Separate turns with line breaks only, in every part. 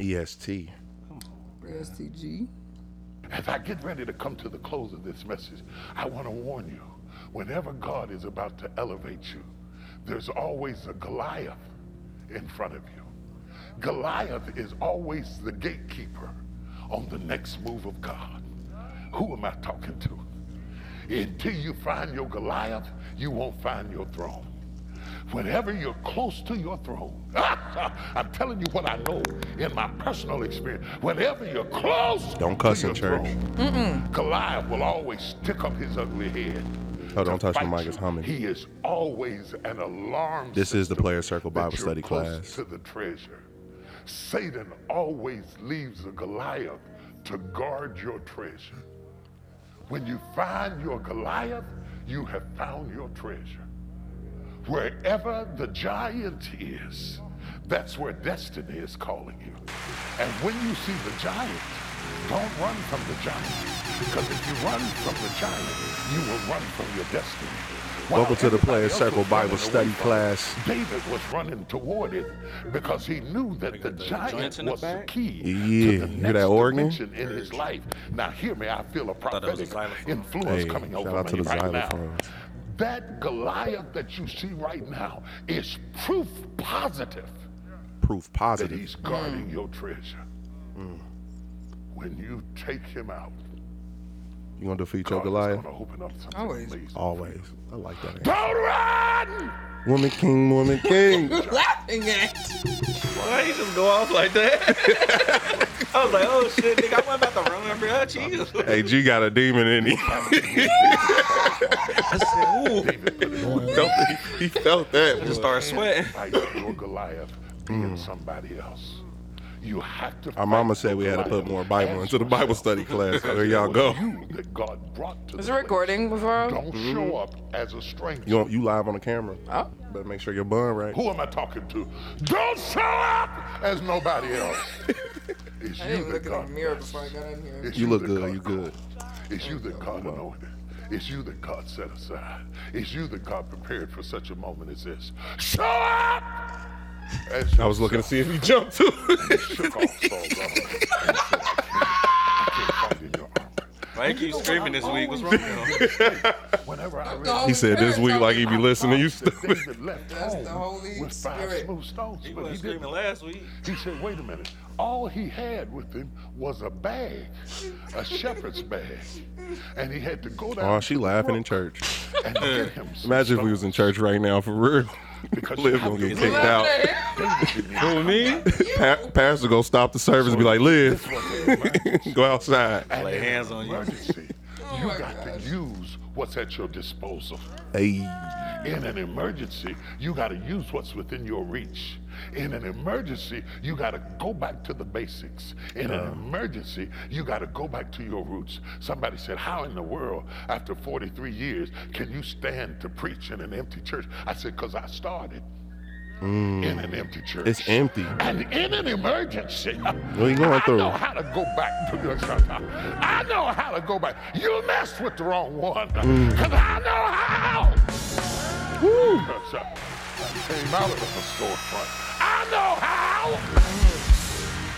E EST.
STG.
As I get ready to come to the close of this message, I want to warn you whenever God is about to elevate you, there's always a Goliath in front of you. Goliath is always the gatekeeper on the next move of God. Who am I talking to? Until you find your Goliath, you won't find your throne. Whenever you're close to your throne, I'm telling you what I know in my personal experience. Whenever you're close,
Don't cuss
to
in
your
church.
throne, Goliath will always stick up his ugly head.
Oh,
to
don't touch the
fight
mic,
you.
it's humming.
He is always an alarm.
This is the
system
Player Circle
that
Bible
you're
Study
close
class.
To the treasure. Satan always leaves a Goliath to guard your treasure. When you find your Goliath, you have found your treasure. Wherever the giant is, that's where destiny is calling you. And when you see the giant, don't run from the giant. Because if you run from the giant, you will run from your destiny. While
Welcome to the
everybody
Players
else
Circle
was running
Bible
away
Study
from it,
class.
David was running toward it because he knew that the giant
joints in the
was the
back?
key
Yeah,
to the
you hear
next
that organ?
dimension in his life. Now hear me, I feel a
that was a
prophetic
xylophone.
influence
Hey,
coming
shout
over
out to
me
the
right now.
xylophones.
That Goliath that you see right now is proof positive
Proof
that
positive. Mm.
he's guarding your treasure. When you take him out,
You gonna defeat your
God is
Goliath?
gonna open up something
Always.
amazing.
Always. I like that. answer.
Don't run!
Woman King, Woman King.
Laughing at.
Why you just go off like that? I was like, oh shit, nigga, I went about to run, bro. Jesus. I
hey, G got a demon in him.
said, ooh.
Felt it. he felt that.
Just started sweating.
fight your Goliath
Mm.
being somebody else. You have to.
Our mama said we had to put more Bible into the Bible study class. There y'all go.
You that God brought to
Is
the
it
place.
recording before? I- Mm-hmm.
Don't show up as a stranger.
You on- you live on the camera.
Oh.
Better make sure your bun right.
Who am I talking to? Don't show up as nobody else. It's
I
you
didn't even
that
look in
God
the mirror
blessed.
before I got in here.
It's
You look
that
good.
God
You good.
called. It's you that God anointed. It's you that God set aside. It's you that God prepared for such a moment as this. Show up! As
I was looking to see if you jumped too.
shook off Saul Goodman and said, I can't, I can't find in your armor.
Why you keep screaming this week? What's wrong with him?
Whenever I read
No.
he said this week like he be listening. You stupid.
David left
That's the
home
Holy
with five
Spirit.
smooth stones,
He
but he
was
didn't.
screaming last week.
He said, wait a minute. All he had with him was a bag, a shepherd's bag. And he had to go down
Oh, she
to the
laughing in
brook
church.
and get him some
Imagine if we
stones.
was in church right now for real.
Because
Liv
you
gonna
have
get
to
kicked out.
Who, me?
Pa- pastor gonna stop the service and be like, Liv,
Live.
go outside.
And
Lay
in
hands
an
on you.
Emergency. you
Oh, my
got
gosh.
to use what's at your disposal.
Hey,
In an emergency, you got to use what's within your reach. In an emergency, you got to go back to the basics. In an emergency, you got to go back to your roots. Somebody said, How in the world, after 43 years, can you stand to preach in an empty church? I said, Because I started in an empty church.
Mm. it's empty.
And in an emergency,
are you going
I
through?
know how to go back to your I know how to go back. You messed with the wrong one. Because I know how. Woo. Came out of the storefront. I know how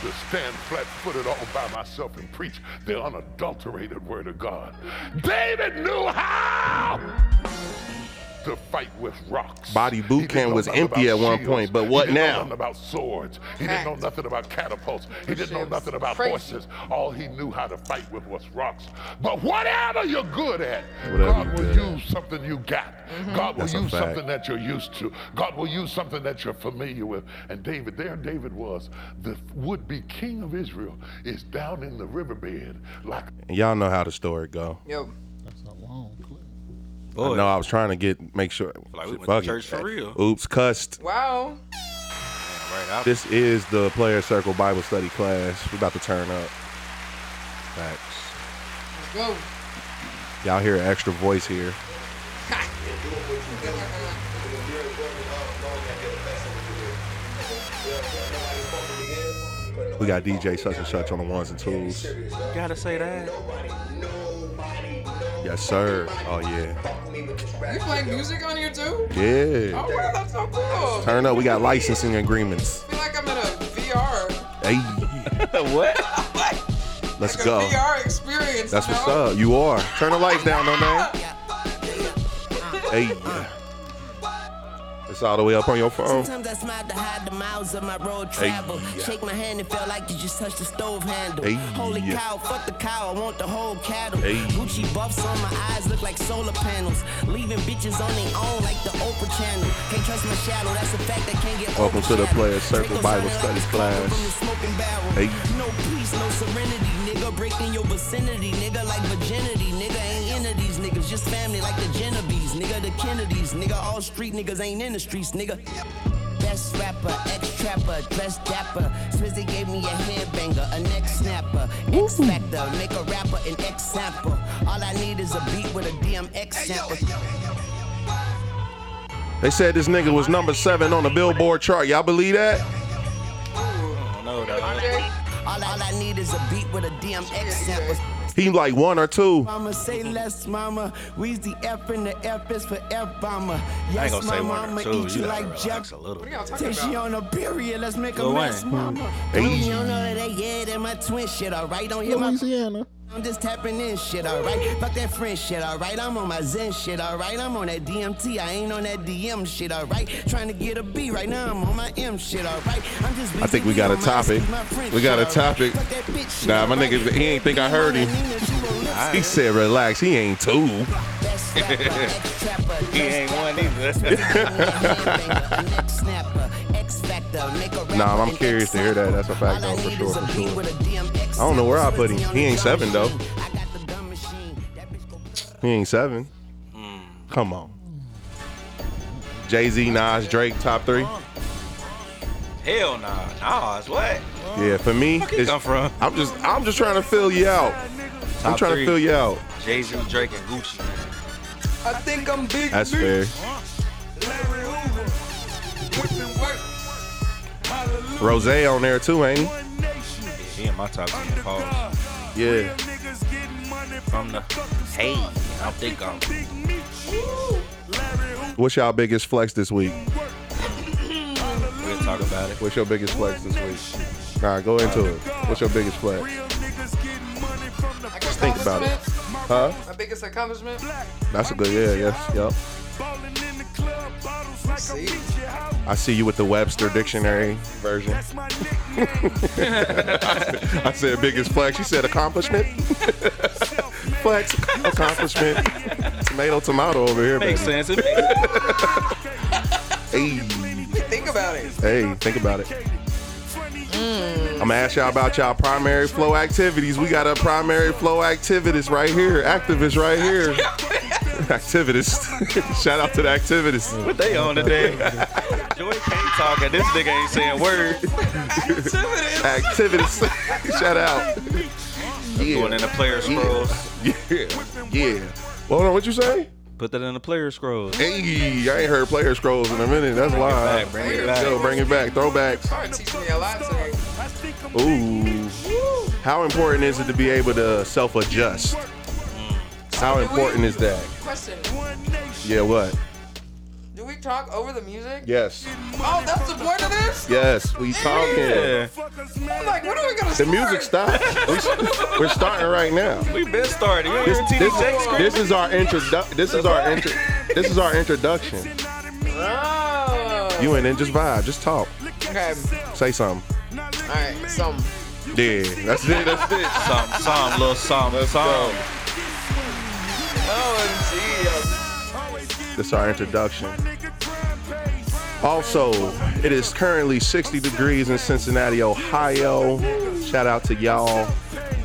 to stand flat-footed all by myself and preach the unadulterated word of God. David knew how to fight with rocks.
Body boot
He didn't
camp
know
was
nothing
empty
about
at one
shields.
point, but
He
what
didn't know
now?
nothing about swords. He didn't know
Fact.
nothing about catapults. He didn't know
Shields.
nothing about
Crazy.
horses. All he knew how to fight with was rocks. But whatever you're good at,
Whatever
God
you're
will
good at.
use something you got. God will
Mm-hmm. That's a
use
fact.
something that you're used to. God will use something that you're familiar with. And David, there David was, the would-be king of Israel, is down in the riverbed like
And y'all know how the story go.
Yo,
Boy,
No, I was trying to get make sure.
Like we went
shit,
to
fuck it.
church for real.
Oops, cussed.
wow.
right out.
This is the Player Circle Bible Study class. We about to turn up.
Let's go.
Y'all hear an extra voice here. We got DJ such and such on the ones and twos.
Gotta say that.
Yes, sir. Oh yeah,
You play music on here too?
yeah.
Oh wow, that's so cool.
Turn up. We got licensing agreements.
I feel like I'm in a VR.
Hey.
what?
Let's
Like a
go.
VR experience.
That's
you
what's
know?
up. You are. Turn the lights down, no man. Hey. It's all the way up on your phone.
Sometimes I smile to hide the miles of my road travel.
Ayy.
Shake my hand and felt like you just touched the stove handle.
Ayy.
Holy cow, fuck the cow, I want the whole cattle.
Ayy.
Gucci buffs on my eyes look like solar panels. Leaving bitches on their own like the Oprah channel. Can't trust my shadow, that's a fact I can't get
Welcome to the
overshadowed.
Players Circle
Draco's
Bible
sounding
Studies
it's coming
class.
from the smoking barrel.
Ayy.
No peace, no serenity, nigga. Breaking your vicinity, nigga, like virginity. Nigga ain't into these niggas, just family like the Genovese, nigga, the Kennedys, nigga. All street niggas ain't in the streets, nigga. Best rapper, ex trapper, dress dapper. Swizzy gave me a headbanger, a neck snapper. X factor, make a rapper an X sample. All I need is a beat with a DMX sample.
They said this nigga was number seven on the Billboard chart. Y'all believe that?
No, dog.
Okay.
All I, all I need is a beat with a DMX sample.
He like one or two.
Mama say less, mama. We's the F and the F is for F bomber.
I ain't
Yes,
gonna
my
say one
mama
or two.
eat
You gotta
you like
relax
Jeff.
a little.
What are y'all talking
Say she
about?
on a period, let's make a
Lil
mess,
Wayne.
mama.
Hey.
Hey. You don't know that they yeah, that my twin shit, alright? Don't hear my
Louisiana.
I'm just tapping in shit, alright? Fuck that friend shit, alright? I'm on my Zen shit, alright? I'm on that DMT, I ain't on that DM shit, alright? Trying to get a B right now, I'm on my M shit, alright? I'm just
I think we got a topic. We got a topic. Nah, my nigga, he ain't think I heard him. He said, relax, he ain't two.
he
He ain't one either.
nah, I'm curious to hear that. That's a fact, though, for sure, for sure. I don't know where I put him. He ain't seven, though.
He ain't seven.
Hmm.
Come on. Jay Z, Nas, Drake, top three.
Uh-huh. Hell nah. Nah, it's what?
Yeah, for me,
Where he come from?
I'm just I'm just trying to fill you out. I'm
Top
trying
three.
to fill you out.
Jay Z, Drake, and Gucci.
I think I'm big.
That's fair. Rose on there too, ain't he?
Yeah, he in my top ten. Pause.
Yeah.
From the hey, I think I'm
What's y'all biggest flex this week?
we'll talk about it.
What's your biggest flex this week? Nah, go into it. What's your biggest flex?
Just
think about it. Huh?
My biggest accomplishment?
That's a good yeah, yes, yep.
See?
I see you with the Webster dictionary version. I said biggest flex. You said accomplishment. flex accomplishment. tomato tomato over here,
Makes
baby.
sense. It makes
Hey.
Think about it.
Hey, think about it.
Mm.
I'm gonna ask y'all about y'all primary flow activities. We got a primary flow activist right here, activist right here, activist. Shout out to the activists.
what they on today. Joy can't talk and this nigga ain't saying word.
Activists. Shout out.
Going in
Yeah,
the player scrolls.
yeah, yeah. Well, hold on, what you say?
Put that in the player scrolls.
Hey, I ain't heard player scrolls in a minute. That's why.
back, bring it back.
Yo, bring it back. Throwbacks.
Sorry, teaching me a lot today.
Ooh. How important is it to be able to self-adjust? How important is that?
Question.
Yeah, what?
Do we talk over the music?
Yes.
Oh, that's the point of this?
Yes, we talking.
Yeah.
I'm like, when are we gonna
The
start?
music stopped. We, we're starting right now.
We been started. You ain't
This,
heard
this,
TDJ
this
screaming?
is our introdu- This is our intro. This is our introduction.
Ah.
Oh.
You and then just vibe, just talk,
okay.
say something.
Alright, so
Yeah, that's it. That's it.
Something, something, little something,
Let's go.
something.
Oh, OMG.
This is our introduction. Also, it is currently 60 degrees in Cincinnati, Ohio. Shout out to y'all.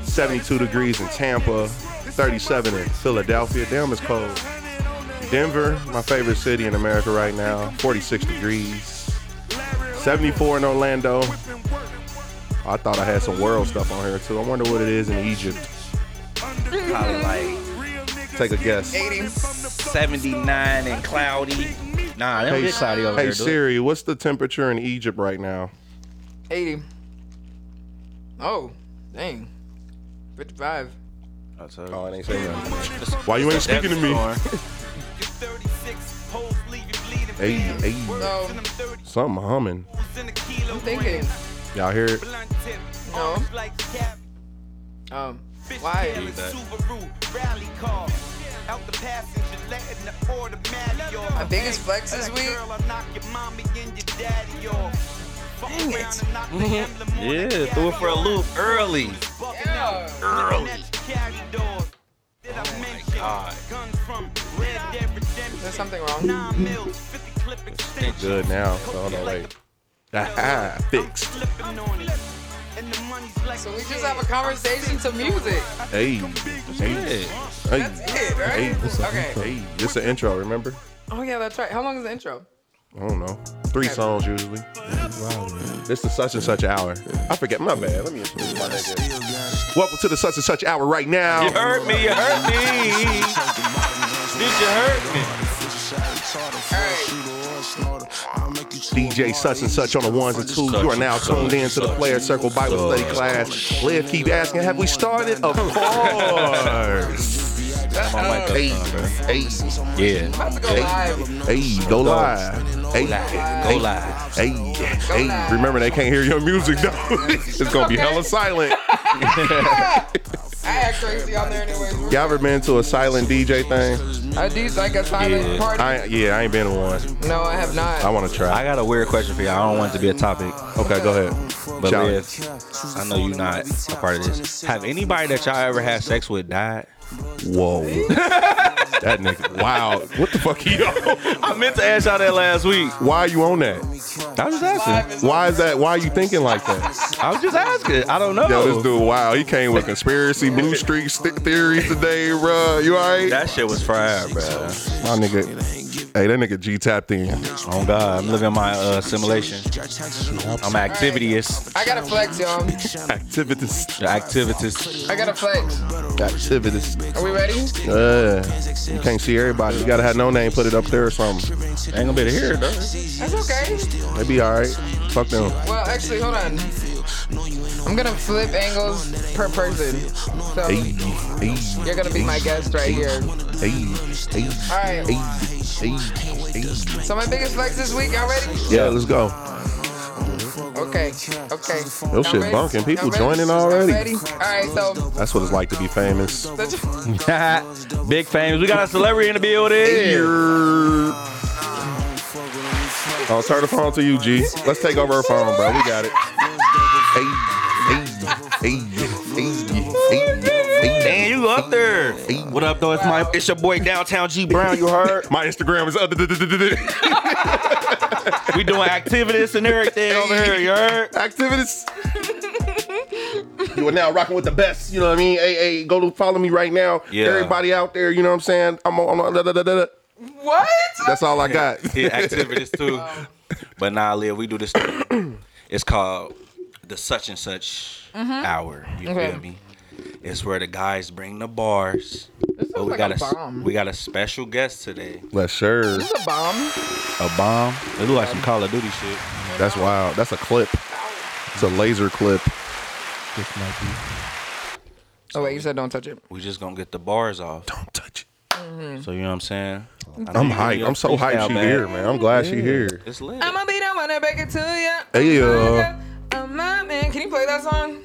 72 degrees in Tampa, 37 in Philadelphia. Damn, it's cold. Denver, my favorite city in America right now, 46 degrees. 74 in Orlando. I thought I had some world stuff on here too. I wonder what it is in Egypt.
Probably like
Take a guess.
80.
79 and cloudy. Nah, that don't
Hey,
get cloudy over
hey
there. dude.
Siri, what's the temperature in Egypt right now?
80. Oh, dang. 55.
I'll tell you.
Oh, it ain't saying nothing. Why you ain't speaking to me? Hey, hey,
So,
something humming.
I'm thinking.
Y'all hear it?
No. Um, why?
Read that.
My biggest flex this week? Dang it.
Yeah, threw it for a loop early.
Yeah.
Early. God.
There's something wrong.
Ain't good now. So hold on, wait. Ah, fixed.
So we just have a conversation to music.
Hey, hey,
Yeah.
hey,
That's it, right?
hey, this a-
Okay.
hey, this an intro. Remember?
Oh yeah, that's right. How long is the intro?
I don't know. Three songs usually. This is such and such hour. I forget. My bad. Let me introduce my nigga. Welcome to the such and such hour right now.
You hurt me, you hurt me. Did you hurt me?
DJ such and such on the ones and twos. You are now tuned in to the Player Circle Bible Study class. Liv keep asking, have we started? Of course. Hey, hey,
Yeah.
About to go live.
hey, go live. Hey,
Go
hey,
live.
hey, hey. Remember they can't hear your music though. It's gonna be hella silent.
I had crazy on there anyway.
Y'all ever been to a silent DJ thing?
I did like a silent
Yeah.
party.
I yeah, I ain't been to one.
no, I have not.
I want to
I
try.
got a weird question for you. I don't want it to be a topic,
Okay, go ahead.
but
Challenge.
Liv, I know you're not a part of this. Have anybody that y'all ever had sex with died?
Whoa. that nigga. Wow. What the fuck he on?
I meant to ask y'all that last week.
Why are you on that?
I was just asking.
Why is that? Why are you thinking like that?
I was just asking. I don't know.
Yo, this dude, wow. He came with conspiracy blue streak st- theories today, bruh. You all right?
that shit was fried, bro.
My nigga. Hey, that nigga G tapped in.
Oh God, I'm living my uh, simulation. I'm an activityist.
I gotta flex, y'all.
Activist.
The activist.
I gotta flex.
Activist.
Are we ready?
Uh, you can't see everybody. You gotta have no name put it up there or something.
Ain't gonna be able to hear it though.
That's okay.
They be all right. Fuck them.
Well, actually, hold on. I'm gonna flip angles per person. So
Hey, hey,
you're gonna be my guest right here.
hey, hey,
Alright.
hey, hey, hey.
So my biggest flex this week, y'all ready?
Yeah, let's go.
Okay, okay.
Those
Y'all
shit
ready?
bunking. People
Y'all ready?
joining already.
Y'all ready? All right, so
That's what it's like to be famous.
so-
Big famous. We got a celebrity in the building.
I'll Oh, turn the phone to you, G. Let's take over her phone, bro. We got it. Hey, hey, hey, hey, hey,
Damn, you up there? What up though? It's my, it's your boy Downtown G Brown. You heard?
My Instagram is other
We doing activities and everything over here. You heard?
activities. You are now rocking with the best. You know what I mean? Hey, hey, go to follow me right now.
Yeah.
Everybody out there, you know what I'm saying? I'm on. I'm on da, da, da, da, da.
what?
That's all I got.
Yeah, activities too. But nah, Liv, we do this. Thing. It's called the such and such
Mm-hmm.
hour. You
Okay.
feel me? It's where the guys bring the bars.
This
But
sounds
we
like
got
a
s-
bomb.
we got a special guest today.
Let's sure.
This is a bomb.
A bomb. It look like some Call of Duty shit.
That's wild. That's a clip. It's a laser clip.
Oh wait, you said don't touch it.
We just gonna get the bars off.
Don't touch it.
Mm-hmm.
So you know what I'm saying? I know
I'm
you
hyped.
your
I'm so hyped
freestyle,
she here, man. I'm glad she here.
It's lit.
I'ma be the one to break it to ya.
Hey, uh, yo.
I'm my man. Can you play that song?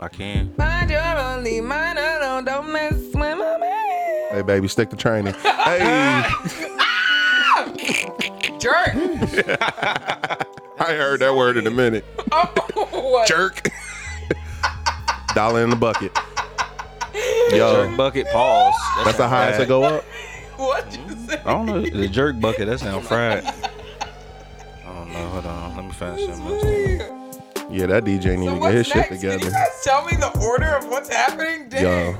I can.
Find your only mine alone. Don't mess with my man.
Hey, baby, stick to training. Hey,
Jerk.
I heard that word in a minute.
Oh, what?
Jerk. Dollar in the bucket. Yo,
Jerk bucket pause. That
that's the
sound
highest
fried.
that go up.
What you say?
I don't know. The jerk bucket. That sound fried. I don't know. Hold on. Let me find something. else.
Yeah, that DJ need
So
to get his
what's
shit
next? Can you
together.
guys tell me the order of what's happening? Dang.
Yo,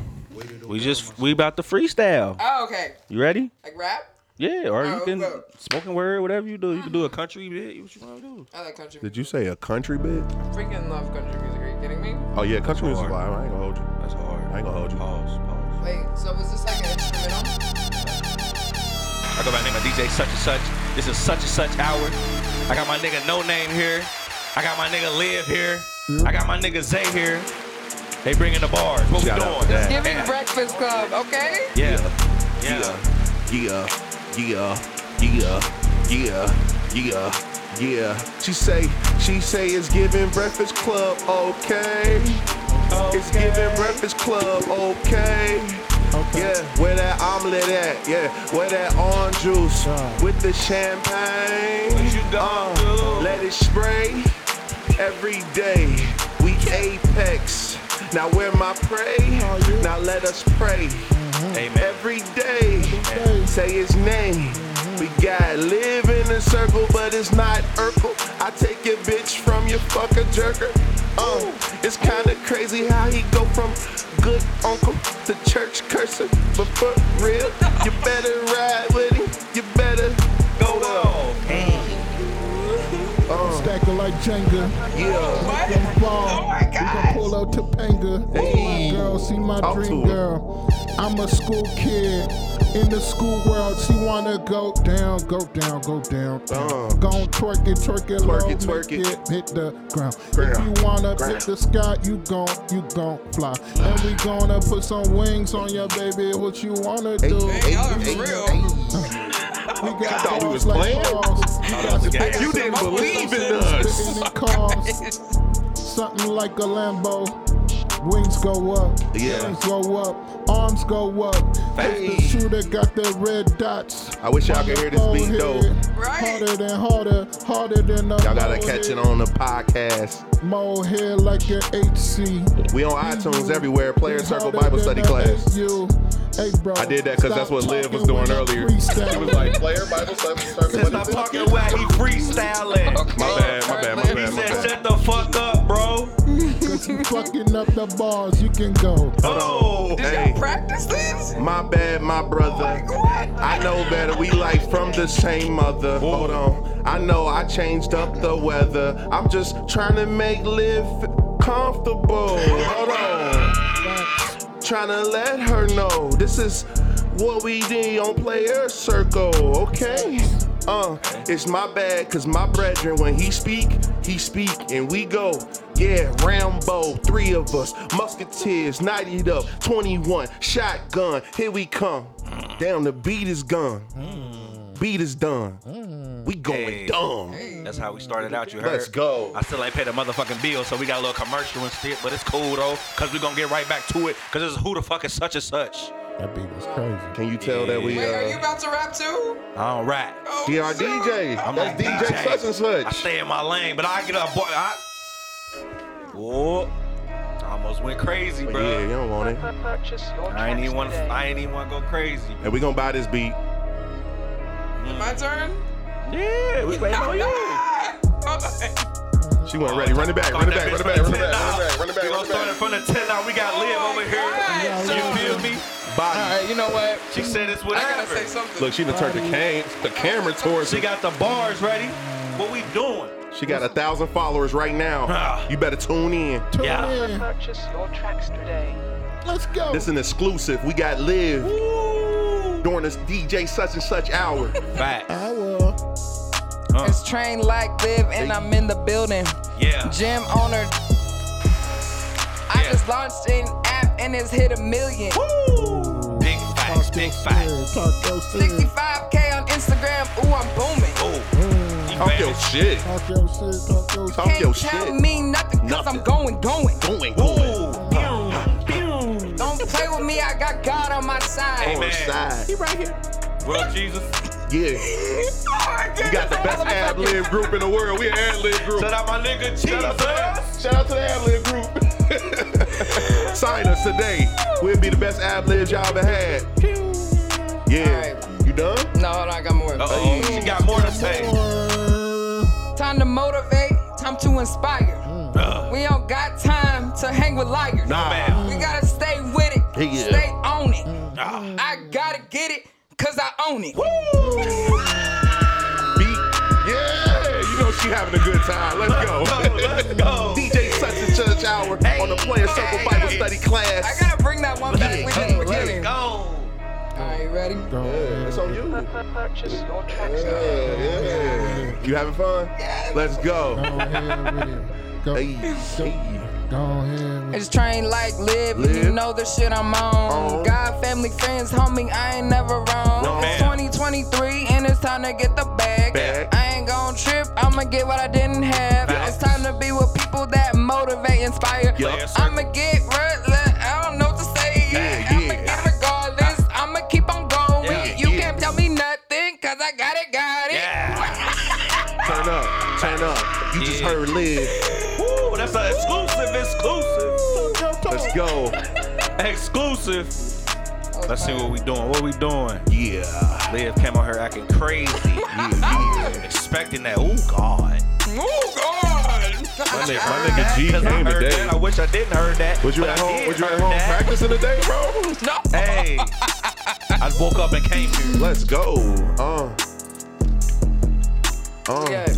We just we about to freestyle.
Oh, okay.
You ready?
Like rap?
Yeah. Or you
Oh,
can
okay.
spoken word, whatever you do. You can do a country bit. What you want to do?
I like country.
did you say a country bit?
I freaking love country music. Are you kidding me?
Oh yeah, country music. Live. I ain't gonna hold you.
That's hard.
I ain't gonna hold you.
Pause. Pause.
Wait, so was this like an instrumental?
I go by the name of DJ such and such. This is such and such hour. I got my nigga No Name here. I got my nigga Live here. I got my nigga Zay here. They bringing the bars. What
Shout
we
out
doing?
to that.
Give me Breakfast Club, okay?
Yeah. Yeah.
Yeah, yeah, yeah, yeah, yeah, Yeah, she say, she say it's giving Breakfast Club, okay. It's giving Breakfast Club, okay. Yeah, where that omelet at? Yeah, where that orange juice with the champagne? Uh,
What you gonna do?
Let it spray every day. We apex. Now where my prey? Now let us pray
Amen.
every day. Say his name. We got live in a circle, but it's not Urkel. I take your bitch from your fucker jerker. Um, it's kinda crazy how he go from good uncle to church cursor. But for real, you better ride with him. You better
Go on.
Stack it like Jenga.
yeah.
Them fall. we gon' pull out Topanga.
Oh Hey.
Oh My girl, she my
Talk to
dream
her.
girl. I'm a school kid. In the school world, she wanna go down, go down, go down.
Uh.
Go on, twerk it, twerk it,
Twerk
low,
it, twerk
make
it.
Hit the ground.
Ground,
If you wanna
ground.
hit the sky, you gon' you gon' fly. And we gonna put some wings on your baby. What you wanna do?
Hey, y'all are for real.
We got
I thought we was
balls like
playing.
balls.
that was a game.
You didn't believe in us.
Spitting in cars. Something like a Lambo. Wings go up.
Yeah.
Wings go up. Arms go up.
Hey.
The shooter got the red dots.
I wish y'all could hear this beat though.
Right.
Harder than harder, harder than a
Y'all gotta catch it on the podcast.
Mohair like an HC.
We on iTunes everywhere. Player Circle
Harder
Bible
than
Study
a
Class.
AU. Hey, bro,
I did that 'cause that's what
stop
Liv was
talking
doing
when I
earlier.
freestyle.
It was like player Bible study.
Since I'm talking wacky he freestyling.
My bad, my bad, my
He
bad, my
said,
bad.
shut the fuck up, bro.
Cause you fucking up the bars, you can go.
Oh.
Did
Hey.
y'all practice this?
My bad, my brother. I know better. We like from the same mother. Hold on. I know I changed up the weather. I'm just trying to make live comfortable. Hold on. Trying to let her know this is what we do on player circle, okay? Uh, it's my bad, cause my brethren, when he speak, he speak, and we go. Yeah, Rambo, three of us, musketeers, knighted up, 21, shotgun, here we come. Damn, the beat is gone.
Hmm.
Beat is done. We going
Hey.
dumb.
That's how we started out, you heard?
Let's go.
I still ain't paid a motherfucking bill, so we got a little commercial and shit, but it's cool though, cause we gonna get right back to it, cause it's who the fuck is such and such.
That beat was crazy.
Can you tell that we
Wait, are you
uh
about to rap too?
I don't rap.
Oh,
we are
shoot.
DJs. That's
like,
DJ, such and
I
such.
stay in my lane, but I get up, boy. I... Whoa. I almost went crazy,
But
bro.
yeah, you don't want it.
I ain't even want to. I ain't even want to go crazy.
And we gonna buy this beat.
My turn?
Mm. Yeah, we waiting on you.
She wasn't ready. Run it back, run it back, run it back, run it back, run it back, run
We gonna
it back, run it
start it
back.
from the ten. Now we got Liv over here.
God.
You feel me?
Body.
Alright, you know what?
She said it's
I gotta
whatever.
say something.
Look, she done turned the, cam- the camera towards
She
She got,
got the bars ready. What we doing?
she got a thousand followers right now.
Ah.
You better tune in.
Tune
Yeah.
in.
Purchase your tracks today.
Let's go.
This is an exclusive. We got live
Ooh.
during this DJ such and such hour.
Back.
I will.
It's train like live and I'm in the building.
Yeah.
Gym owner. I
Yeah.
just launched an app and it's hit a million.
Woo. Big facts. Big facts.
Talk your shit.
65k on Instagram. Ooh, I'm booming.
Oh.
Talk your shit.
Talk your shit. Talk your shit.
Oh, Talk your
Can't tell
shit.
me nothing because
Nothing.
I'm going, going.
Going, going.
Ooh. Pew. Pew.
Don't play with me, I got God on my side.
Amen.
On side.
Well, Jesus.
Yeah.
Oh,
We got the best ad lib group in the world. We an ad lib group.
Shout out my nigga
Shout out to
Jesus.
the- Shout out to the ad lib group. Sign us today. We'll be the best ad libs y'all ever had. Yeah.
All
You done?
No, hold on, I got more.
Uh-oh, she got more to say.
Time to motivate, time to inspire. We don't got time to hang with liars.
Nah.
Man,
We gotta stay with it,
Yeah.
stay on it.
Mm.
Ah.
I gotta get it, cause I own it.
beat. Yeah, you know she having a good time. Let's go.
go, let's go.
DJ Such and Such Hour on the Player Circle Bible Study
I
class.
gotta bring that one back. We did the beginning. All
Go.
right, ready?
Go
Yeah,
ahead.
it's on you.
Purchase your tracks
Yeah,
today.
yeah. You having fun? Let's
Go
go.
ahead with it. Go.
Hey, hey.
Go ahead.
It's train like live, you
Live.
know the shit I'm on.
On.
God, family, friends, homie, I ain't never wrong.
No,
It's
ma'am.
2023 and it's time to get the bag.
Bag.
I ain't gon' trip, I'ma get what I didn't have.
Yeah.
It's time to be with people that motivate, inspire.
Yeah.
Yes, sir.
I'ma get ruthless, I don't know what to say.
Yeah,
I'ma
yeah.
get regardless, I'ma keep on going.
Yeah,
you
yeah.
can't tell me nothing, cause I got it, got it.
Yeah.
Turn up, turn up. You just
Yeah.
heard live.
Woo, that's an exclusive, exclusive.
Let's go.
Exclusive. Let's see what we doing. What we doing?
Yeah.
Liv came on here acting crazy. Yeah, yeah. Expecting that. Oh God.
Move on!
My nigga, my nigga G
'Cause I
came
heard
today.
that. I wish I didn't heard that.
Was you
but
at
I
home?
did
Was you at
heard
home
that.
practicing today, bro?
No!
Hey. I woke up and came here.
Let's go. Uh. Uh.
Yeah.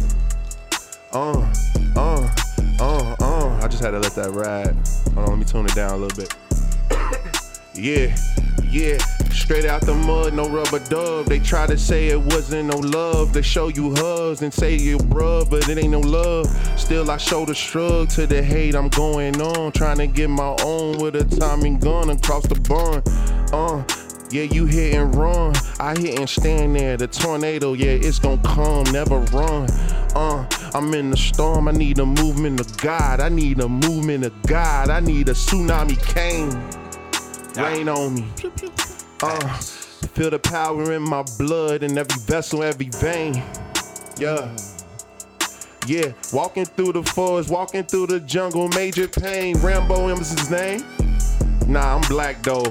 Uh. Uh. Uh. Uh. I just had to let that ride. Hold on, let me tune it down a little bit. yeah. Yeah. Straight out the mud, no rubber dub. They try to say it wasn't no love. They show you hugs and say you bruh, but it ain't no love. Still, I show the shrug to the hate I'm going on. Trying to get my own with a timing gun across the barn. Uh, yeah, you hit and run. I hit and stand there. The tornado, yeah, it's gonna come, never run. Uh, I'm in the storm. I need a movement of God. I need a movement of God. I need a tsunami came. Rain on me. Uh, feel the power in my blood in every vessel, every vein. Yeah. Yeah, walking through the forest, walking through the jungle, major pain. Rambo M is his name. Nah, I'm black though.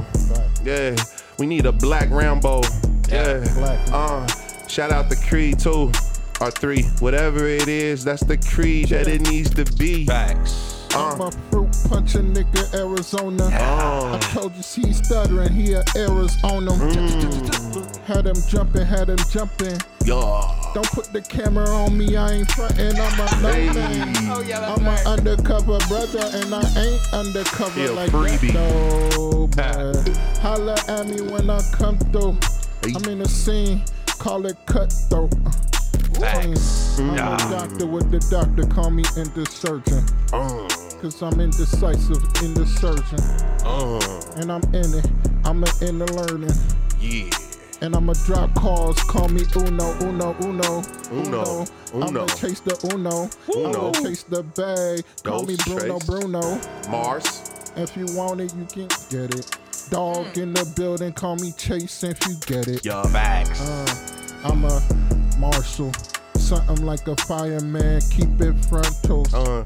Yeah, we need a black Rambo. Yeah.
Black.
Uh, shout out the Creed too, or three, whatever it is. That's the Creed that it needs to be. Uh.
Facts.
I'm a fruit puncher nigga, Arizona. I told you she stuttering, he a errors on him.
Mm.
Had him jumping, had him jumping.
Yeah.
Don't put the camera on me, I ain't frontin', I'm a no name.
Oh, yeah, that's
I'm
right.
an undercover brother, and I ain't undercover
He a
like
freebie.
that though. But holla at me when I come through. I'm in the scene, call it cutthroat.
Facts.
I'm
Nah.
a doctor with the doctor, call me into surgeon.
Uh,
Cause I'm indecisive, in the surgeon,
uh,
and I'm in it. I'm a in the learning,
yeah.
and I'ma drop calls. Call me Uno, Uno, Uno,
Uno, Uno.
I'ma chase the Uno,
Uno.
I'ma chase the bag. Call
Don't
me Bruno,
chase.
Bruno.
Mars.
If you want it, you can get it. Dog in the building, call me Chase if you get it.
Yeah.
Uh,
Facts.
I'm a marshal, something like a fireman. Keep it frontal.
Uh,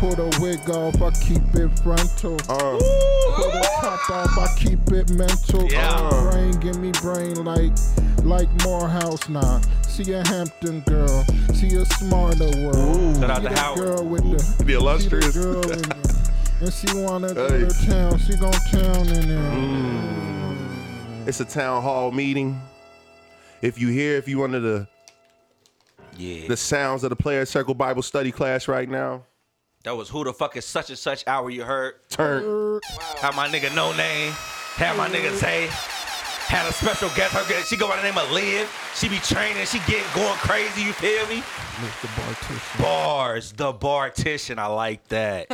Put a wig off, I keep it frontal.
uh,
Put a top off, I keep it mental.
Yeah.
Uh, brain, give me brain like like Morehouse now. She a Hampton girl, she a smarter world.
Shout out to
She the
Howard.
girl with the,
Be illustrious.
She the girl in the, and she wanna go
Hey.
to town. She gon' town in there.
Mm. it's a town hall meeting. If you hear, if you under the
Yeah.
the sounds of the player circle Bible study class right now,
That was who the fuck is such and such hour you heard.
turn.
Had my nigga no name. Had my nigga say. Had a special guest. Her girl, she go by the name of Liv. She be training. She getting going crazy. You feel me? Bars. The partition. I like that.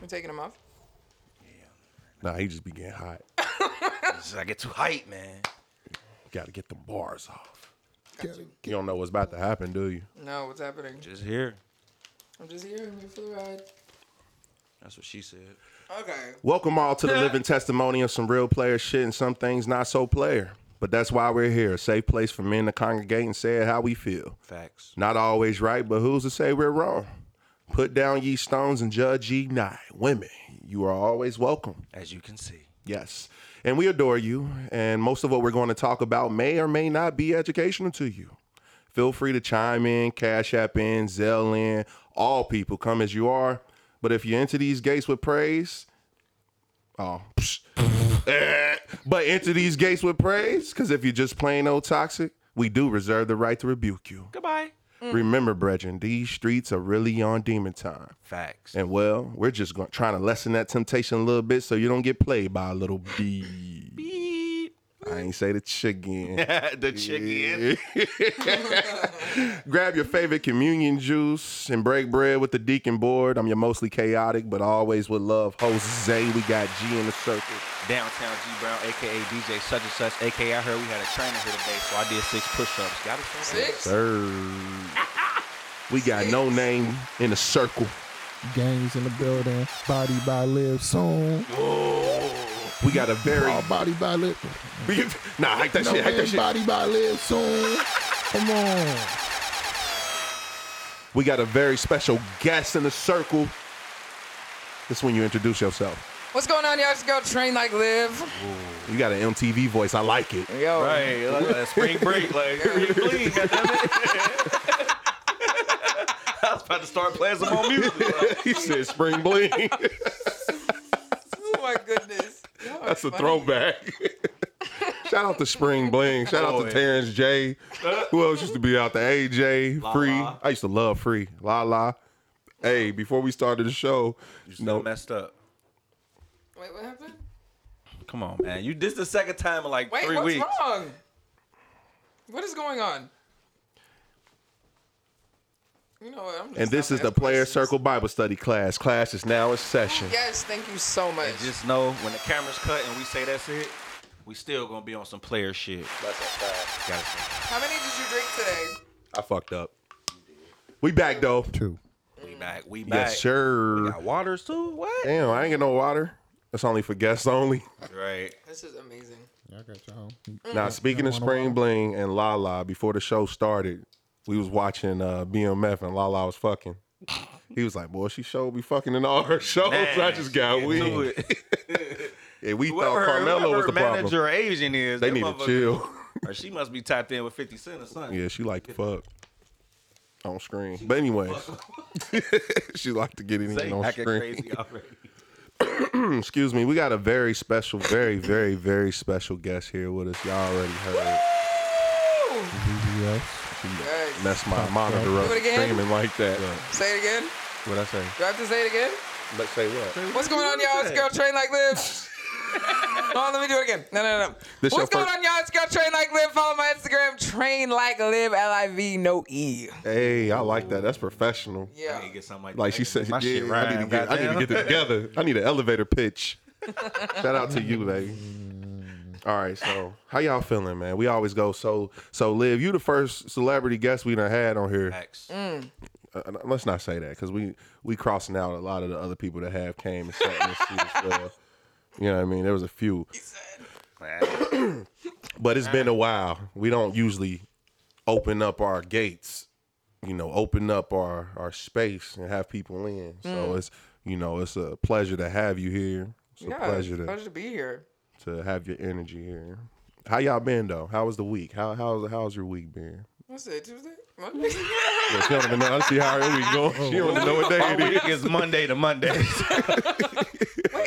You taking them off?
Nah, he just be getting hot.
I get too hype, man.
Gotta get them bars off.
Get it.
You don't know what's about to happen, do you?
No, what's happening?
Just here.
I'm just here. I'm here for the ride.
That's what she said.
Okay.
Welcome all to the living testimony of some real player shit and some things not so player. But that's why we're here. A safe place for men to congregate and say how we feel.
Facts.
Not always right, but who's to say we're wrong? Put down ye stones and judge ye not. Women, you are always welcome.
As you can see.
Yes. And we adore you. And most of what we're going to talk about may or may not be educational to you. Feel free to chime in, cash app in, Zelle in. All people come as you are. But if you're into these gates with praise, oh, psh. Eh, but into these gates with praise, because if you're just plain old toxic, we do reserve the right to rebuke you.
Goodbye.
Remember, brethren, these streets are really on demon time.
Facts.
And well, we're just going, trying to lessen that temptation a little bit so you don't get played by a little bee.
Beep.
I ain't say the chicken.
the chicken.
Grab your favorite communion juice and break bread with the deacon board. I'm your mostly chaotic, but always with love, Jose. We got G in the circle.
Downtown G Brown, aka DJ such and such, aka I heard we had a trainer here today, so I did six push-ups. Got it?
Six.
Sir. We got no name in the circle.
Gangs in the building. Body by live soon.
We got a very
All body by live.
nah, hike that
No
shit, hike that
man's
shit.
body by live soon. Come on.
We got a very special guest in the circle. This is when you introduce yourself.
What's going on, y'all? It's your girl Train Like Live.
You got an MTV voice. I like it.
Yo.
Right, like a spring break, like clean, goddammit. I was about to start playing some more music.
he said spring bling.
Oh my goodness. Y'all
That's
are
a
funny.
throwback. Shout out to Spring Bling. Shout out to
Boy.
Terrence J. Who else used to be out there? AJ,
La
Free.
La.
I used to love Free. La La. Hey, before we started the show,
No,
no,
messed up.
Wait, what happened?
Come on, man. You this the second time in like
Wait,
three
what's
weeks.
wrong? What is going on? You know what? I'm just
and this
not
is the
asking
Player
questions.
Circle Bible Study class. Class is now in session.
Yes, thank you so much.
And just know when the camera's cut and we say that's it, we still gonna be on some player shit. That's a fact.
How many did you drink today?
I fucked up. We back though.
Two.
We back. We back.
Yes, sure.
Got waters too. What?
Damn, I ain't get no water. That's only for guests only.
Right.
This is amazing. Mm.
I got y'all.
Mm-hmm.
Now, speaking of Spring Bling and La La, before the show started, we was watching uh, BMF and La La was fucking. He was like, "Boy, she showed me fucking in all Oh, her shows. I just got
into
weed."
it.
Yeah, we
Whoever,
thought Carmelo
whoever
was the
manager
problem.
or agent is.
They
that
need to
motherfucker-
chill.
Or she must be tapped in with 50 Cent or something.
yeah, she liked to fuck on screen. But anyways, she liked to get in
They
on
acting
screen.
crazy already.
Excuse me. We got a very special, very, very, very special guest here with us. Y'all already heard.
BBS.
Yes.
That's my monitor up
Do it again?
screaming like that.
Say it again.
What I say?
Do I have to say it again?
Let's say what?
What's going on, y'all? It's girl train like live. oh, let me do it again. No, no, no.
This your
What's going
first-
on, y'all? It's girl train like live. Follow my Instagram, train like live, L I V, no E.
Hey, I like that. That's professional.
I
Yeah.
need to get something like
Like
that.
she said,
my
yeah,
shit
I need to
rhyme,
get, I need to get it together. I need an elevator pitch. Shout out to you, baby. All right, so how y'all feeling, man? We always go so so. Liv, you the first celebrity guest we done had on here.
goddamn.
Mm.
Uh, uh, let's not say that because we we crossing out a lot of the other people that have came and sat in this seat as well. You know what I mean? There was a few,
Facts.
but it's been a while. We don't usually open up our gates, you know, open up our our space and have people in. So it's you know it's a pleasure to have you here. It's a
Mm. yeah.
pleasure to
pleasure to be here.
to have your energy here. How y'all been though? How was the week? How how's how's your week been?
What's it, Tuesday? Monday?
Yeah, she don't even know. I see how her week going. She don't even know what day
My
it is.
week is Monday to Monday.
Wait,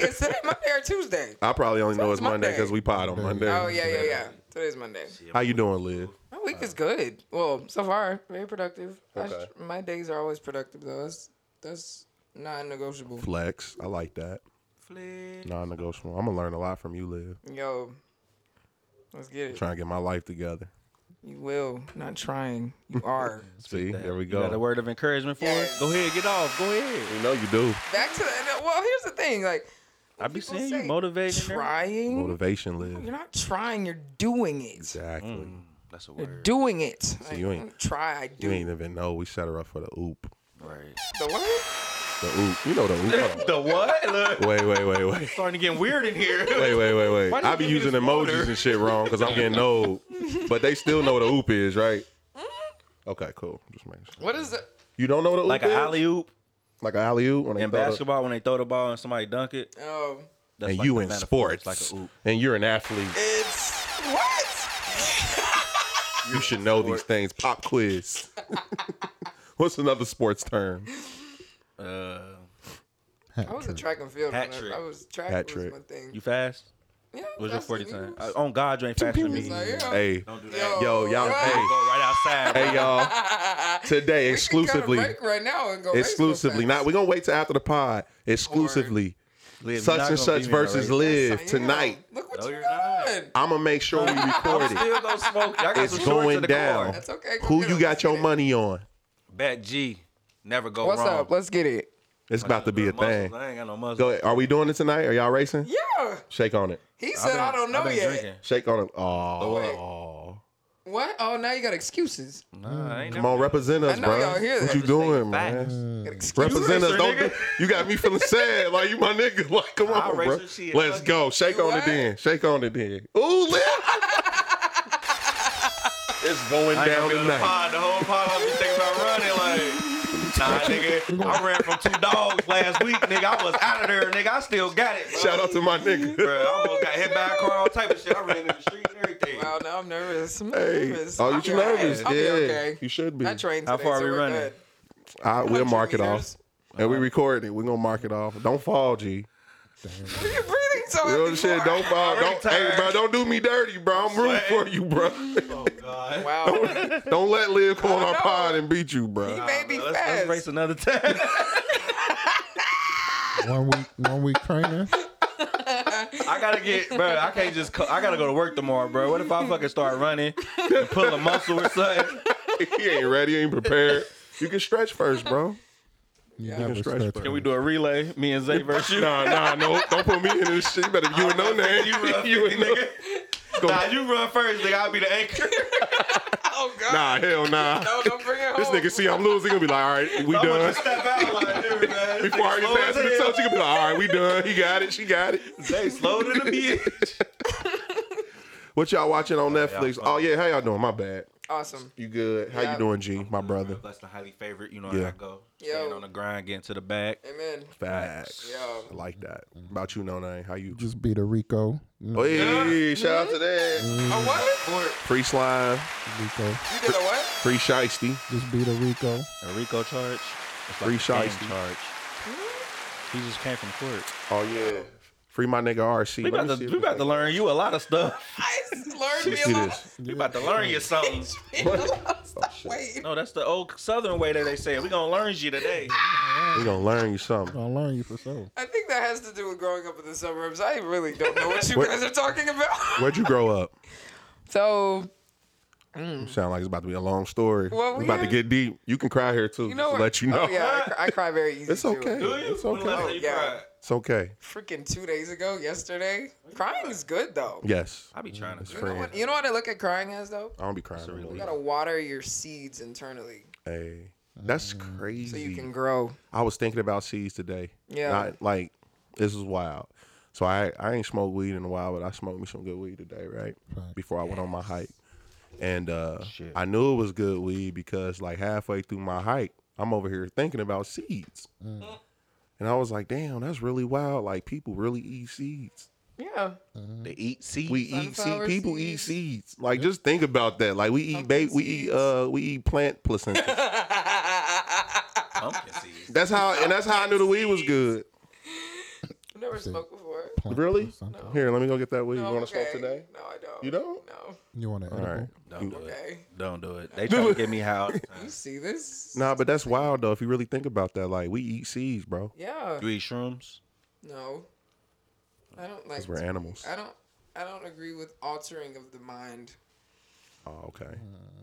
is today Monday or Tuesday?
I probably only know
Sounds
it's Monday
Monday.
because we pod on Monday.
Oh, yeah, yeah, yeah. Today's Monday.
How you doing, Liv?
My week
Uh.
is good. Well, so far, very productive. I sh-
Okay.
my days are always productive, though. That's, that's non negotiable.
Flex. I like that. Non-negotiable. I'm gonna learn a lot from you, Liv.
Yo, let's get it.
Trying to get my life together.
You will. Not trying. You are.
See, there we
Got a
go.
word of encouragement for
Yes.
us? Go ahead, get off. Go ahead.
You know you do.
Back to the. Well, here's the thing. Like,
I be
people
seeing
say
you motivating. her.
trying.
Motivation, Liv.
You're not trying. You're doing it.
Exactly.
Mm, That's a
You're
word.
doing it. Like,
you
I
ain't-
don't try. I do.
You ain't even know. We set her up for the oop.
Right.
The what?
The oop. You know the oop. Hold on.
The what? Look, it's
Wait, wait, wait, wait.
starting to get weird in here.
Wait, wait, wait, wait.
Why did
I
you
be
give me
using
this
emojis
order?
and shit wrong because I'm getting old. But they still know what a oop is, right?
Mm-hmm.
Okay, cool. Just making sure.
What is it?
You don't know what a oop
Like
is?
an alley oop
Like an alley oop?
in basketball when they throw the ball and somebody dunk it.
Oh,
That's
and
like
you
the
in
metaphor.
sports.
It's like a oop.
And you're an athlete.
it's what?
You should know these things. Pop quiz. What's another sports term?
Uh,
I was a track and field.
Hat
runner.
trick.
I was track
Hat
was
trick.
my thing.
you fast?
yeah,
What's your
that's
40
the
time?
news.
on God, you ain't faster than me.
It's like, yeah.
Hey,
Don't do that.
yo, y'all. Hey,
Go right outside.
hey, y'all. Today,
We should cut a
exclusively,
break right now and go race real
exclusively.
fast.
Not. We're gonna wait till after the pod. Exclusively,
Liv, you're
such
not gonna
and such
beat me, all
versus
right?
Yes,
live
I am.
tonight.
Look what
No,
you
you're
got.
not.
good.
I'm gonna make sure we record it.
Still gonna smoke. Y'all got
It's
some shorts in
going
the
down.
car.
That's okay, go
Who
get
you
it,
got
let's
your
get it.
money on?
Bet G. Never go
What's
wrong.
up? Let's get it.
It's about to be a
Muscles.
thing.
I ain't got no muscles.
Go ahead. Are we doing it tonight? Are y'all racing?
Yeah.
Shake on it.
He said, I don't
I've
know
been
yet.
drinking.
Shake on it. Oh,
Wait. What? Oh, now you got excuses.
Nah, I ain't
come on, represent us,
know
bro.
y'all hear
What
that.
you doing,
Facts.
man?
You got excuses.
Represent us.
racer,
Don't.
nigga.
You got me feeling sad. Like you my nigga. Like come
I'll
on,
race
bro.
your shit.
Let's
Fuck
go. Shake
You
on it
what?
then. Shake on it then. Ooh, lit. it's going
I ain't
down
gonna be on the
tonight.
pod. The whole pod, I'm just thinking about running. Like, nah, nigga, I ran from two dogs last week, nigga. I was out of there, nigga. I still got it. bro.
Shout out to my nigga.
Bro, I almost got hit by a car, all type of shit. I ran in the street and everything.
Wow, now I'm nervous. I'm
Hey,
nervous.
oh,
I'll
you
be
too
all right.
nervous?
I'll be
Yeah,
okay.
you should be.
I trained
How
today,
far are
so
we
we're
running?
good.
I, we'll mark it off.
meters. Uh-huh.
And we recorded it. We're gonna mark it off. Don't fall, G.
Are you breathing so
Real
heavy
shit.
for?
Don't fall. Don't, hey,
tired.
bro. Don't do me dirty, bro. I'm rooting for you, bro.
Oh, God.
Wow.
Don't let Liv come on
I
our
know.
pod and beat you, bro.
He made me
Let's, let's
fast.
race another time.
One week, one week training.
I gotta get, bro. I can't just. Co- I gotta go to work tomorrow, bro. What if I fucking start running and pull a muscle or something?
he ain't ready. He ain't prepared. You can stretch first, bro.
You
You
never
can stretch
stretch
first.
Can we do a relay? Me and Zay versus you.
Nah, nah, no. Don't put me in this shit. You better you and no name.
You run,
You and no-
nigga. Nah, you run first, nigga. I'll be the anchor.
Oh, God.
Nah, hell nah.
No, don't bring it
This
home.
nigga see I'm losing. He gonna be like, all right, we
I want you
done.
to step out like, dude, man.
Before I get past the touch, he gonna be like, all right, we done. He got it. She got it.
Zay slow to the bitch.
What y'all watching on Netflix? Oh yeah, how y'all doing? My bad.
Awesome.
You good? How
Yeah.
you doing, G? My brother.
That's Mm-hmm. the highly favorite. You know
Yeah.
how I go. Staying on the grind, getting to the back.
Amen.
Facts.
Yo.
I like that. About you, no name. How you? Oh,
Just beat a Rico. You know,
Hey, shout out to that.
Mm-hmm. A what?
Free slime,
Rico.
You did a what?
free shiesty.
Just beat a Rico.
A Rico charge. It's
Free
like a gang
shiesty.
charge. He just came from court.
Oh yeah. Free my nigga RC.
We
Let
about,
me
to,
see if
we about to learn you a lot of stuff.
I learned
Let me
me a
see
lot.
this.
We about to learn you
Oh,
something.
Wait.
No, that's the old Southern way that they say it. We gonna learn you today.
We gonna learn you something.
I'll learn you for sure.
I think that has to do with growing up in the suburbs. I really don't know what you
What-
guys are talking about.
Where'd you grow up?
So mm.
You sound like it's about to be a long story.
Well,
we about to
we-
get deep. You can cry here too.
you
just
know what?
to let you know.
Oh, yeah, I, cr- I cry very easy.
It's
too.
okay. It's okay.
Oh, yeah.
It's okay.
Freaking two days ago, yesterday, crying is good though.
Yes.
I be trying to.
It's
figure
free.
out
I
You know what I look at crying as though?
don't be crying. no more.
You gotta water your seeds internally
Hey, that's crazy.
so you can grow.
I was thinking about seeds today.
Yeah.
Not, like this is wild. So I I ain't smoked weed in a while, but I smoked me some good weed today, right? Before I went on my hike. And uh I knew it was good weed because like halfway through my hike, I'm over here thinking about seeds.
Mm.
And I was like, damn, that's really wild. Like people really eat seeds.
Yeah.
They eat seeds.
We eat seed.
Sunflower
People eat
seeds.
seeds. Like just think about that. Like we eat
Pumpkin
bait. We eat
seeds.
uh we eat plant placenta.
pumpkin seeds.
that's how and that's how I knew the weed was good.
I've never smoked before.
Really? Here, let me go get that weed.
No,
you want to
okay.
smoke today?
No, I don't.
You don't?
No.
You want to
All right.
Don't do it.
Okay.
Don't do it. They try to get me high. all the time.
You see this?
Nah, but that's wild though. If you really think about that, like we eat seeds, bro.
Yeah.
You eat shrooms.
No. I don't like.
Cause we're animals.
I don't. I don't agree with altering of the mind.
Oh, okay.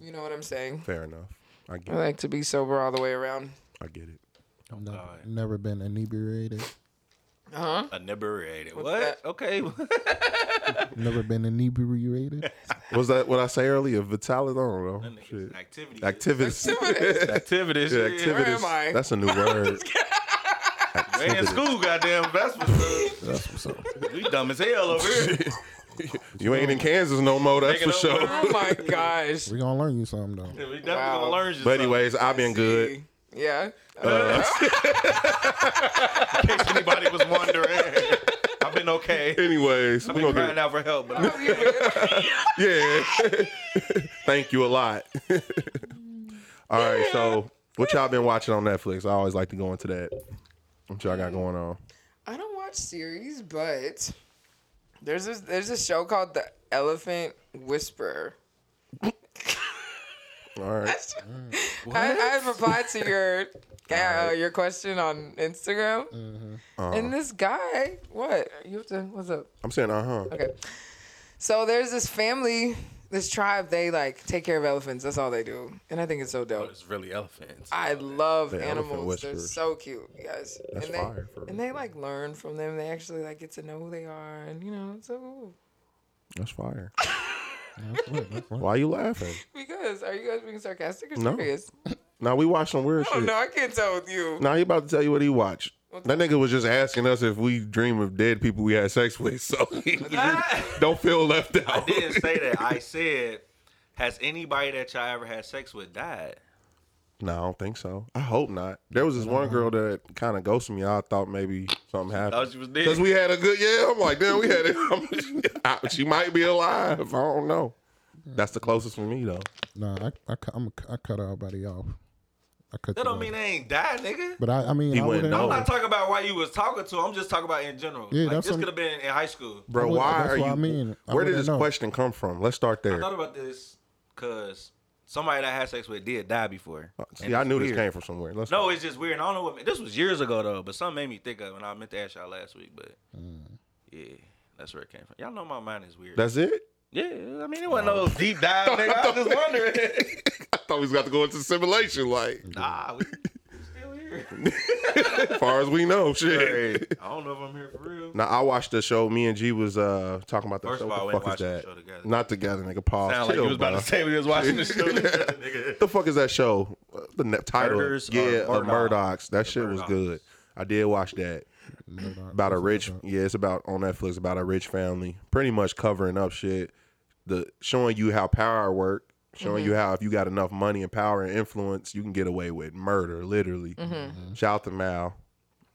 You know what I'm saying?
Fair
Uh,
enough. I
I
get. It.
like to be sober all the way around.
I get it.
Never, never been inebriated.
Uh huh.
Inebriated. What?
that?
Okay.
Never been inebriated.
Was that what I say earlier? Vitalis. I don't know. Shit.
Activity.
Activities.
Activities.
Yeah,
yeah.
activities.
am I?
That's a new word.
We ain't in school, goddamn. That's what's up.
That's what's up.
We dumb as hell over here.
you ain't in Kansas no more. That's for
Making up
sure.
words.
Oh my gosh.
We're gonna learn you something though.
We definitely
Wow.
gonna learn you
But anyways, I've been good. Uh,
See? Yeah.
something, in case anybody was wondering. I've been okay.
Anyways,
I've
we
been
gonna
crying
get.
out for help, but
Oh,
I'm
Yeah. Thank you a lot. All right. So what y'all been watching on Netflix? I always like to go into that. What y'all got going on?
I don't watch series, but there's this there's a show called The Elephant Whisperer.
All right.
I, I replied to your uh, your question on Instagram,
Mm. Uh, Uh-huh.
and this guy, what you have to? What's up?
I'm saying, uh huh.
Okay. So there's this family, this tribe. They like take care of elephants. That's all they do, and I think it's so dope.
It's really elephants.
I love
The elephant
animals. They're
whisperers.
so cute, you guys.
That's
and they,
fire for
and
real.
they like learn from them. They actually like get to know who they are, and you know, it's so cool.
That's fire. Why you laughing?
Because are you guys being sarcastic or
No.
serious?
Now we watched some weird
Oh
shit.
no, I can't tell with you.
Now he about to tell you what he watched. That nigga was just asking us if we dream of dead people we had sex with, so he don't feel left
I
out.
didn't say that. I said, has anybody that y'all ever had sex with died?
No, I don't think so. I hope not. There was this one girl that kind of ghosted me. I thought maybe something happened.
Thought Uh-huh. she was dead.
Cause we had a good yeah. I'm like, damn, we had it. I'm- I- Ah, she might be alive. I don't know. That's the closest for me though.
Nah, I, I, cu- I'm, I cut everybody off. I cut
That
you
don't
off.
mean they ain't died, nigga.
But I, I mean,
He
I
wouldn't
wouldn't
know.
I'm not talking about why you was talking to. I'm just talking about in general.
Yeah,
like,
that's
this
what-
could have been in high school.
Bro,
wouldn't-
why
that's
are you?
what I mean. I
where did
wouldn't
this
know.
question come from? Let's start
I
there.
thought about this because somebody that had sex with did die before.
Uh, See, I knew this
weird.
came from somewhere. Let's
No, it's just weird. and I don't know what this was years ago though, but something made me think of, it, and I meant to ask y'all last week, but
Mm.
yeah, that's where it came from. Y'all know my mind is weird.
That's it.
yeah, I mean it wasn't no deep dive, nigga. I was just wondering.
I thought we was about to go into simulation, like
nah, we, we still here.
as far as we know. Shit.
I don't know if I'm here for real.
Now I watched the show. Me and G was uh talking about the
First
show.
of all,
What
we ain't
the fuck is
watching the
that?
show together.
Not together, nigga. Pause.
Sound like you
Chill,
was about
bro.
to say we was watching the show. nigga.
the fuck is that show? Uh, The ne- title,
Murders
yeah,
or
of
Murdoch.
Murdochs. That shit was
Murdochs.
good. I did watch that
Murdoch.
about a rich. Yeah, it's about on Netflix about a rich family, pretty much covering up shit, the showing you how power work, showing you how uh, if you got enough money and power and influence, you can get away with murder, literally.
Mm-hmm.
Shout to Mal.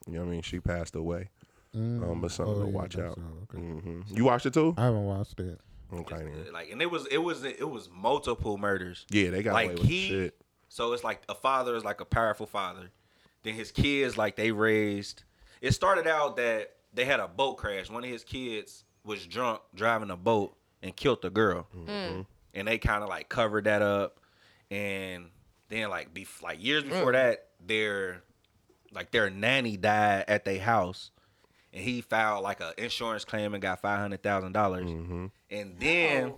You know what I mean? She passed away. Um, but something
Oh,
to
yeah,
watch
that's
out.
all, okay.
hmm You watched it too?
I haven't watched it.
Okay. then.
like and it was it was it was multiple murders.
Yeah, they got away
like
with
he
shit.
so it's like a father is like a powerful father then his kids like they raised it started out that they had a boat crash one of his kids was drunk driving a boat and killed the girl and they kind of like covered that up and then like be like years before that their like their nanny died at their house and he filed like an insurance claim and got five dollars,
Mm-hmm.
and then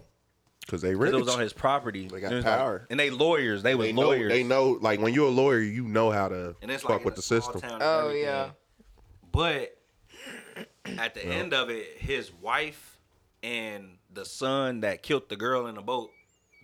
Because they rich.
because it was on his property,
They got
It was like-
power.
and they lawyers. They was
they know,
lawyers.
they know, like when you're a lawyer, you know how to
and it's
fuck
like in
with
a
the
small
system.
town and
Oh
everything.
yeah.
But at the end of it, his wife and the son that killed the girl in the boat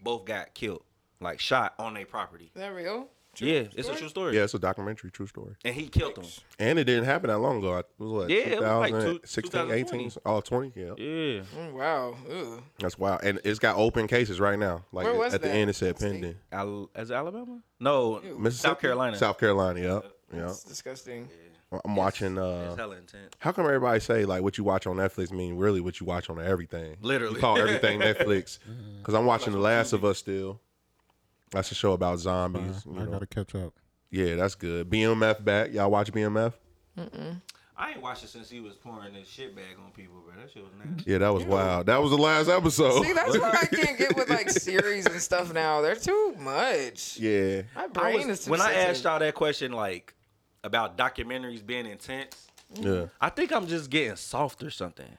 both got killed, like shot on their property.
Is that real?
yeah, it's a true story.
Yeah, it's a documentary, true story.
and he killed them.
And it didn't happen that long ago. It was what,
Yeah, it was like two-
2016, 18, oh, 20, yeah.
Yeah,
Mm, Wow. Ew.
That's wild. And it's got open cases right now. Like
Where was
at the
that?
end, it said pending.
Al- as Alabama? No,
Mississippi?
South Carolina.
South Carolina, yep. Yeah.
It's disgusting.
I'm watching.
It's
uh
hella intense.
How come everybody say like what you watch on Netflix mean really what you watch on everything?
Literally.
You call everything Netflix. Because I'm watching The Last of Us still. That's a show about zombies. you
Uh-huh. I
know.
gotta catch up.
Yeah, that's good. BMF back. Y'all watch BMF?
I ain't watched it since he was pouring this shit bag on people, bro. That shit was nasty.
Yeah, that was wild. That was the last
Oh.
episode.
See, that's why I can't get with like series and stuff now. They're too much.
yeah.
My
I
brain
was-
is too
when I asked
sensitive.
y'all that question, like about documentaries being intense,
Yeah.
I think I'm just getting soft or something.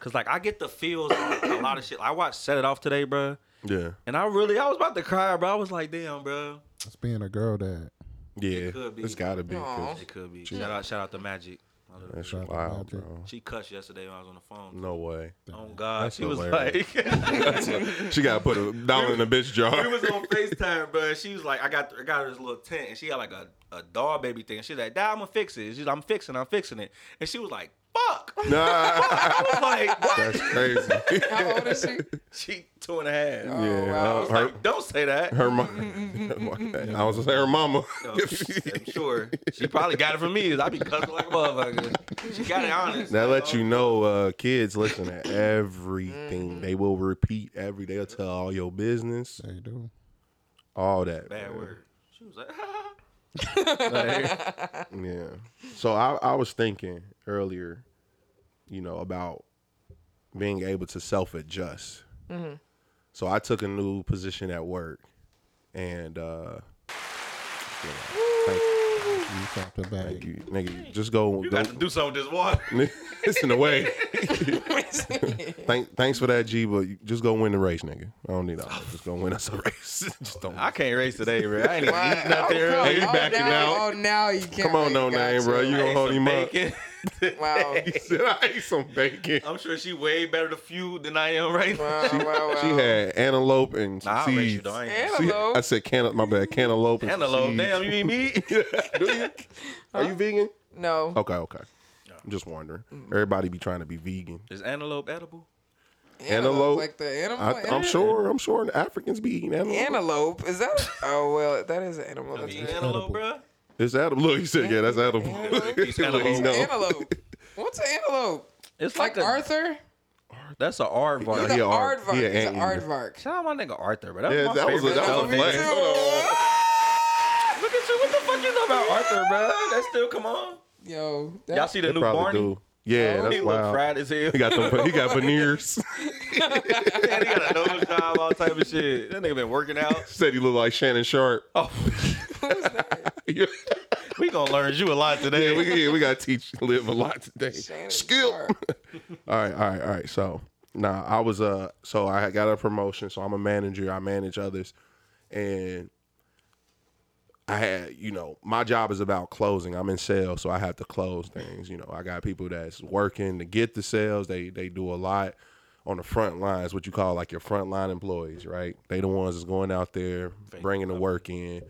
Cause like I get the feels of a lot of shit. I watched Set It Off today, bro,
Yeah.
and I really I was about to cry, bro. I was like, damn, bro,
It's being a girl dad.
Yeah.
could be.
It's gotta be. 'cause
it could be. Shout out, shout out to Magic. My little
That's
Shout out to
wild,
Magic.
bro.
She cussed yesterday when I was on the phone.
No way.
Oh God, she was
hilarious.
like,
She gotta put a dollar in a bitch jar.
we was on Facetime, bro. and She was like, I got, I got her this little tent, and she had like a, a doll baby thing. She's like, Dad, I'm gonna fix it. She's, like, I'm fixing, I'm fixing it, and she was like, Fuck.
Nah.
I was like, What?
That's crazy.
How old is she? Oh,
She two and a half.
Yeah.
I
uh,
was
her,
like, Don't say that.
her mom. I was gonna say her mama.
No, I'm sure. She probably got it from me. 'cause I be cussing like a motherfucker. She got it honest.
That let you know, uh, kids listen to everything. They will repeat every day. They'll tell all your business,
They do.
all that.
Bad
man.
word. She was like,
Yeah. So I, I was thinking earlier, you know, about being able to self adjust. So I took a new position at work, and uh, you know, thank you.
You dropped a bag.
You, nigga, just go.
You
go
got to do something with this water.
it's in the way. Thank, thanks for that, G. But you just go win the race, nigga. I don't need all that. Just go win us a race. just don't.
I can't race today, bro. I ain't even
Wow.
eating nothing.
Oh,
Hey, you
oh,
backing
now,
out.
Oh, now you can't.
Come on, no name, bro. You gonna hold him up?
Bacon.
Wow.
He said, I ate some bacon.
I'm sure she way better to few than I am right now.
Wow, wow, wow.
She had antelope and
Nah, I'll race you
seeds.
though. I ain't
See,
Hello.
I said cantaloupe. My bad. Cantaloupe. And
Antelope.
seeds.
Damn, you eat meat?
Do you? Are you vegan?
No.
Okay, okay. I'm just wondering.
Mm.
Everybody be trying to be vegan.
Is antelope edible?
antelope.
Like the animal.
I, I'm
animal-
sure. I'm sure the Africans be eating antelope.
Antelope. Is that? Oh well, that is an animal. That's
You eat
right.
antelope, bro?
It's Adam. Look, he said, yeah, that's Adam.
He's edible.
No.
Antelope. What's an antelope?
It's
Like
a-
Arthur?
That's an
Yeah,
aardvark.
He's
he
an
a art-
aardvark.
he a
He's an
ant eater.
aardvark.
Shout out my nigga Arthur, bro. That
Yeah,
was my
that was a-
favorite.
that was a
anime.
flex.
Look at you. What the fuck you know about Arthur, bro? That still come on.
Yo, that,
Y'all see the
They
new
probably
Barney?
do. Yeah,
Oh.
he
that's
look
wild.
fried as hell.
He got them. He got veneers.
And he got a nose job, all type of shit. That nigga been working out.
said he looked like Shannon Sharp.
Oh,
yeah,
we gonna learn you a lot today.
we, yeah, we got to teach live a lot today.
Shannon
Skill. all
Sharp.
right, all right, all right. So, nah, I was uh, so I got a promotion. So I'm a manager. I manage others, and I had, you know, my job is about closing. I'm in sales, so I have to close things. You know, I got people that's working to get the sales. They they do a lot on the front lines, what you call like your frontline employees, right? They the ones that's going out there, bringing the work in,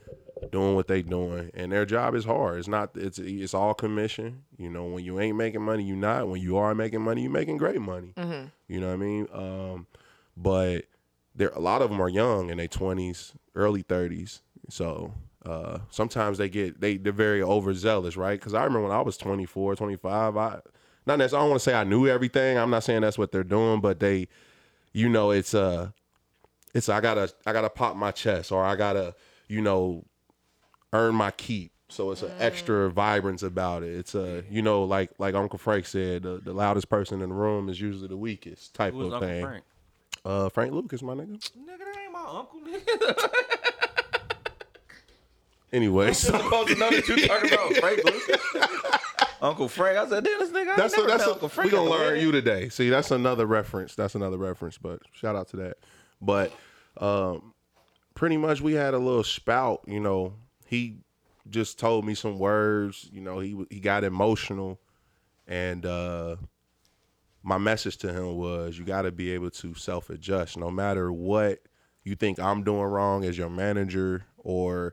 doing what they doing, and their job is hard. It's not it's it's all commission. You know, when you ain't making money, you not. When you are making money, you making great money.
Mm-hmm.
You know what I mean? Um, but there a lot of them are young in their twenties, early thirties. So uh, sometimes they get they they're very overzealous, right? Because I remember when I was 24, 25, I not necessarily, I don't want to say I knew everything. I'm not saying that's what they're doing, but they, you know, it's uh it's I gotta I gotta pop my chest or I gotta you know earn my keep. So it's an extra vibrance about it. It's a you know like like Uncle Frank said, the, the loudest person in the room is usually the weakest type
Who's
of
Uncle
thing.
Frank?
Uh, Frank Lucas, my nigga.
Nigga, that ain't my uncle. Nigga.
Anyway, so
supposed to know that you talking about Frank Lucas. Uncle Frank. I said, damn, this nigga. I
that's
that's
a,
never
that's
met
a,
Uncle
we
Frank.
gonna
at the
learn
wedding.
you today. See, that's another reference. That's another reference. But shout out to that. But um, pretty much we had a little spout. You know, he just told me some words. You know, he he got emotional, and uh, my message to him was, you got to be able to self adjust, no matter what you think I'm doing wrong as your manager or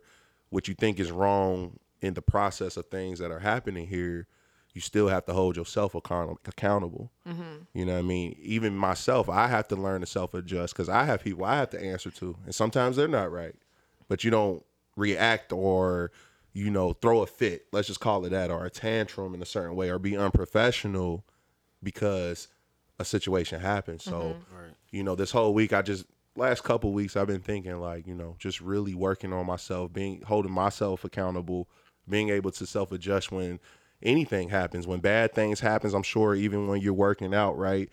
what you think is wrong in the process of things that are happening here, you still have to hold yourself account- accountable.
Mm-hmm.
You know what I mean? Even myself, I have to learn to self adjust because I have people I have to answer to, and sometimes they're not right. But you don't react or you know throw a fit. Let's just call it that, or a tantrum in a certain way, or be unprofessional because a situation happened. So, you know, this whole week I just last couple weeks I've been thinking like, you know, just really working on myself, being holding myself accountable, being able to self-adjust when anything happens, when bad things happens, I'm sure even when you're working out, right?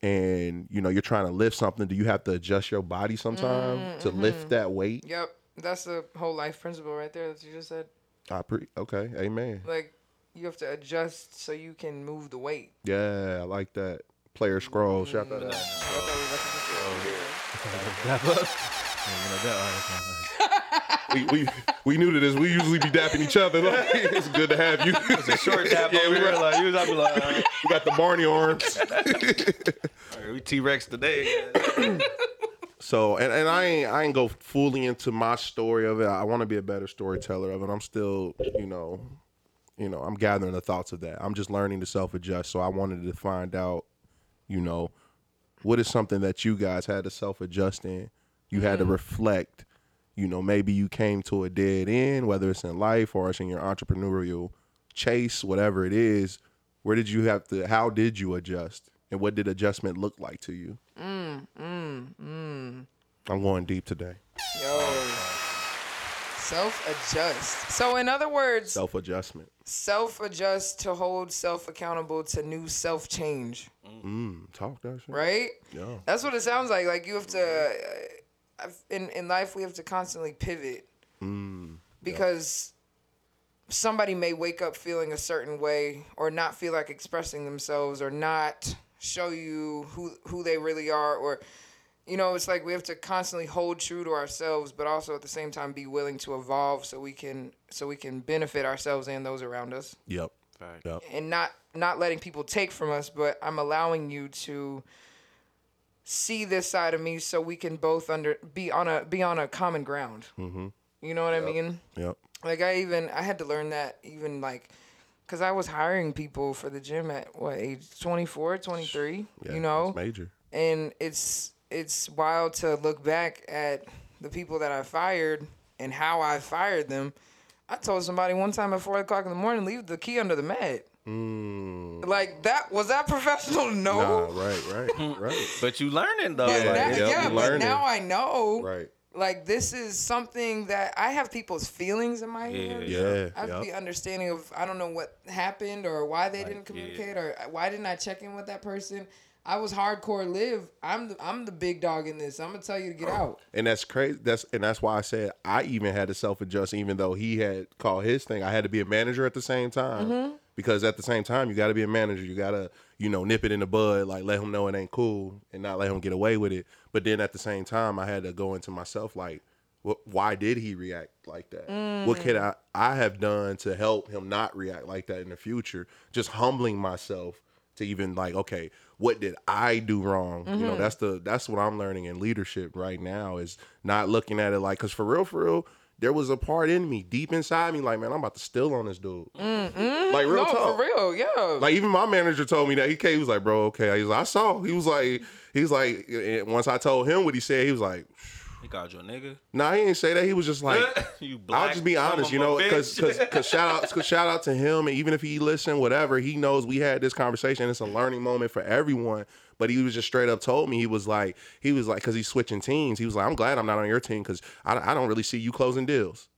And you know, you're trying to lift something, do you have to adjust your body
Mm-hmm,
sometime
Mm,
to
mm-hmm.
lift that weight?
Yep, that's the whole life principle right there that you just said.
I pre- okay, amen.
Like, you have to adjust so you can move the weight.
Yeah, I like that. Player scroll, Oh, shout that out. we, we we knew to this. We usually be dapping each other. Like, it's good to have you.
Short tap
Yeah,
over
we
here.
were-
Like, you was out like, all right,
You got the Barney arms.
all right, we T Rex today.
So and, and I ain't I ain't go fully into my story of it. I want to be a better storyteller of it. I'm still you know you know I'm gathering the thoughts of that. I'm just learning to self adjust. So I wanted to find out you know what is something that you guys had to self adjust in. You had to reflect. You know maybe you came to a dead end, whether it's in life or it's in your entrepreneurial chase, whatever it is. Where did you have to? How did you adjust? And what did adjustment look like to you?
Mm-hmm,
I'm going deep today.
Yo. Self adjust. So, in other words,
Self adjustment.
self adjust to hold self accountable to new self change,
Mm. Talk that shit.
right?
Yeah.
That's what it sounds like. Like, you have to,
Mm. Mm-hmm.
uh, I've- in, in life, we have to constantly pivot because somebody may wake up feeling a certain way or not feel like expressing themselves or not show you who who they really are or you know it's like we have to constantly hold true to ourselves but also at the same time be willing to evolve so we can so we can benefit ourselves and those around us
Yep. Yep.
and not not letting people take from us, but I'm allowing you to see this side of me so we can both under be on a be on a common ground. Mm-hmm. You know what I mean?
Yep.
Like I even I had to learn that even like because I was hiring people for the gym at what age 24, 23,
Yeah,
you know?
it's major.
and it's it's wild to look back at the people that I fired and how I fired them. I told somebody one time at four o'clock in the morning, leave the key under the mat.
Hmm.
Like that was that professional?
Nah,
No.
right, right, right,
But you learning though.
But
like,
that-
yeah,
yeah,
you
but
learning.
now I know.
right.
Like this is something that I have people's feelings in my head.
Yeah.
I have
yep.
the understanding of I don't know what happened or why they didn't communicate or why didn't I check in with that person. I was hardcore live. I'm the I'm the big dog in this. I'm gonna tell you to get
Oh.
out.
And that's crazy. That's and that's why I said I even had to self adjust, even though he had called his thing. I had to be a manager at the same time because at the same time you got to be a manager. You got to you know nip it in the bud, like let him know it ain't cool and not let him get away with it. But then at the same time, I had to go into myself like, wh- why did he react like that? What could I I have done to help him not react like that in the future? Just humbling myself to even like okay what did i do wrong you know that's the that's what i'm learning in leadership right now is not looking at it like because for real for real there was a part in me deep inside me like man i'm about to steal on this dude like real
No,
talk
for real, yeah.
like even my manager told me that he came. He was like, "Bro, okay." He was like, "I saw." He was like, "He was like." and Once I told him what he said, he was like,
He called you a nigga.
"Nah, he didn't say that." He was just like,
you black.
I'll just be
son
honest,
of
you
a
know,
bitch.
because shout out cause shout out to him, and even if he listened, whatever, he knows we had this conversation. It's a learning moment for everyone. But he was just straight up told me he was like he was like because he's switching teams. He was like, I'm glad I'm not on your team because I, I don't really see you closing deals.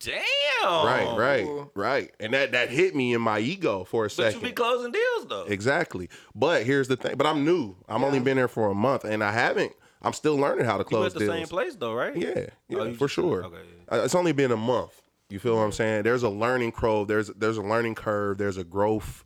damn.
Right, right, right. And that that hit me in my ego for a
Oh. But
second.
you be closing deals though.
Exactly. But here's the thing. But I'm new. I've only been there for a month, and I haven't. I'm still learning how to
You
close
at the
deals.
same place though, right?
Yeah, yeah,
Oh, you
for
just-
sure.
okay,
Uh, It's only been a month. You feel what I'm saying? There's a learning curve. There's there's a learning curve. There's a growth.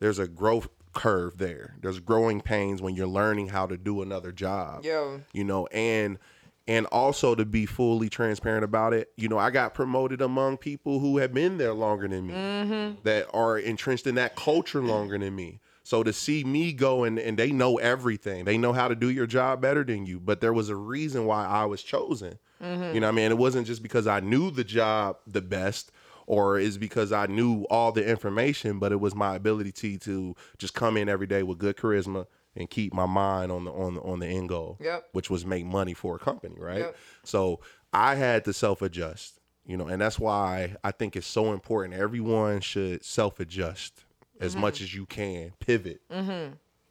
There's a growth curve there. There's growing pains when you're learning how to do another job.
Yeah.
You know, and and also to be fully transparent about it, you know, I got promoted among people who have been there longer than me,
Mm-hmm.
that are entrenched in that culture longer than me. So to see me go and, and they know everything, they know how to do your job better than you. But there was a reason why I was chosen. You know what I mean? It wasn't just because I knew the job the best or is because I knew all the information, but it was my ability to, to just come in every day with good charisma and keep my mind on the on the on the end goal
Yep.
which was make money for a company, right?
Yep.
So I had to self adjust, you know, and that's why I think it's so important. Everyone should self adjust as
Mm-hmm.
much as you can, pivot.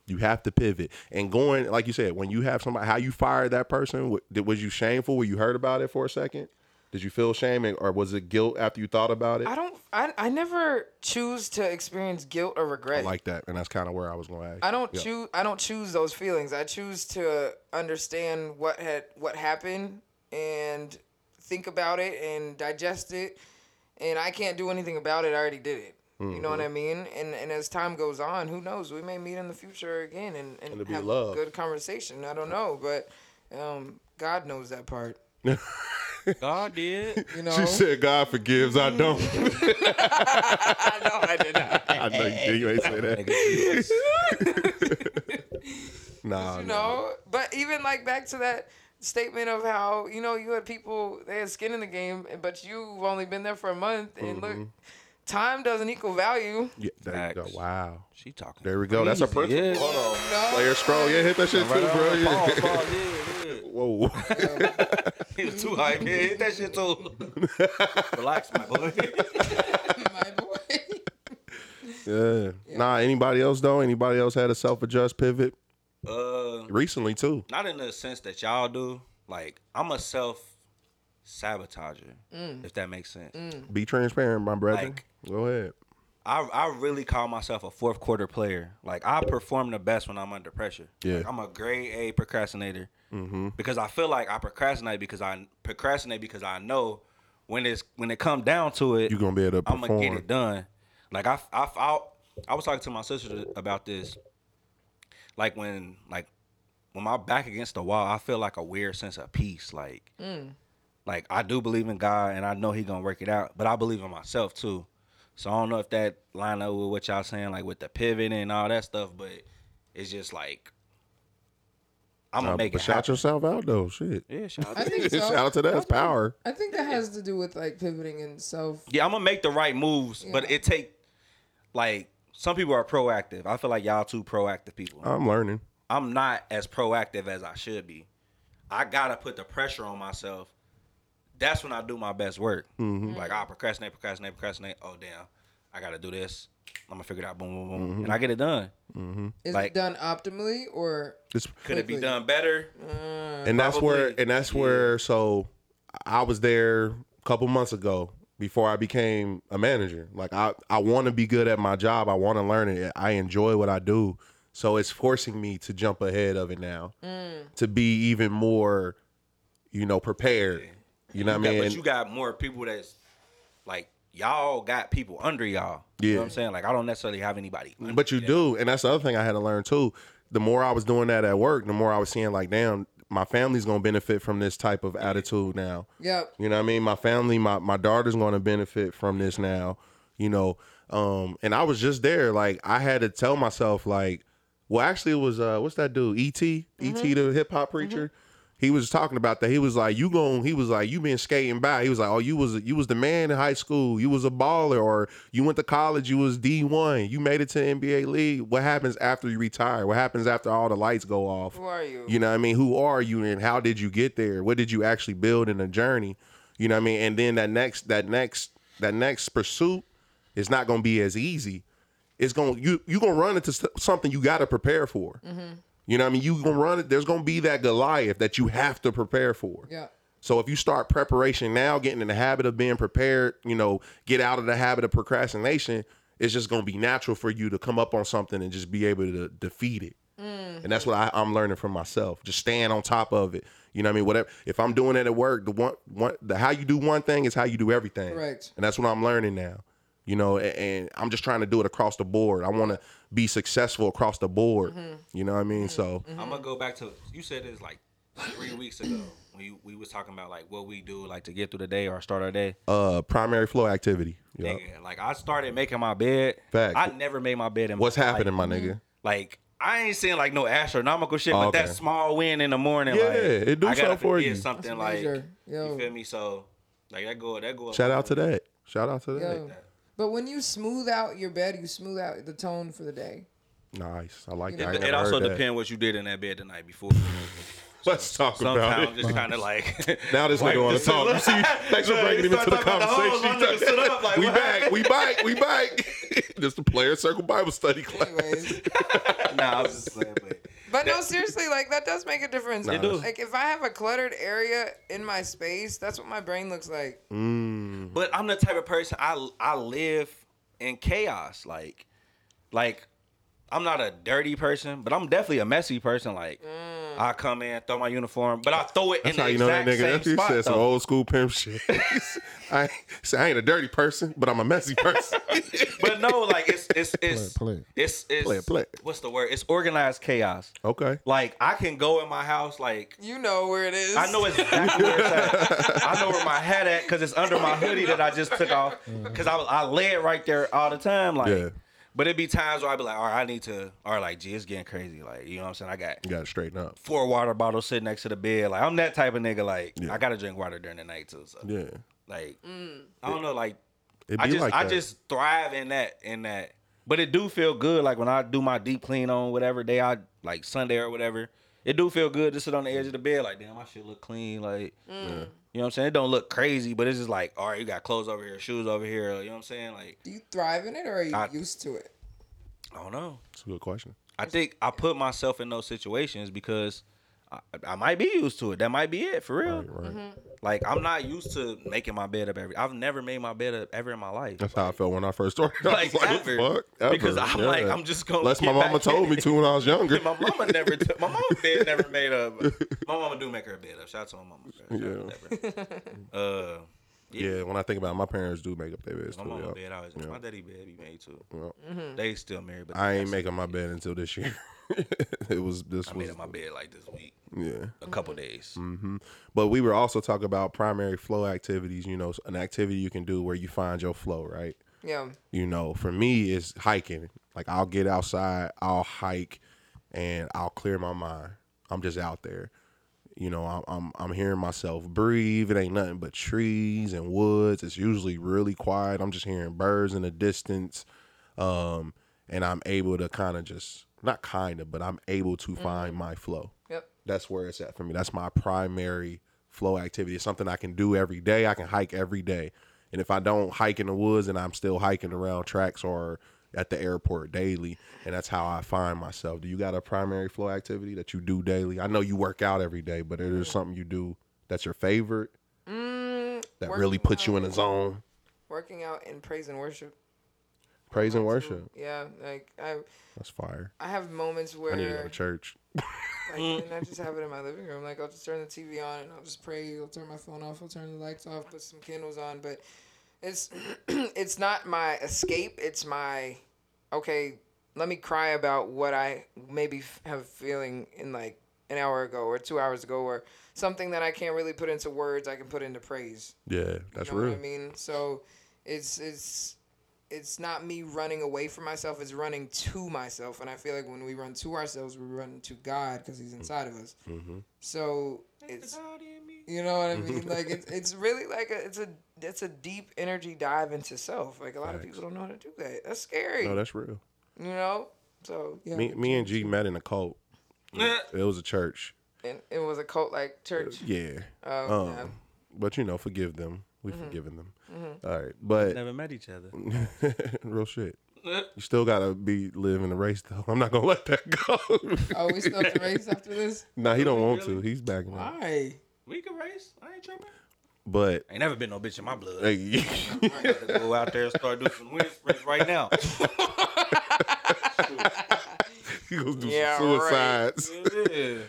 You have to pivot. And going, like you said, when you have somebody, how you fired that person, wa- did- was you shameful? Were you hurt about it for a second? Did you feel shame and- or was it guilt after you thought about it?
I don't. I, I never choose to experience guilt or regret.
like that. And that's kind of where I was going to ask.
I don't
you. Yeah.
choose. I don't choose those feelings. I choose to understand what had what happened and think about it and digest it. And I can't do anything about it. I already did it. You know what
Mm-hmm.
I mean? And and as time goes on, who knows? We may meet in the future again and and,
it'll be
have
love.
good conversation. I don't know, but um, God knows that part.
God did.
You know.
She said, God forgives, I don't.
I know I did not.
I know you, did. you ain't say that. nah, nah.
you know but even like back to that statement of how you know you had people they had skin in the game but you've only been there for a month and
Mm-hmm.
look time doesn't equal value
Yeah, there you go.
Facts.
Wow.
She talking.
There we go. That's a
crazy.
principle.
Yeah.
Hold on.
Oh, no
Player scroll. Yeah, hit that shit too,
Right
bro.
on.
Yeah.
Pause, pause. Yeah, yeah.
Whoa.
He was too hype. Yeah, hit that shit too. Relax, my boy.
my boy
yeah. Nah, anybody else though? Anybody else had a self adjust pivot?
Uh,
Recently too.
not in the sense that y'all do. Like I'm a self sabotager,
Mm.
if that makes sense.
Be transparent, my brother.
Like-
go ahead.
I I really call myself a fourth quarter player. Like I perform the best when I'm under pressure.
Yeah. Mm-hmm.
Like, I'm a grade A procrastinator because I feel like I procrastinate because I procrastinate because I know when it's when it come down to it,
You gonna be able to
I'm gonna get
perform.
it done. Like I, I, I, I was talking to my sister about this. Like when, like when my back against the wall, I feel like a weird sense of peace. Like, like I do believe in God, and I know He gonna work it out. But I believe in myself too. So I don't know if that line up with what y'all saying, like with the pivot and all that stuff. But it's just like I'm gonna
Uh,
make
but
it
shout
happen.
yourself out though. Shit.
Yeah, shout out.
I think so.
shout out to that. It's power.
I think that has to do with like pivoting and self.
Yeah, I'm gonna make the right moves, but
Yeah.
it take like some people are proactive. I feel like y'all two proactive people.
I'm learning.
I'm not as proactive as I should be. I gotta put the pressure on myself. That's when I do my best work.
Mm-hmm.
Like I procrastinate, procrastinate, procrastinate. Oh damn, I gotta do this. I'm gonna figure it out. Boom, boom, boom,
Mm-hmm.
and I get it done.
Is
Like-
it done optimally or
It's
Could it be
Quickly.
done better?
Mm.
and that's where
Probably.
and that's where so i was there a couple months ago before i became a manager like i i want to be good at my job i want to learn it i enjoy what i do so it's forcing me to jump ahead of it now
Mm.
to be even more you know prepared you know what i
Yeah,
mean
but you got more people that's like y'all got people under y'all. You
Yeah.
know what I'm saying? Like I don't necessarily have anybody. under
But you
them.
do, and that's the other thing I had to learn too. The more I was doing that at work, the more I was seeing like, damn, my family's gonna benefit from this type of attitude now.
Yep.
You know what I mean? My family, my my daughter's gonna benefit from this now. You know, um, and I was just there. Like I had to tell myself, like, well, actually, it was uh, what's that dude? E Et, Et, the hip
Mm-hmm.
hop preacher. He was talking about that. He was like, "You going?" He was like, "You been skating by." He was like, "Oh, you was you was the man in high school. You was a baller, or you went to college. You was D one. You made it to the NBA league. What happens after you retire? What happens after all the lights go off?
who are you?
You know what I mean? Who are you and how did you get there? What did you actually build in a journey? You know what I mean? And then that next that next that next pursuit is not going to be as easy. It's going to you you going to run into s- something you got to prepare for.
Mm-hmm.
You know what I mean? You going to run it there's going to be that Goliath that you have to prepare for.
Yeah.
So if you start preparation now, getting in the habit of being prepared, you know, get out of the habit of procrastination, it's just gonna be natural for you to come up on something and just be able to defeat it.
Mm.
And that's what I, I'm learning from myself. Just staying on top of it. You know what I mean? Whatever. If I'm doing it at work, the one, one, the how you do one thing is how you do everything.
Correct.
And that's what I'm learning now. You know, and, and I'm just trying to do it across the board. I want to be successful across the board.
Mm-hmm.
You know what I mean? So
I'm gonna go back to you said this like three weeks ago when you, we was talking about like what we do like to get through the day or start our day.
uh, primary flow activity. Yep.
Nigga, like I started making my bed.
Fact.
I never made my bed. In
What's
my life.
happening, my nigga?
Like I ain't saying like no astronomical shit,
Oh,
but that
okay.
small win in the morning,
Yeah,
like,
it do
I gotta
something for
forget
you.
Something
That's
like
major. Yo.
you feel me? So like that go that go.
Shout out to that. Shout out to that.
Yo. But when you smooth out your bed, you smooth out the tone for the day.
Nice. I like
It-
that. I
It,
never
it also
heard that.
depends what you did in that bed the night before.
Let's talk
Sometimes
about it.
just kind of like
Now this
Like,
nigga want to
just-
talk. You See, thanks for
Yeah,
bringing
you
him into
start
the
talking about the hoes,
conversation.
my nigga stood up like,
we
what
back.
happened?
We back. We back. this the player circle Bible study class.
Anyways.
nah, I was just playing, but
But no, seriously, like that does make a difference.
It do.
Like if I have a cluttered area in my space, that's what my brain looks like.
Mm.
But I'm the type of person I I live in chaos. Like, like I'm not a dirty person, but I'm definitely a messy person. Like,
Mm.
I come in, throw my uniform, but I throw it
That's
in
how
the
you know that
exact
nigga.
same
That's you
spot.
said some
though.
old school pimp shit. I, so I ain't a dirty person, but I'm a messy person.
But no, like it's it's it's
Play it, play
it's it's
Play it, play it.
what's the word? It's organized chaos.
okay.
Like I can go in my house like.
You know where it is.
I know exactly where it's at. I know where my hat at because it's under my hoodie that I just took off.
Mm-hmm.
Because I was- I lay it right there all the time. Like,
Yeah.
but it'd be times where I'd be like, all right, I need to, or like, gee, it's getting crazy. Like, you know what I'm saying? I got
You got to straighten up.
four water bottles sitting next to the bed. Like, I'm that type of nigga. Like, I gotta drink water during the night too. So,
Yeah.
like, I don't know. Like,
It
I
be
just
like
I
that.
just thrive in that in that. But it do feel good like when I do my deep clean on whatever day I like Sunday or whatever. It do feel good to sit on the edge of the bed like damn my shit look clean like you know what I'm saying. It don't look crazy, but it's just like all right, you got clothes over here, shoes over here. You know what I'm saying? Like
Do you thrive in it or are you
I-
used to it?
I don't know.
It's a good question.
I think I put myself in those situations because I, I might be used to it. That might be it for real.
Right.
Like I'm not used to making my bed up every. I've never made my bed up ever in my life.
That's how I felt when I first started. I
like,
was like,
ever.
fuck, ever.
Because I'm like, I'm just gonna
Unless
get
my
back
mama
in
told me
it.
to when I was younger.
my mama never. Took, my mama bed never made up. My mama do make her bed up. Shout out to my mama. bro. Shout out to that, bro. Uh,
Yeah. when I think about it, my parents do make up their beds
My
too.
mama
yeah.
bed always.
Yeah.
My daddy bed be made too.
Mm-hmm.
They still married, but
I ain't
that's-
making my bed until this year. it was this
I
was
made up my bed like this week,
yeah. Mm-hmm.
a couple days.
But we were also talking about primary flow activities. You know, an activity you can do where you find your flow, right?
Yeah.
you know, for me it's hiking. Like I'll get outside, I'll hike, and I'll clear my mind. I'm just out there. You know, I'm I'm, I'm hearing myself breathe. It ain't nothing but trees and woods. It's usually really quiet. I'm just hearing birds in the distance, um, and I'm able to kind of just not kind of, but I'm able to find my flow.
Yep.
That's where it's at for me. That's my primary flow activity. It's something I can do every day. I can hike every day. And if I don't hike in the woods and I'm still hiking around tracks or at the airport daily, and that's how I find myself. Do you got a primary flow activity that you do daily? I know you work out every day, but is there something you do that's your favorite that really puts you in a zone?
Mm, Working out in praise and worship.
Praise and worship.
Yeah. Like I
That's fire.
I have moments where
I need to go to church.
Like, and I just have it in my living room. Like I'll just turn the TV on and I'll just pray. I'll turn my phone off. I'll turn the lights off. Put some candles on. But it's it's not my escape. It's my okay. Let me cry about what I maybe f- have feeling in like an hour ago or two hours ago or something that I can't really put into words. I can put into praise.
Yeah, that's
You know
real.
what I mean? So it's it's it's not me running away from myself. It's running to myself, and I feel like when we run to ourselves, we run to God because He's inside of us.
Mm-hmm.
So it's you know what I mean? like it's it's really like a, it's a it's a deep energy dive into self. Like a lot of people don't know how to do that. That's scary.
No, that's real.
you know. So yeah,
Me, me and G met in a cult.
Yeah.
It was a church.
and it was a cult like church.
Yeah.
Oh,
um,
yeah. Mm-hmm.
But you know, forgive them. We've forgiven them. All right, but
Never met each other.
real shit. You still gotta be living the race though. I'm not gonna let that go.
Oh, we still have to race after this.
nah, he don't want to. He's backing up.
Why?
We can race. I ain't tripping.
But
Ain't never been no bitch in my blood.
hey,
I got to go out there and start doing some wind sprints right now.
he gonna do
Yeah,
some
right.
suicides.
Yeah.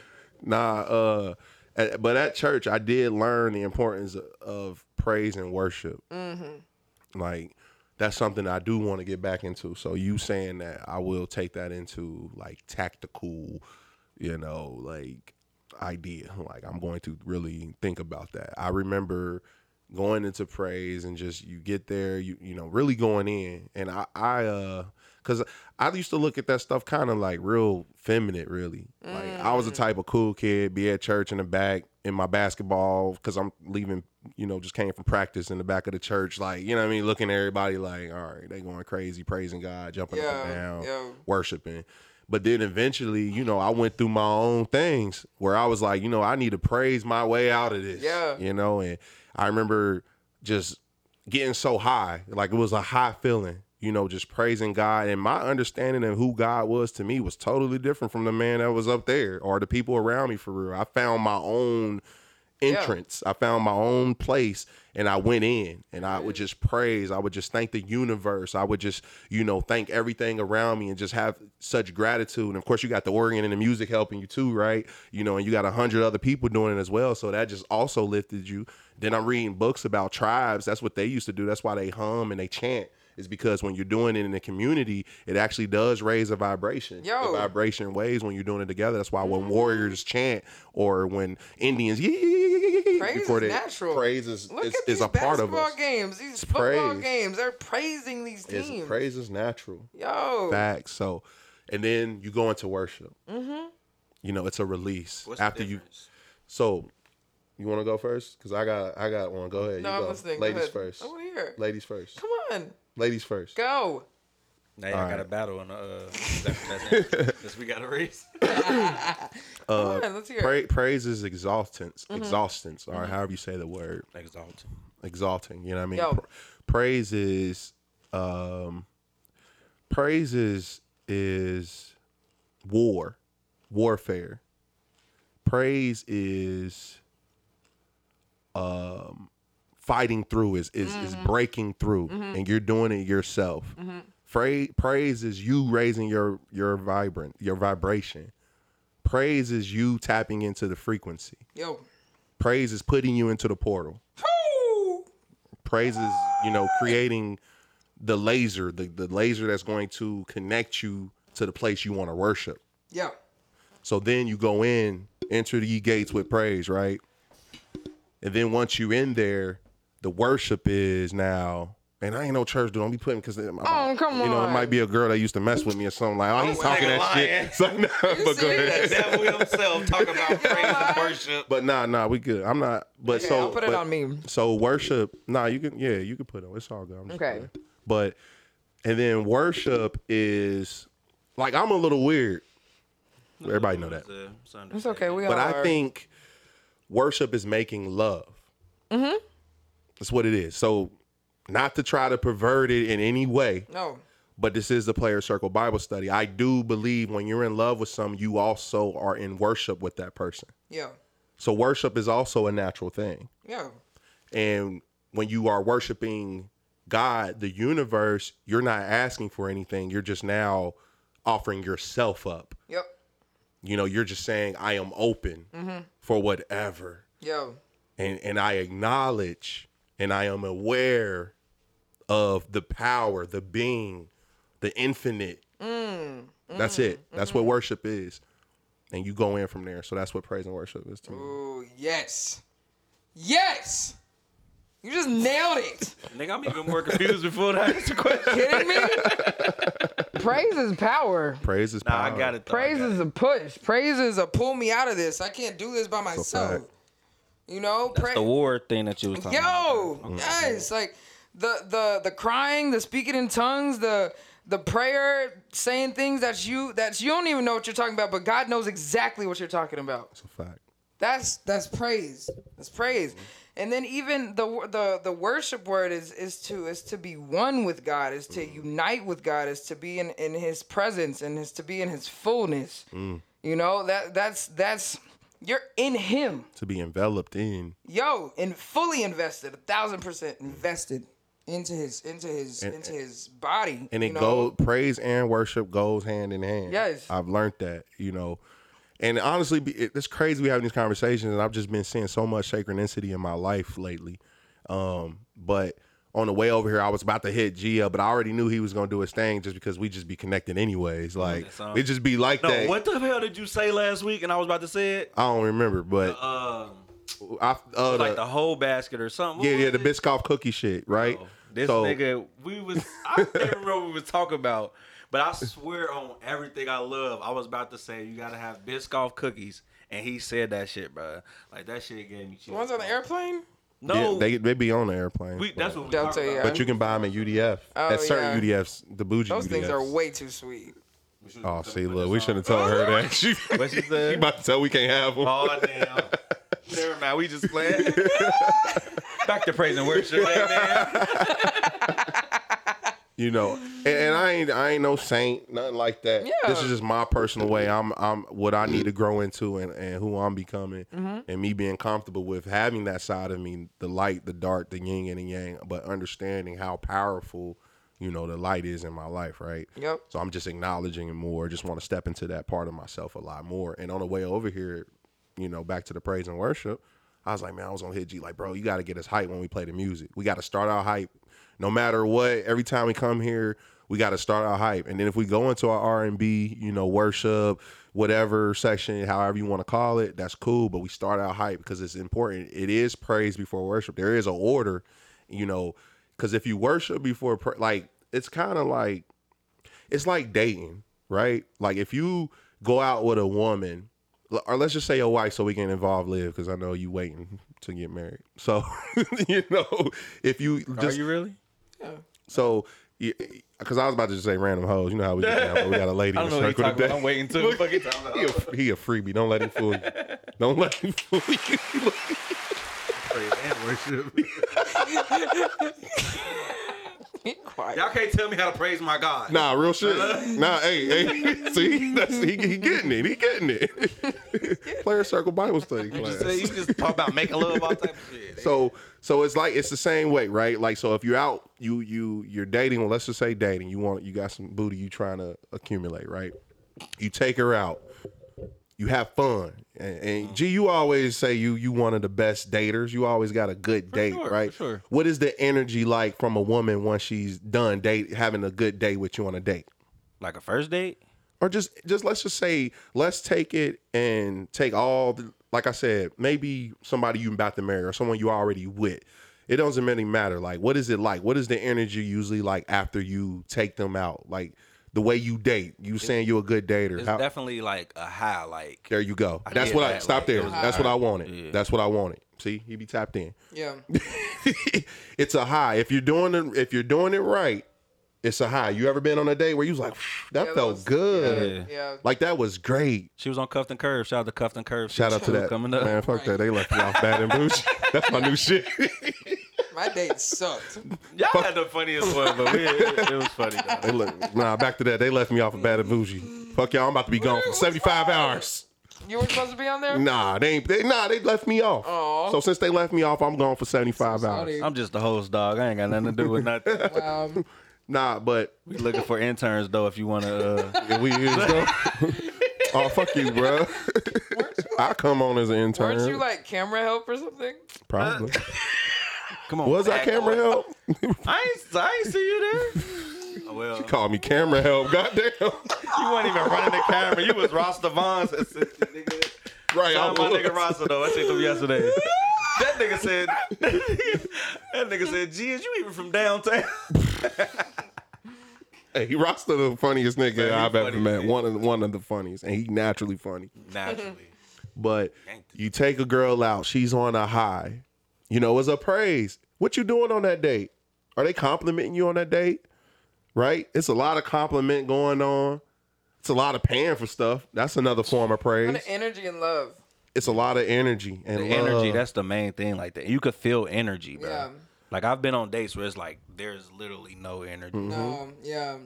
Nah, uh, at- but at church I did learn the importance of, of praise and worship. Like that's something I do want to get back into. So you saying that I will take that into like tactical, you know, like idea. Like I'm going to really think about that. I remember going into praise and just you get there, you you know, really going in. And I I uh cuz I used to look at that stuff kind of like real feminine really. Like I was the type of cool kid be at church in the back in my basketball cuz I'm leaving, you know, just came from practice in the back of the church like, you know what I mean, looking at everybody like, all right, they going crazy praising God, jumping up and
Yeah,
down
yeah.
worshiping. But then eventually, you know, I went through my own things where I was like, you know, I need to praise my way out of this.
Yeah.
You know, and I remember just getting so high. Like it was a high feeling, you know, just praising God. And my understanding of who God was to me was totally different from the man that was up there or the people around me for real. I found my own entrance. I found my own place and I went in and I would just praise. I would just thank the universe. I would just, you know, thank everything around me and just have such gratitude. And of course you got the organ and the music helping you too, right? You know, and you got a hundred other people doing it as well. So that just also lifted you. Then I'm reading books about tribes. That's what they used to do. That's why they hum and they chant. Is because when you're doing it in a community, it actually does raise a vibration. The
Yo.
vibra- vibration waves when you're doing it together. That's why when warriors chant or when Indians yeah, yeah, yeah, yeah, yeah, yeah,
Praise
before
is
they
natural.
praise is,
Look
is,
at these
is a part of
basketball
us.
games, these football
praise.
games. They're praising these
It's-
teams.
praise is natural.
Yo,
Facts. So, and then you go into worship.
Mm-hmm.
You know, it's a release
What's
after
the
you.
difference?
So, you want to go first? Cause I got I got one. Go ahead.
no,
you
I'm
go.
listening. Go
Ladies
ahead.
first.
I want to hear.
Ladies first.
Come on,
Ladies first.
go.
Now y'all all got a battle on the uh, because we got a race.
Come on, let's hear. it.
Uh,
Mm-hmm.
Pra- praise is exaltance, exhaustance, or however you say the word.
Exalted.
exalting. You know what I mean?
Yo.
Pra- praise is, um, praise is is war, warfare. Praise is, um, fighting through is is, is
Mm-hmm.
breaking through, and you're doing it yourself. Fra- praise is you raising your your vibrant your vibration. Praise is you tapping into the frequency.
Yo,
Praise is putting you into the portal.
Woo!
praises, you know, creating the laser, the, the laser that's going to connect you to the place you want to worship.
Yeah.
So then you go in, enter the gates with praise, right? And then once you in there, the worship is now. And I ain't no church dude. Don't be putting because
Oh, come
you know it
on.
might be a girl that used to mess with me or something like. Oh, he's
Oh,
talking
nigga
that
lying.
shit. So, nah, but go
serious?
ahead.
devil himself talk about praise and worship.
But nah, nah, we good. I'm not. But
Yeah,
so
I'll put it
but-
on me.
So worship. Nah, you can. Yeah, you can put it. on. It's all good. I'm just
Okay.
playing. But and then worship is like I'm a little weird. Everybody know that.
It's okay. We
But
all
I
are.
think worship is making love. Mm-hmm. That's what it is. So, not to try to pervert it in any way,
no.
but this is the Player Circle Bible Study. I do believe when you're in love with some, you also are in worship with that person.
Yeah.
So, worship is also a natural thing.
Yeah.
And when you are worshiping God, the universe, you're not asking for anything. You're just now offering yourself up.
Yep.
You know, you're just saying, I am open
Mm-hmm.
for whatever.
Yeah.
and and I acknowledge and I am aware of the power, the being, the infinite.
Mm.
that's it. That's what worship is. And you go in from there. So that's what praise and worship is to me.
Ooh, yes. Yes. You just nailed it.
Nigga, I'm even more confused before that answer question.
Kidding me? Praise is power.
Praise is
Nah,
power.
I got it. though. I
Praise
got
is
it.
a push. Praise is a pull me out of this. I can't do this by myself.
fact.
You know,
the
praise.
war thing that you was talking about.
Yo, yes, like the the the crying, the speaking in tongues, the the prayer, saying things that you that you don't even know what you're talking about, but God knows exactly what you're talking about.
It's a fact.
That's that's praise. That's praise. And then even the wo- the the worship word is is to is to be one with God, is to
Mm-hmm.
unite with God, is to be in in His presence, and is to be in His fullness.
Mm.
You know that that's that's you're in Him,
To be enveloped in.
yo, and fully invested, a thousand percent invested into His into His into His body.
And
you
it
know?
goes praise and worship goes hand in hand.
Yes.
I've learned that, you know. And honestly, be- it- it's crazy we having these conversations, and I've just been seeing so much synchronicity in my life lately. Um, but on the way over here, I was about to hit Gia, but I already knew he was gonna do his thing just because we just be connected anyways. Like
sound-
it just be like
um, No,
that.
what the hell did you say last week? And I was about to say it.
I don't remember, but
Um,
I uh,
like
the-
the whole basket or something.
yeah,
um, What
yeah,
was
the
it?
Biscoff cookie shit, right?
This nigga, we was I can't remember what we was talking about, but I swear on everything I love, I was about to say you gotta have Biscoff cookies, and he said that shit, bro. Like that shit gave me chills.
The ones on the airplane.
No,
yeah, they they be on the airplane,
we, that's what we
Delta,
talked about.
yeah.
but you can buy them at UDF. at certain UDFs, the bougie.
Oh, Those things are
UDFs.
way too sweet.
Oh, see, look, we shouldn't have told her that. She,
What she said?
she about to tell we can't have them.
Oh damn. Never mind, we just playing. Back to praise and worship, hey, man.
You know, and, and I ain't, I ain't no saint, nothing like that. This
Yeah.
is just my personal way. I'm, I'm what I need to grow into, and, and who I'm becoming, and me being comfortable with having that side of me, the light, the dark, the yin and the yang, but understanding how powerful, you know, the light is in my life, right?
Yep.
So I'm just acknowledging it more. Just want to step into that part of myself a lot more. And on the way over here, you know, back to the praise and worship, I was like, man, I was gonna hit G like, bro, you gotta get us hype when we play the music. We gotta start our hype. No matter what, every time we come here, we gotta start our hype. And then if we go into our R and B, you know, worship, whatever section, however you want to call it, that's cool. But we start our hype because it's important. It is praise before worship. There is an order, you know, because if you worship before, pra- like, it's kind of like it's like dating, right? Like if you go out with a woman, l- or let's just say your wife, so we can involve live, because I know you waiting to get married. So you know, if you just
Are you really?
so. Because I was about to just say random hoes. You know how we get down, but we got a lady
I
in
don't
the
know what you
circle
talking
today.
about. I'm waiting till the fucking time.
He a, he a freebie. Don't let him fool you. Don't let him fool you.
Praise and worship.
Be quiet.
Y'all can't tell me how to praise my God.
Nah, real shit. Nah, hey, hey. See, that's, he, he getting it. He getting it. Player circle Bible study class.
Just say- You just talk about making love, all type of shit.
so so it's like it's the same way right like so if you're out you you you're dating well let's just say dating you want you got some booty you trying to accumulate right you take her out you you have fun. And,
Mm-hmm.
and G, you always say you you one of the best daters. You always got a good date,
sure,
right?
for sure.
What is the energy like from a woman once she's done date having a good day with you on a date?
Like a first date?
or just just let's just say let's take it and take all the, like I said, maybe somebody you about to marry or someone you already with. It doesn't really matter. Like, what is it like? What is the energy usually like after you take them out? Like the way you date. You saying you're a good dater.
It's
How,
definitely like a high. Like
there you go. That's
get
what I
that,
stop
like,
there.
it was
That's what I wanted. That's what I wanted. See, he be tapped in.
Yeah.
it's a high. If you're doing it, if you're doing it right, it's a high. You ever been on a date where you was like, that
Yeah, that
felt
was-
good.
Yeah.
Like that was great.
she was on Cuffed and Curve. Shout out to Cuffed and Curve.
Shout out to
Two
that
coming up.
man. Fuck that. They left me off bad and bougie. That's my new shit.
My date sucked.
Y'all had the funniest one, but we, it, it was funny. Though.
they look, nah, back to that. They left me off of bad and bougie. Fuck y'all. I'm about to be gone for 75 hours.
You were supposed to be on there?
Nah, they ain't. They, nah, they left me off.
Aw.
So since they left me off, I'm gone for 75 hours.
Sorry.
I'm just the host, dog. I ain't got nothing to do with nothing.
Um,
Nah, but
We looking for interns though. If you want to, uh,
if we is though. oh fuck you, bro. I come on as an intern.
weren't you uh, like camera help or something?
Probably.
come on.
Was I
back.
camera help?
I ain't, I ain't see you there. Oh, Well,
Call me camera help. Goddamn.
you weren't even running the camera. You was Ross Devon's assistant, nigga.
Right.
Shout out my
was.
nigga Rosso though. I seen him yesterday. That nigga said. that nigga said, "G, is you even from downtown?"
Hey, he Rasta the funniest nigga
Man, he
I've ever
funny,
met.
man.
One of the, one of the funniest, and he naturally funny.
Naturally.
But you take a girl out, she's on a high. You know, it's a praise. What you doing on that date? Are they complimenting you on that date? Right? It's a lot of compliment going on. It's a lot of paying for stuff. That's another form of
Kind
praise.
of energy and love.
It's a lot of energy and
The
love.
energy. That's the main thing. Like that, you could feel energy, bro.
Yeah.
Like I've been on dates where it's like there's literally no energy.
Mm-hmm.
No. Yeah.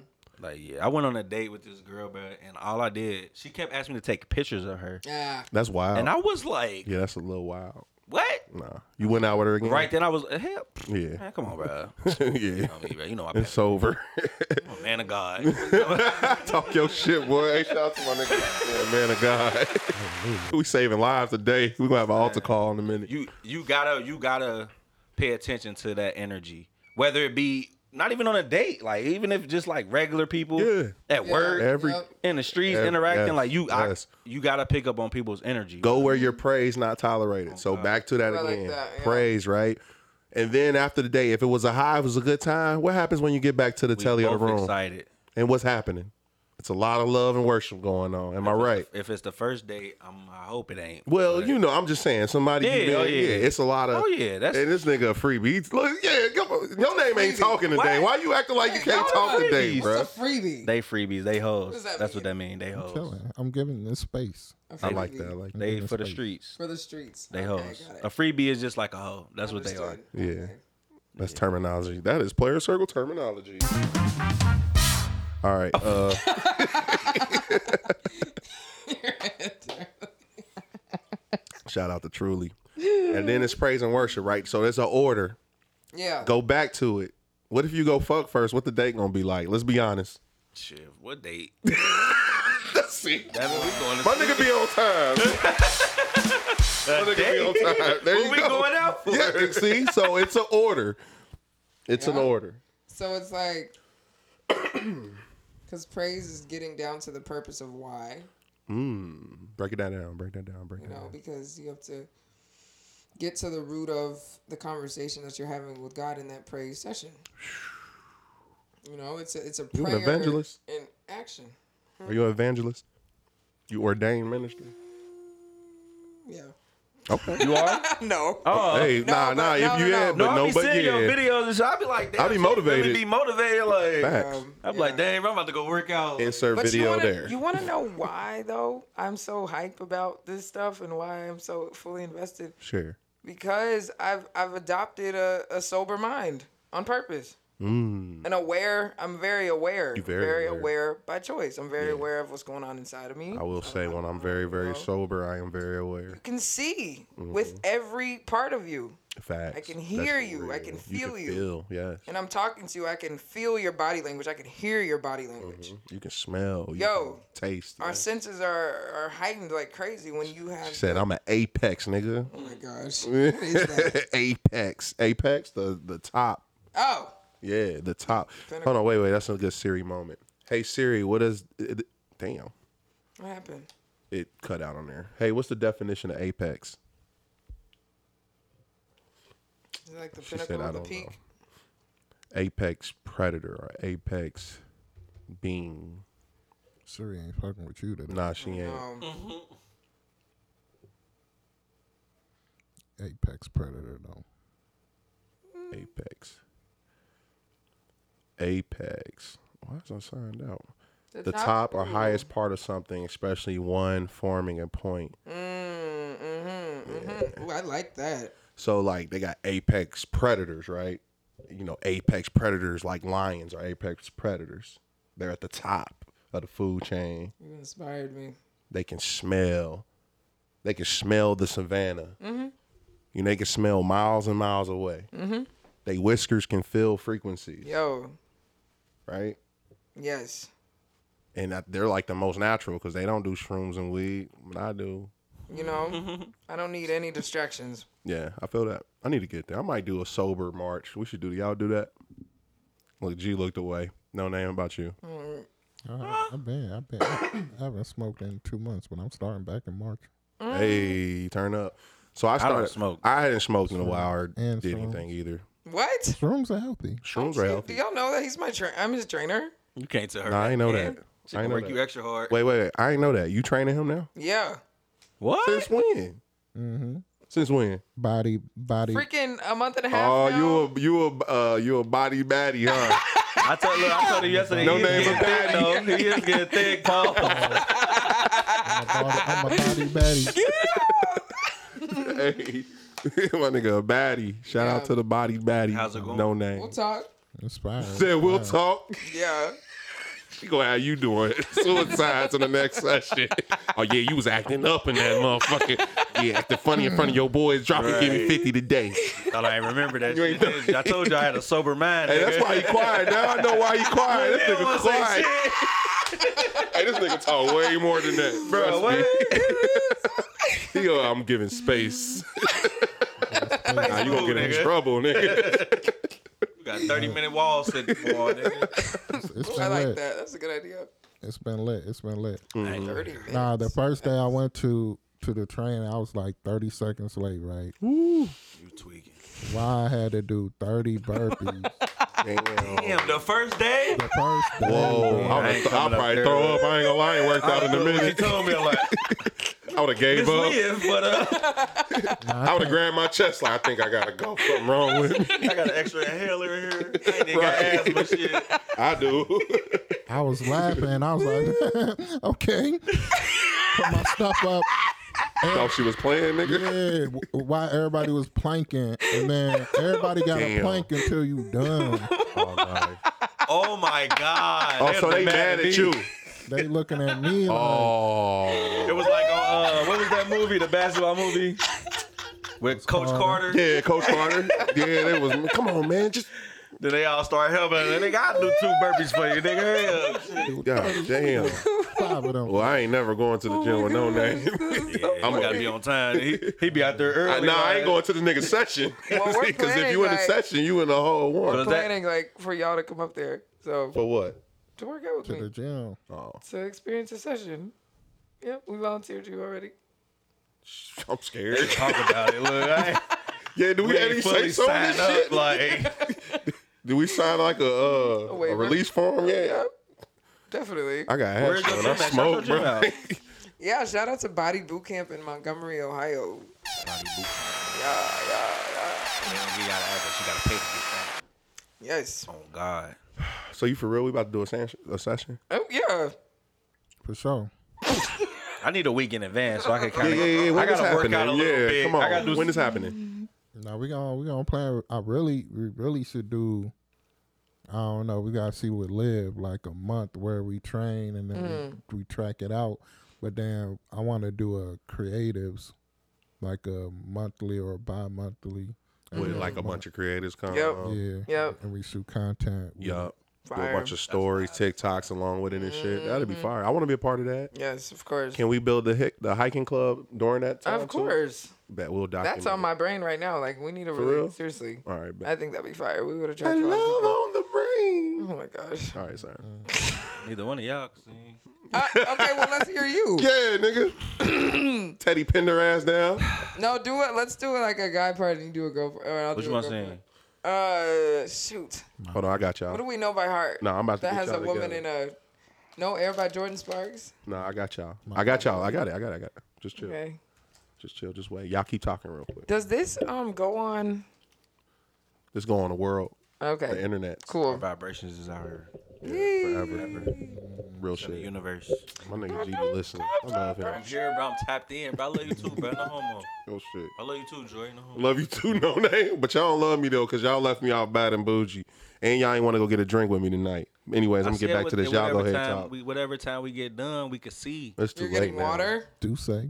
Like yeah, I went on a date with this girl, bro, and all I did, she kept asking me to take pictures of her,
Yeah.
That's wild.
and I was like,
yeah, that's a little wild.
"What?"
Nah, you went out with her again,
Right then, I was, "Hell, pff,
Yeah,
man, come on, bro.
yeah.
You know, I'm
It's over.
a man of God."
Talk your shit, boy. Hey, shout out to my nigga, yeah, man of God. we saving lives today. We gonna have an altar call in a minute.
you you gotta you gotta pay attention to that energy whether it be not even on a date like even if just like regular people
Yeah.
at work
Every
Yep.
in the streets
Ev-
interacting
yes,
like you
yes.
I, you gotta pick up on people's energy
go where your praise not tolerated.
Oh,
so back to that
I like
again.
that, yeah.
Praise, right? And then after the day, if it was a high, if it was a good time. What happens when you get back to the
We
telly of the
both
room?
excited
And what's happening? It's a lot of love and worship going on. Am I right?
if it's the first date I'm, i hope it ain't
Well,
but-
you know, I'm just saying, somebody, you
Yeah,
been-
oh, yeah.
it's a lot of,
Oh, yeah, that's-
and this nigga a freebie. He's- Look, yeah, come on, your name ain't talking today. Why you acting like you can't talk today,
freebies.
bro?
Freebie.
they freebies they hoes
does that
that's what
mean?
that mean they hoes
Chilling. I'm giving this space.
I like that. I like that.
they
That's
for the
right.
streets
For the streets.
they
okay,
hoes
got it.
a freebie is just like a hoe that's what they are
Understood.
Yeah. That's terminology. That is player circle terminology. All right. Uh, shout out to Truly. And then it's praise and worship, right? So there's an order.
Yeah.
Go back to it. What if you go fuck first? What the date gonna be like? Let's be honest.
shit what date
That's it.
that's what we going to
My nigga be on time. My nigga be on time. There
what
you
we
go.
going out for
Yeah, see, so it's an order. It's an
Yeah.
order.
So it's like, because praise is getting down to the purpose of why,
Hmm. Break it down. Break that down. Break it
you know,
down.
because you have to get to the root of the conversation that you're having with God in that praise session. You know, it's a, it's a
You an
prayer
evangelist?
in action. Hmm.
Are you an
Mm-hmm.
evangelist? You ordained minister?
Yeah.
Okay.
you are
no.
Oh,
Hey, nah, nah.
but- no,
If you
no,
had,
no,
but
I
no,
be
but
seeing your
yeah.
videws and shit. I be like, damn,
I be
shit, really
motivated.
be motivated, like
Facts.
I'm like, damn, bro, I'm about to go work out.
Insert
Um, But you
video
wanna,
there.
You want to know why though? I'm so hype about this stuff and why I'm so fully invested
Sure.
because I've I've adopted a, a sober mind on purpose.
Hmm.
Mm. And aware, I'm very aware.
You very aware.
aware. by choice. I'm very aware of what's going on inside of me.
I will say
Uh-huh.
when I'm very, very sober, I am very aware.
You can see with every part of you.
Mm-hmm. Facts.
I can
That's
hear you. I
real.
can feel you.
Feel, yes.
And I'm talking to you. I can feel your body language. I can hear your body language.
You can smell. You
Yo.
can taste.
Our
yeah.
senses are, are heightened like crazy when you have.
She said, "I'm an apex, nigga.
oh my gosh. What is that?
apex, apex, the the top.
Oh,
Yeah, the top. Hold on, wait, wait. That's a good Siri moment. Hey Siri, what is? It, damn,
what happened?
it cut out on there. Hey, what's the definition of apex?
Is it like the
She said,
pinnacle
"I
of the
don't
peak?
know." Apex predator or apex being?
Siri ain't fucking with you today.
Nah, she ain't.
Um,
Apex predator though.
Mm. Apex. Apex. Why is I signed out?
the,
The top or highest part of something, especially one forming a point.
Mm, mm-hmm, Ooh, I like that.
So like they got apex predators, right? You know, apex predators like lions are apex predators. They're at the top of the food chain.
You inspired me.
They can smell. They can smell the savannah.
Mm-hmm,
You know, they can smell miles and miles away. They whiskers can feel frequencies,
Yo,
right?
yes.
And that, they're like the most natural because they don't do shrooms and weed. But I do.
You know, I don't need any distractions.
Yeah, I feel that. I need to get there. I might do a sober march. We should do. Y'all do that. Look, G looked away. No name about you.
I, I've been, I've been, I haven't smoked in two months, but I'm starting back in March.
Hey, turn up. So I started. I
smoke.
hadn't smoked in a while or
And
did
shrooms.
anything either.
What?
Shrooms are healthy.
Shrooms are
Do
healthy.
y'all know that he's my trainer? I'm his trainer.
You can't tell her.
Nah, I ain't know that.
She
I
can
ain't know
work you
that.
extra hard.
Wait, wait, wait. I ain't know that. You training him now?
Yeah.
what?
Since when? Mm-hmm. Since when?
Body, body.
Freaking a month and a half.
Oh,
now.
you a you a uh, you a body baddie, huh?
I told, look, I told her yesterday.
No
he is
name
getting
of
thick, though. He is getting thick, Paul.
I'm a body, I'm a body baddie.
hey, my nigga, a baddie. Shout out to the body baddie.
How's it going?
No name.
We'll talk.
Inspired.
Said we'll talk.
Yeah.
She go, how you doing? Suicides in the next session. Oh yeah, you was acting up in that motherfucker. Yeah, acting funny in front of your boys. Drop and give me fifty today.
Thought I ain't remember that.
ain't
shit. I told you I had a sober mind.
Hey,
nigga.
that's why he quiet. Now I know why he quiet. This
You don't
nigga
wanna say
quiet.
shit.
Hey, this nigga talk way more than that,
Bro,
Trust
what?
me. He go, I'm giving space. nah, you gonna get in
Nigga.
trouble, nigga.
We got 30 minute walls sitting for nigga.
It's
I
been
like
lit.
that. That's a good idea.
It's been lit. It's been lit.
Mm-hmm.
Thirty. minutes.
Nah, the first day I went to to the train, I was like 30 seconds late, right?
You tweaking.
Why I had to do 30 burpees
Damn, the first day?
the first day.
Whoa,
bro.
I
I
was-
ain't
I'll
coming up
probably
there.
throw up. I ain't gonna lie, I ain't worked out in a
She
minute.
told me, I'm like,
I would have gave
it's
up.
live, but uh,
I would have grabbed my chest like I think I gotta go. Something wrong with me.
I got an extra inhaler in here. I ain't even
Right.
got asthma shit.
I do.
I was laughing. I was like, okay. Put my stuff up.
Thought she was playing, nigga.
Yeah, w- why everybody was planking, and then everybody got to
Damn.
plank until you done.
Oh my God.
Oh,
They'd
so
be
they mad
me.
at you.
They looking at me like,
Oh.
It was like, uh, what was that movie? The basketball movie? With Coach Carter.
Yeah, Coach Carter. Yeah, they was. Come on, man. Just.
Then they all start helping. And they got to do two burpees for you, nigga. Hurry up.
God damn.
five of them.
Well, I ain't never going
Oh
to the gym with no name.
I'm
I'm
gotta be
a,
on time. He, he be out there
I,
early.
nah, I ain't
like-
going to the nigga session.
Well,
Because
we're
if
planning,
you in a
like-
session, you in the whole
Well,
one.
that-
Planning like for y'all to come up there, so
For what? Oh.
to work out with
To the
me
gym.
to experience a session. Yep, we volunteered you already.
I'm scared.
Talk about it. Look, I ain't,
Yeah, do we,
we
have any
ain't
say
fully
so in
signed
this shit?
up. Like,
do we sign like a, uh, a,
waiver.
release form? Yeah.
Yep, definitely.
I got
where's
hatched
your gym
when I
at? Shout your
smoke,
gym
bro.
out.
Yeah, shout out to Body Boot Camp in Montgomery, Ohio. Yeah, yeah, yeah.
Man, we gotta have it. She gotta pay to get that.
Yes.
Oh God.
So you for real? We about to do a, session? a session?
Oh yeah.
For sure.
I need a week in advance so I can kind
Yeah,
of.
yeah, yeah. When
I
this
gotta work
happening?
out a little
yeah,
bit.
come on.
I gotta do
when this happening?
No, we gonna we gonna plan. I really we really should do. I don't know. We gotta see what live like a month where we train and then
Mm.
we, we track it out. But then I want to do a creatives, like a monthly or bi monthly
with like a bunch of creators come.
Yep.
um,
Yeah.
Mm-hmm. Yep.
And we shoot content. with
Yup. Do a
Fire. Mm-hmm.
bunch of stories, TikToks along with it and shit. That'd be fire. I want to be a part of that.
Yes, of course.
Can we build the hic- the hiking club during that time?
Of
too?
course.
Bet we'll document.
That's on
it.
my brain right now. Like we need to
real?
really seriously.
All right, bet.
I think that'd be fire. We would
I
attract a
love
lot of people.
on the brain.
Oh my gosh.
All right, sorry.
Neither one of y'all can sing.
Uh, okay, well let's hear you.
Yeah, nigga. Teddy pinned her ass down.
No, do it. Let's do it like a guy party. You do a girl. Or I'll
What
do
you
a
want to sing?
girl party. Uh, shoot.
Hold on, I got
What do
y'all.
we know by heart?
No, I'm about to
That
get
has
y'all
a woman
together.
in a no air by Jordan Sparks.
No, I got y'all. I got y'all. I got it. I got it. I got it. Just chill.
Okay.
Just chill. Just wait. Y'all keep talking real quick.
Does this um go on?
Let's go on the world, the
Okay.
internet,
Cool.
Vibrations is out here.
forever. Real
The
shit.
universe.
My nigga G be listening. I love him.
I'm here, bro. I'm tapped in, bro. I love you too, bro. No homo.
Oh shit.
I love you too, Joy. No homo.
Love you too, no name. But y'all don't love me though, cause y'all left me out bad and bougie, and y'all ain't want to go get a drink with me tonight. Anyways, I'm
I
gonna get
said
back to
with-
this. Y'all go
whatever
ahead and
time
talk.
We, whatever time we get done, we can see.
It's too
You're
late
getting
now.
water.
Do say. eh?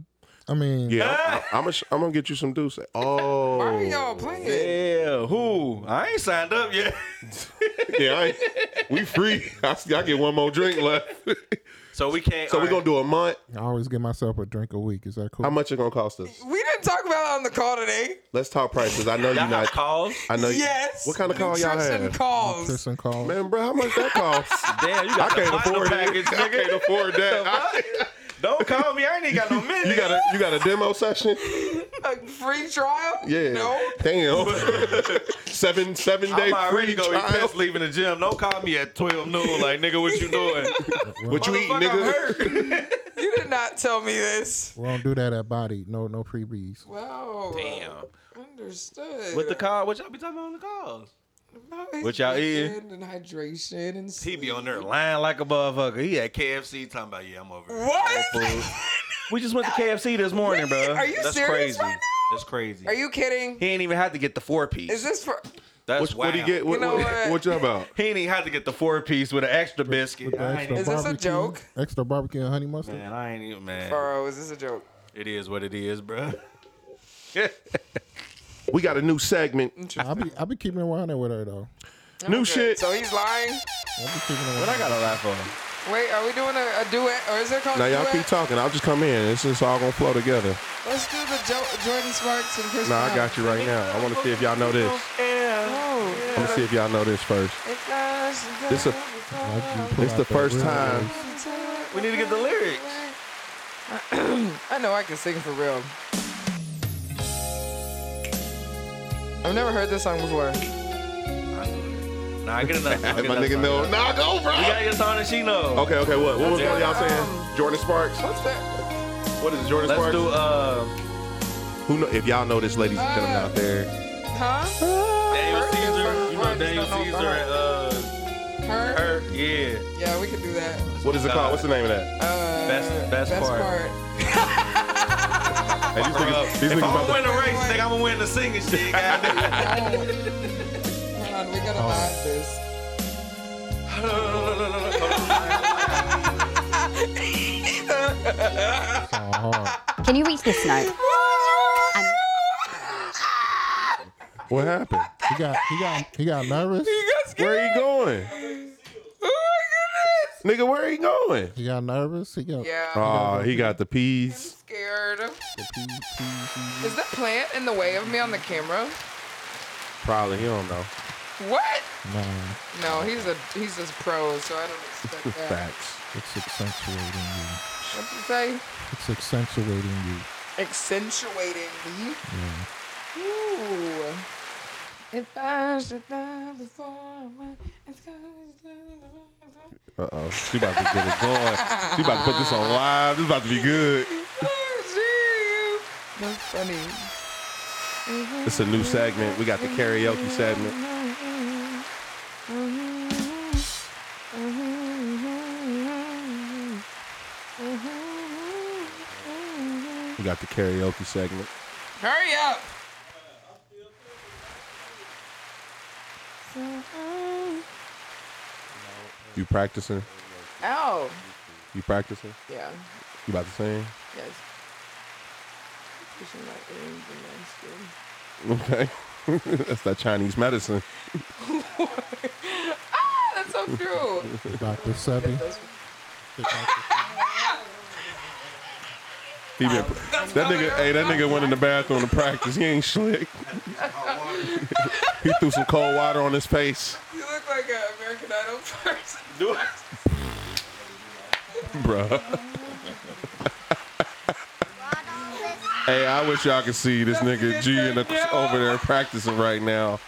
I mean,
Yeah, I'm, I'm, I'm gonna get you some Deuce. Oh,
Why are y'all playing?
Yeah, who? I ain't signed up yet.
yeah, I ain't- we free. I, s- I get one more drink left.
So we can't.
so we gonna do a month.
I always give myself a drink a week. Is that cool?
How much it gonna cost us?
We didn't talk about it on the call today.
Let's talk prices. I know you
Y'all have
not.
calls.
I know. you-
Yes.
What kind of call y'all
Nutrition
have?
calls.
Tristan calls.
Man, bro, how much that costs?
Damn, you
I
got
can't
the
afford
package,
it. I
nigga.
can't afford that. I-
Don't call me. I ain't even got no minutes.
you got a you got a demo session?
A free trial?
Yeah.
No.
Damn. seven seven
I'm
day
already
free
gonna be
trial.
pissed leaving the gym. Don't call me at 12 noon. Like, nigga, what you doing?
What you eating,
Motherfucker, I'm
nigga?
hurt.
You did not tell me this.
We don't do that at body. No, no freebies.
Wow.
Damn.
Understood.
What the call? What y'all be talking about on the calls?
About
what y'all
hydration And hydration and
He
sleep.
be on there lying like a motherfucker. He at KFC talking about, yeah, I'm over. here.
What?
We just went to KFC this morning,
Really?
bro.
Are you
That's
serious
crazy.
right now?
That's crazy.
Are you kidding?
He ain't even had to get the four piece.
Is this for?
That's
What, what do you
wild.
get? What,
You know
what,
what?
what you about?
He ain't even had to get the four piece with an extra biscuit.
The
I ain't,
extra
even-
Is this a
barbecue-
joke?
Extra barbecue and honey mustard.
man, I ain't even man.
Burrow, is this a joke?
It is what it is, bro.
We got a new segment.
I be I be keeping it 100 with her though.
Oh,
new shit.
So he's lying.
I be keeping it
But I
100.
gotta laugh on. him.
Wait, are we doing a, a duet or is it called?
now
a
y'all
duet?
keep talking. I'll just come in. It's just all gonna flow together.
Let's do the jo- Jordan Sparks and Chris.
Nah, I
Brown.
got you right now. I want to see if y'all know this.
Oh.
I want to see if y'all know this first. This a
Like you pull
It's
out
the
that
first
real
time.
We need to get the lyrics.
I know I can sing for real. I've never heard this song before.
Nah, I get enough. I
Hey,
get
my
enough
nigga
song.
know.
We
Nah, go, bro.
gotta get something that she knows.
Okay, okay. What? What was
That's
one
it.
y'all saying? Jordan Sparks.
What's that?
What is it, Jordan
Let's
Sparks?
do uh
Who know? If y'all know this, ladies and gentlemen out there,
Huh?
Daniel
Her is
Caesar. You
from
know
Friends,
Daniel
don't know
Caesar
about
and uh
Her?
her. Yeah.
Yeah, we can do that.
what is it called? What's the name of that?
Uh,
Best best,
best
part.
part.
Hey, these niggas, these
If
niggas
I'm gonna
about to-
win the race, nigga, I'm gonna win the singing shit, goddamn.
Hold on, we
Oh.
gotta hide this.
song hard.
Can you reach this note?
What happened?
He got he got he got nervous.
Where are you going? Nigga, where are you going?
He got nervous. He got
Yeah, I'm
Oh, he got the peas.
scared.
the pee, pee, pee.
Is the plant in the way of me on the camera?
Probably he don't know.
What?
Nah,
No, he's a he's just pro, so I don't expect that.
Facts.
it's accentuating you.
What'd you say?
It's accentuating you.
Accentuating me. Ooh. If I should die before I went, it's 'cause I-
Uh oh. She about to get it going. She about to put this on live. This about to be good.
Oh, gee. That's funny.
It's a new segment. We got the karaoke segment. We got the karaoke segment.
Hurry up.
You practicing?
Ow.
You practicing?
Yeah.
You about to sing?
Yes. Pushing my earrings in my
Okay.
skin.
That's that Chinese medicine.
Ah, that's so true.
Dr. Sebi.
He been, that nigga, hey, that nigga went in the bathroom to practice. He ain't slick. he threw some cold water on his face,
You look like an American Idol person.
bruh. hey, I wish y'all could see this nigga G in the, over there practicing right now.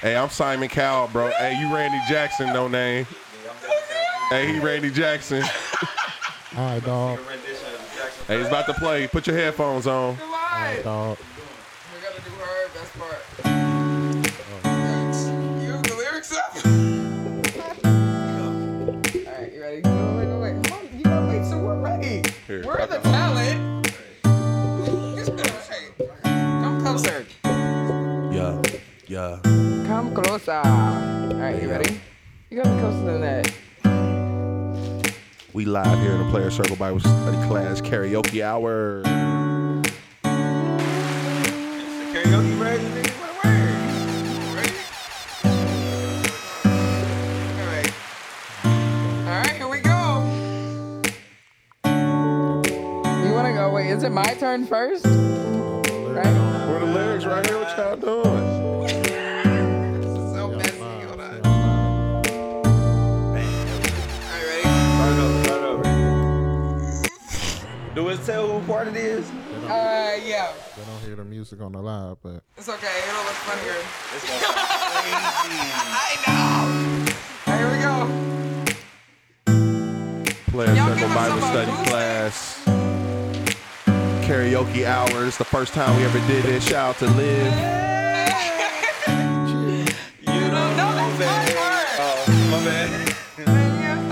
Hey, I'm Simon Cowell, bro. Hey, you Randy Jackson, no name. Hey, he Randy Jackson.
All right, dog.
Hey, he's about to play. Put your headphones on.
Come on. We
Dog.
gotta do her best part. You have the lyrics up? Alright, you ready? Wait, wait, wait, wait. Hold on. You gotta wait till we're ready.
Here,
we're
I
the
got-
talent. It's been right. Come closer.
Yeah, yeah.
Come closer. Alright, you ready? You gotta be closer than that.
We live here in the Player Circle Bible Study Class Karaoke Hour.
Karaoke version, nigga. What a
Alright. Alright, here we go. You wanna go? Wait, is it my turn first? Right?
Where the lyrics right here? What y'all doing?
So messy. Hold on. Alright, ready?
word. Turn over, turn over. Do it tell who part it is?
Uh, yeah.
They don't hear the music on the live, but
It's okay. It'll look funnier.
It's gonna be
I know. All right, here we go.
Player
Y'all
Circle
give us
Bible
some
Study
applause.
Class Karaoke Hour. It's the first time we ever did this. Shout out to Liv.
crazy. You don't
No, that's my part.
Oh, my bad.
Yeah,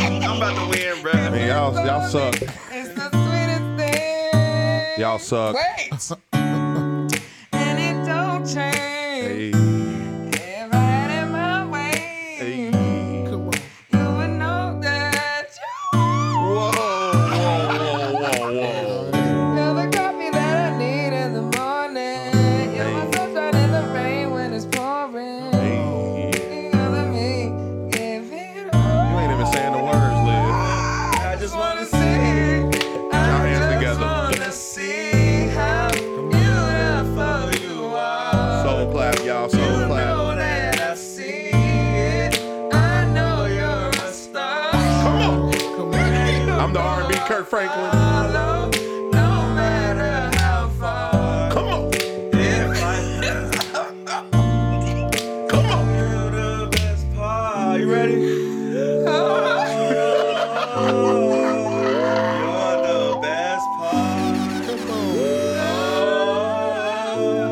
I'm about to win, bro.
Man, y'all, y'all suck.
oh, It's the sweetest thing.
Y'all suck.
Wait. and it don't change.
Hey,
If I had it my way,
hey.
you would know that you
Whoa, whoa, whoa, whoa, whoa.
You're the coffee that I need in the morning. You're my sunshine in the rain when it's pouring.
Hey.
You gotta make- give it all.
You ain't even saying the words, Liv.
I just wanna
see. I
hands
just
together.
wanna see how beautiful you are.
Soul clap, y'all. Soul
You
clap.
know that I see it. I know you're a star.
I'm the R&B Kirk Franklin.
Follow, no matter how far.
Come on.
If I
Come on.
knew the best part. You ready? You're the best part.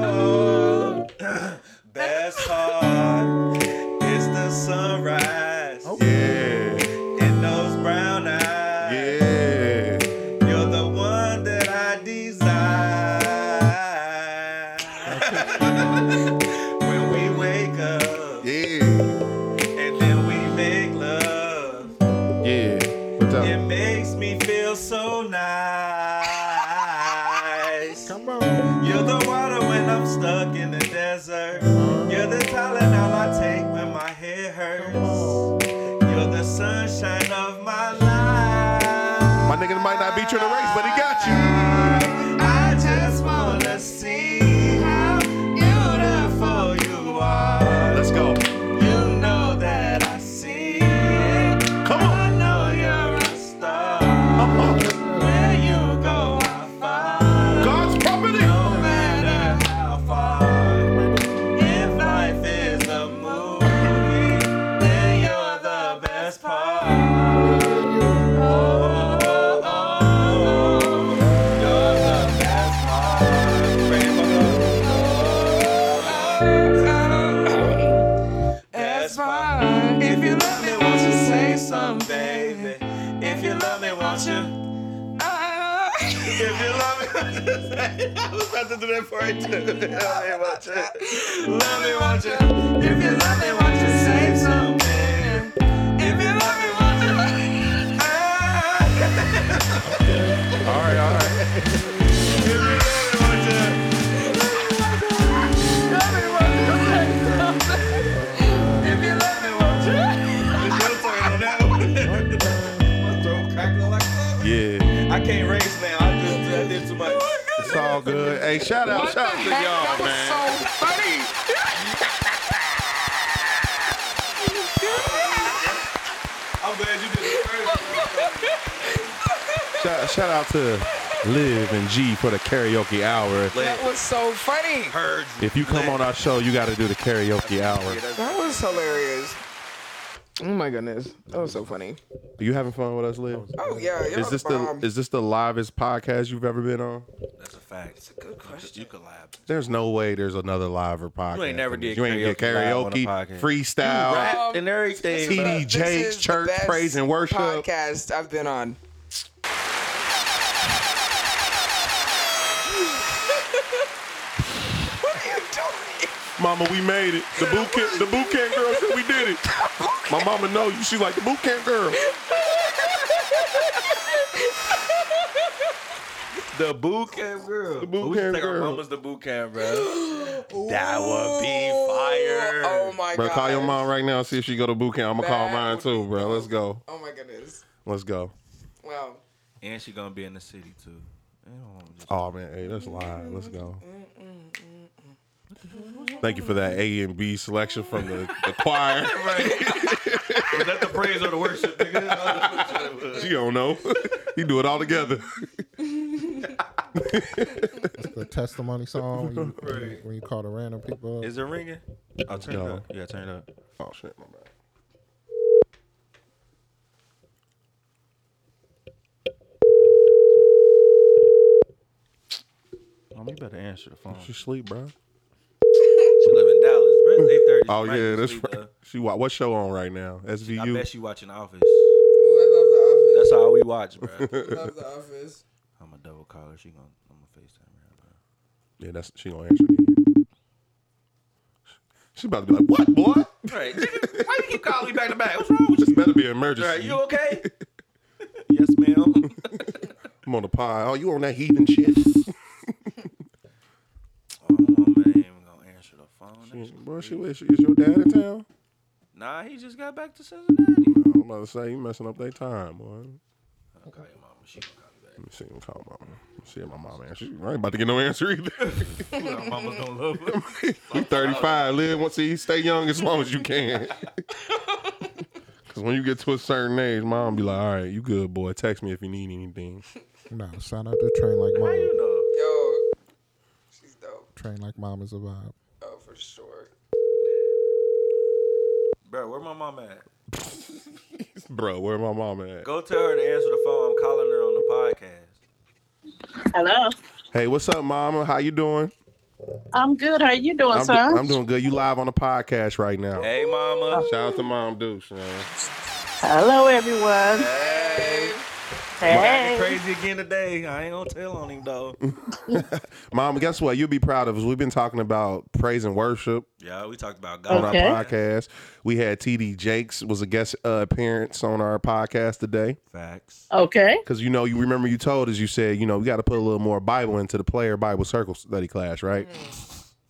Oh, best part is the sunrise
Yeah.
in those brown eyes.
Yeah.
You're the one that I desire. when we wake up
Yeah.
and then we make love,
Yeah. What's
it
up?
makes me feel so nice.
come on.
You're the water when I'm stuck in the desert. You're the Tylenol I take when my head hurts. You're the sunshine of my life.
My nigga might not beat you in the race, but he got you.
I just wanna see how beautiful you are.
Let's go.
You know that I see it.
Come
I
on.
know you're a star.
Come on.
Where you go, I follow.
God's property.
No matter how far. If life is a movie, then you're the best part. Oh, oh, oh, oh. You're the best part. Bring it back up.
That's fine.
If you love me, won't you say something, baby? If you love me, won't you? If you love me, won't you say? I was about to do that for you too. Love me, won't you? Love me, won't you? If you love me, won't you say something, baby? If you love me, won't you? Ah.
All right, all right.
If you love me, won't you? I can't race now. I just I did too much.
It's all good. Hey, shout out, shout out to
Heck,
y'all,
that was
man.
so funny.
I'm glad you did it first.
Shout, shout out to Liv and G for the karaoke hour.
Let
That was so funny.
her
If you come on our show, you got to do the karaoke hour.
That was hilarious. Oh my goodness, that was so funny.
Are you having fun with us, Liv?
Oh yeah, y'all
Is this the
bomb.
is this the livest podcast you've ever been on?
That's a fact. It's a good question. You collab.
There's no way there's another liver podcast.
You ain't never
than this.
did
You ain't get
karaoke live on
karaoke,
a podcast.
freestyle,
Rap and everything.
TD
bro.
Um, This
Jake's
is the
church
best
praise and worship.
podcast I've been on. what are you doing?
Mama, we made it. The boot camp, the boot camp girl said we did it. My mama know you. She like the boot camp girl.
The boot camp girl. The
boot
we should
camp
take our
girl.
mamas the boot camp, bro. that would be fire.
Oh my
Bro,
god.
call your mom right now. See if she go to boot camp. I'ma call
That
mine
would
too, bro. Let's go.
Oh my goodness.
Let's go.
Wow.
And she gonna be in the city too. They don't wanna just-
Oh man, hey, that's live. Let's go. Thank you for that A and B selection from the, the choir.
Is that the praise or the worship, nigga?
You don't know. You do it all together.
The testimony song when you, when you, when you call the random people up.
Is it ringing? I'll Oh, turn
No.
it up. Yeah, turn it up.
Oh shit, my bad.
Mom, you better answer the phone.
She sleep, bro.
She live in Dallas, bro. Eight thirty.
Oh yeah, that's right. She wa- what show on right now?
I
SVU.
bet she watching Office.
Ooh,
That's all we watch, bro.
I love the office. Love the office.
I'm a double caller. She gonna I'm gonna FaceTime her, bro.
Yeah, that's she gonna answer. me. She about to be like, "What, boy?
Right. nigga, Why you keep calling me back to back? What's wrong with
This
you?
better be an
Right,
emergency."
you okay? yes, ma'am.
I'm on the pod. Oh, you on that heathen shit?
oh, my man, ain't even gonna answer the phone. That's
Bro, she is, is your dad in town?
Nah, he just got back to Cincinnati.
I'm about to say you messing up their time, boy. Let
I'll call your mama. She gonna call me back.
me see. I'm calling mama. Let me see if my mom answers. I ain't about to get no answer either.
Your mama's gonna love her.
I'm 35. Live once you stay young as long as you can. Cause when you get to a certain age, mom be like, "All right, you good, boy. Text me if you need anything."
No, shout out to Train Like
How
Mama.
you know?
Yo, she's dope.
Train Like Mom is a vibe.
Oh, for sure.
Bro, where my mom at?
Bro, where my mom at?
Go tell her to answer the phone. I'm calling her on the podcast.
Hello.
Hey, what's up, mama? How you doing?
I'm good. How you doing,
I'm, do-
sir?
I'm doing good. You live on the podcast right now.
Hey, mama.
Shout out to Mom Deuce, man.
Hello, everyone.
Hey.
Acting
Hey.
crazy again today. I ain't gonna tell on him though.
Mom, guess what? You'll be proud of us. We've been talking about praise and worship
yeah, we talked about
on
God.
Okay.
our podcast. We had TD Jakes was a guest uh, appearance on our podcast today.
Facts.
Okay.
Because, you know, you remember you told us, you said, you know, we got to put a little more Bible into the player Bible circle study class, right?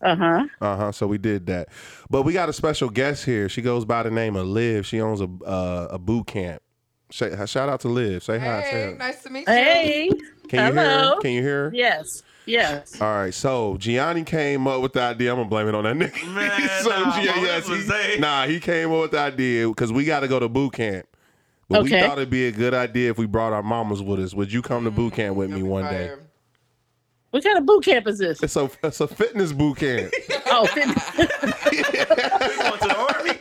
Uh huh.
Uh huh. So we did that. But we got a special guest here. She goes by the name of Liv. She owns a uh, a boot camp. Say, shout out to Liv. Say hi. Say
Hey,
hi.
nice to meet you.
Hey.
Can you hear?
Hello.
Her? Can you hear? her?
Yes. Yes.
All right, so Gianni came up with the idea. I'm gonna blame it on that nigga.
Man, nah, bro, this was
he,
Zay.
nah, he came up with the idea because we got to go to boot camp. But we
Okay.
thought it'd be a good idea if we brought our mamas with us. Would you come to boot camp with me one day?
Fire.
What kind of boot camp is this?
It's a it's a fitness boot camp.
Oh, fit-
We going to the army.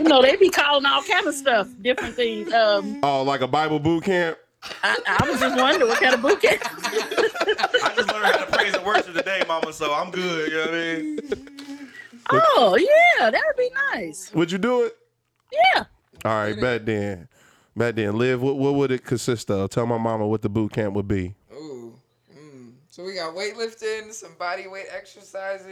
you know they be calling all kind of stuff, different things. Um,
oh, like a Bible boot camp.
I, I was just wondering what kind of boot camp.
I just learned how to praise and worship today, mama. So I'm good. You know what I mean?
Oh, yeah, that would be nice.
Would you do it?
Yeah.
All right, bet then. Bet then. Liv, what, what would it consist of? Tell my mama what the boot camp would be.
Ooh. Mm. So we got weightlifting, some body weight exercises.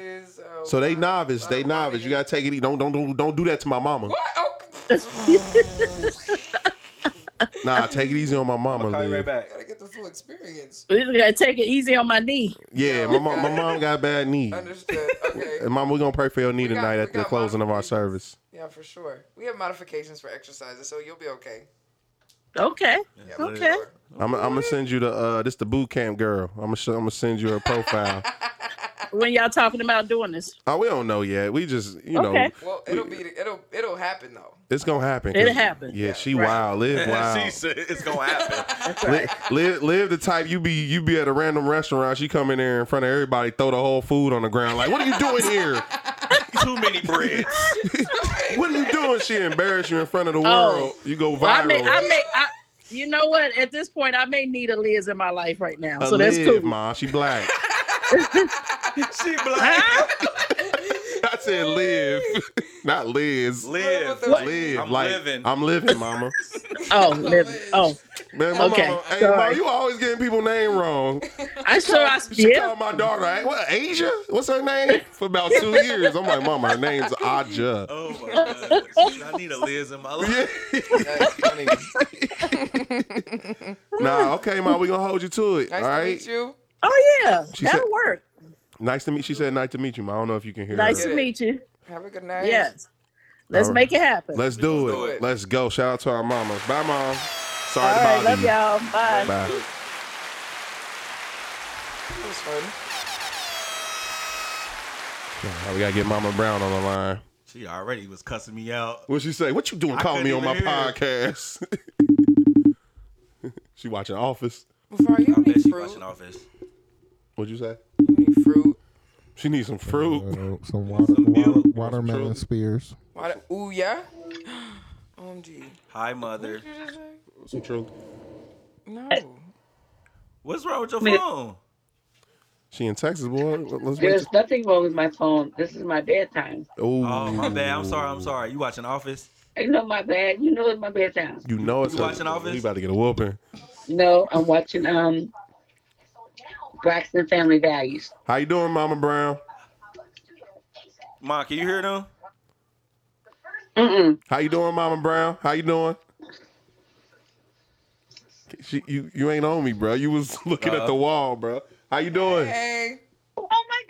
Uh,
So they
wow.
novice. They
Wow.
novice. You gotta take it. easy. Don't don't don't don't do that to my mama.
What? Oh,
Nah, take it easy on my mama.
Call you right
Liv.
back.
gotta get the full experience.
We just gotta take it easy on my knee.
Yeah, my mom, my mom got bad knee.
Understood. Okay.
And mom, we're gonna pray for your knee
got-
tonight
we
at the
got
closing of our
modifications.
service.
Yeah, for sure. We have modifications for exercises, so you'll be okay.
Okay.
Yeah, for
Okay.
sure.
I'm, I'm gonna send you the uh, this the boot camp girl. I'm gonna sh- I'm gonna send you her profile.
When y'all talking about doing this,
oh, we don't know yet. We just you know
Okay.
Well, it'll be it'll it'll happen though.
it's gonna happen.
It'll
'cause-
happen.
Yeah, she wild, live wild.
she said it's gonna happen.
Li- live, live the type you be you be at a random restaurant. She come in there in front of everybody, throw the whole food on the ground. Like, what are you doing here?
Too many breads.
What are you doing? She embarrass you in front of the
Oh.
world. You go viral.
well, I may, I may, I, you know what? At this point, I may need a Liz in my life right now,
Uh,
so that's
Liv,
cool.
Ma, she black.
she black.
I said live, not Liz.
Live.
What?
Live.
I'm
like,
living.
I'm living, mama.
Oh, living. Oh,
Man, my
Okay,
mama. Hey,
sorry.
mama, you always getting people name wrong.
I sure I
She
yeah.
called my daughter, hey, what, Asia? What's her name? For about two years. I'm like, mama, her name's Aja.
Oh my god. I need a Liz in my life.
Yeah.
That's funny. nice
Nah, okay, mom, we gonna hold you to it. all
to
right.
meet you.
Oh yeah,
She
that'll
said-
work.
Nice to meet. She said, "Nice to meet you, mom." I don't know if you can hear.
Nice
her.
to meet you.
Have a good night.
Yes, let's
All right.
make it happen.
Let's do it.
do it.
Let's go. Shout out to our mamas. Bye, mom. Sorry
All
to
right,
bother
love
you.
y'all. Bye.
Bye.
It was fun.
Now we gotta get Mama Brown on the line.
She already was cussing me out.
What she say? What you doing
I
calling me on
couldn't
my
even
podcast? she watching Office.
Before you
That
need
she
fruit.
watching Office.
What'd you say?
You need fruit.
She needs some fruit.
Uh, some water, water,
milk.
watermelon spears.
Why the- Ooh yeah. Um, OMG.
Hi, mother.
Some truth.
No.
What's wrong with your
Me-
phone?
She in Texas, boy. Let's wait.
There's nothing wrong with my phone. This is my bedtime.
Ooh.
Oh, my bad. I'm sorry. I'm sorry. You watching Office?
You know my bad. You know it's my bedtime.
You know it's
You
her-
watching Office?
We about to get a whooping.
No, I'm watching um Braxton Family Values.
How you doing, Mama Brown?
Ma, can you hear them?
Mm-mm.
How you doing, Mama Brown? How you doing? She, you you ain't on me, bro. You was looking
Uh-huh.
at the wall, bro. How you doing?
Hey.
Oh my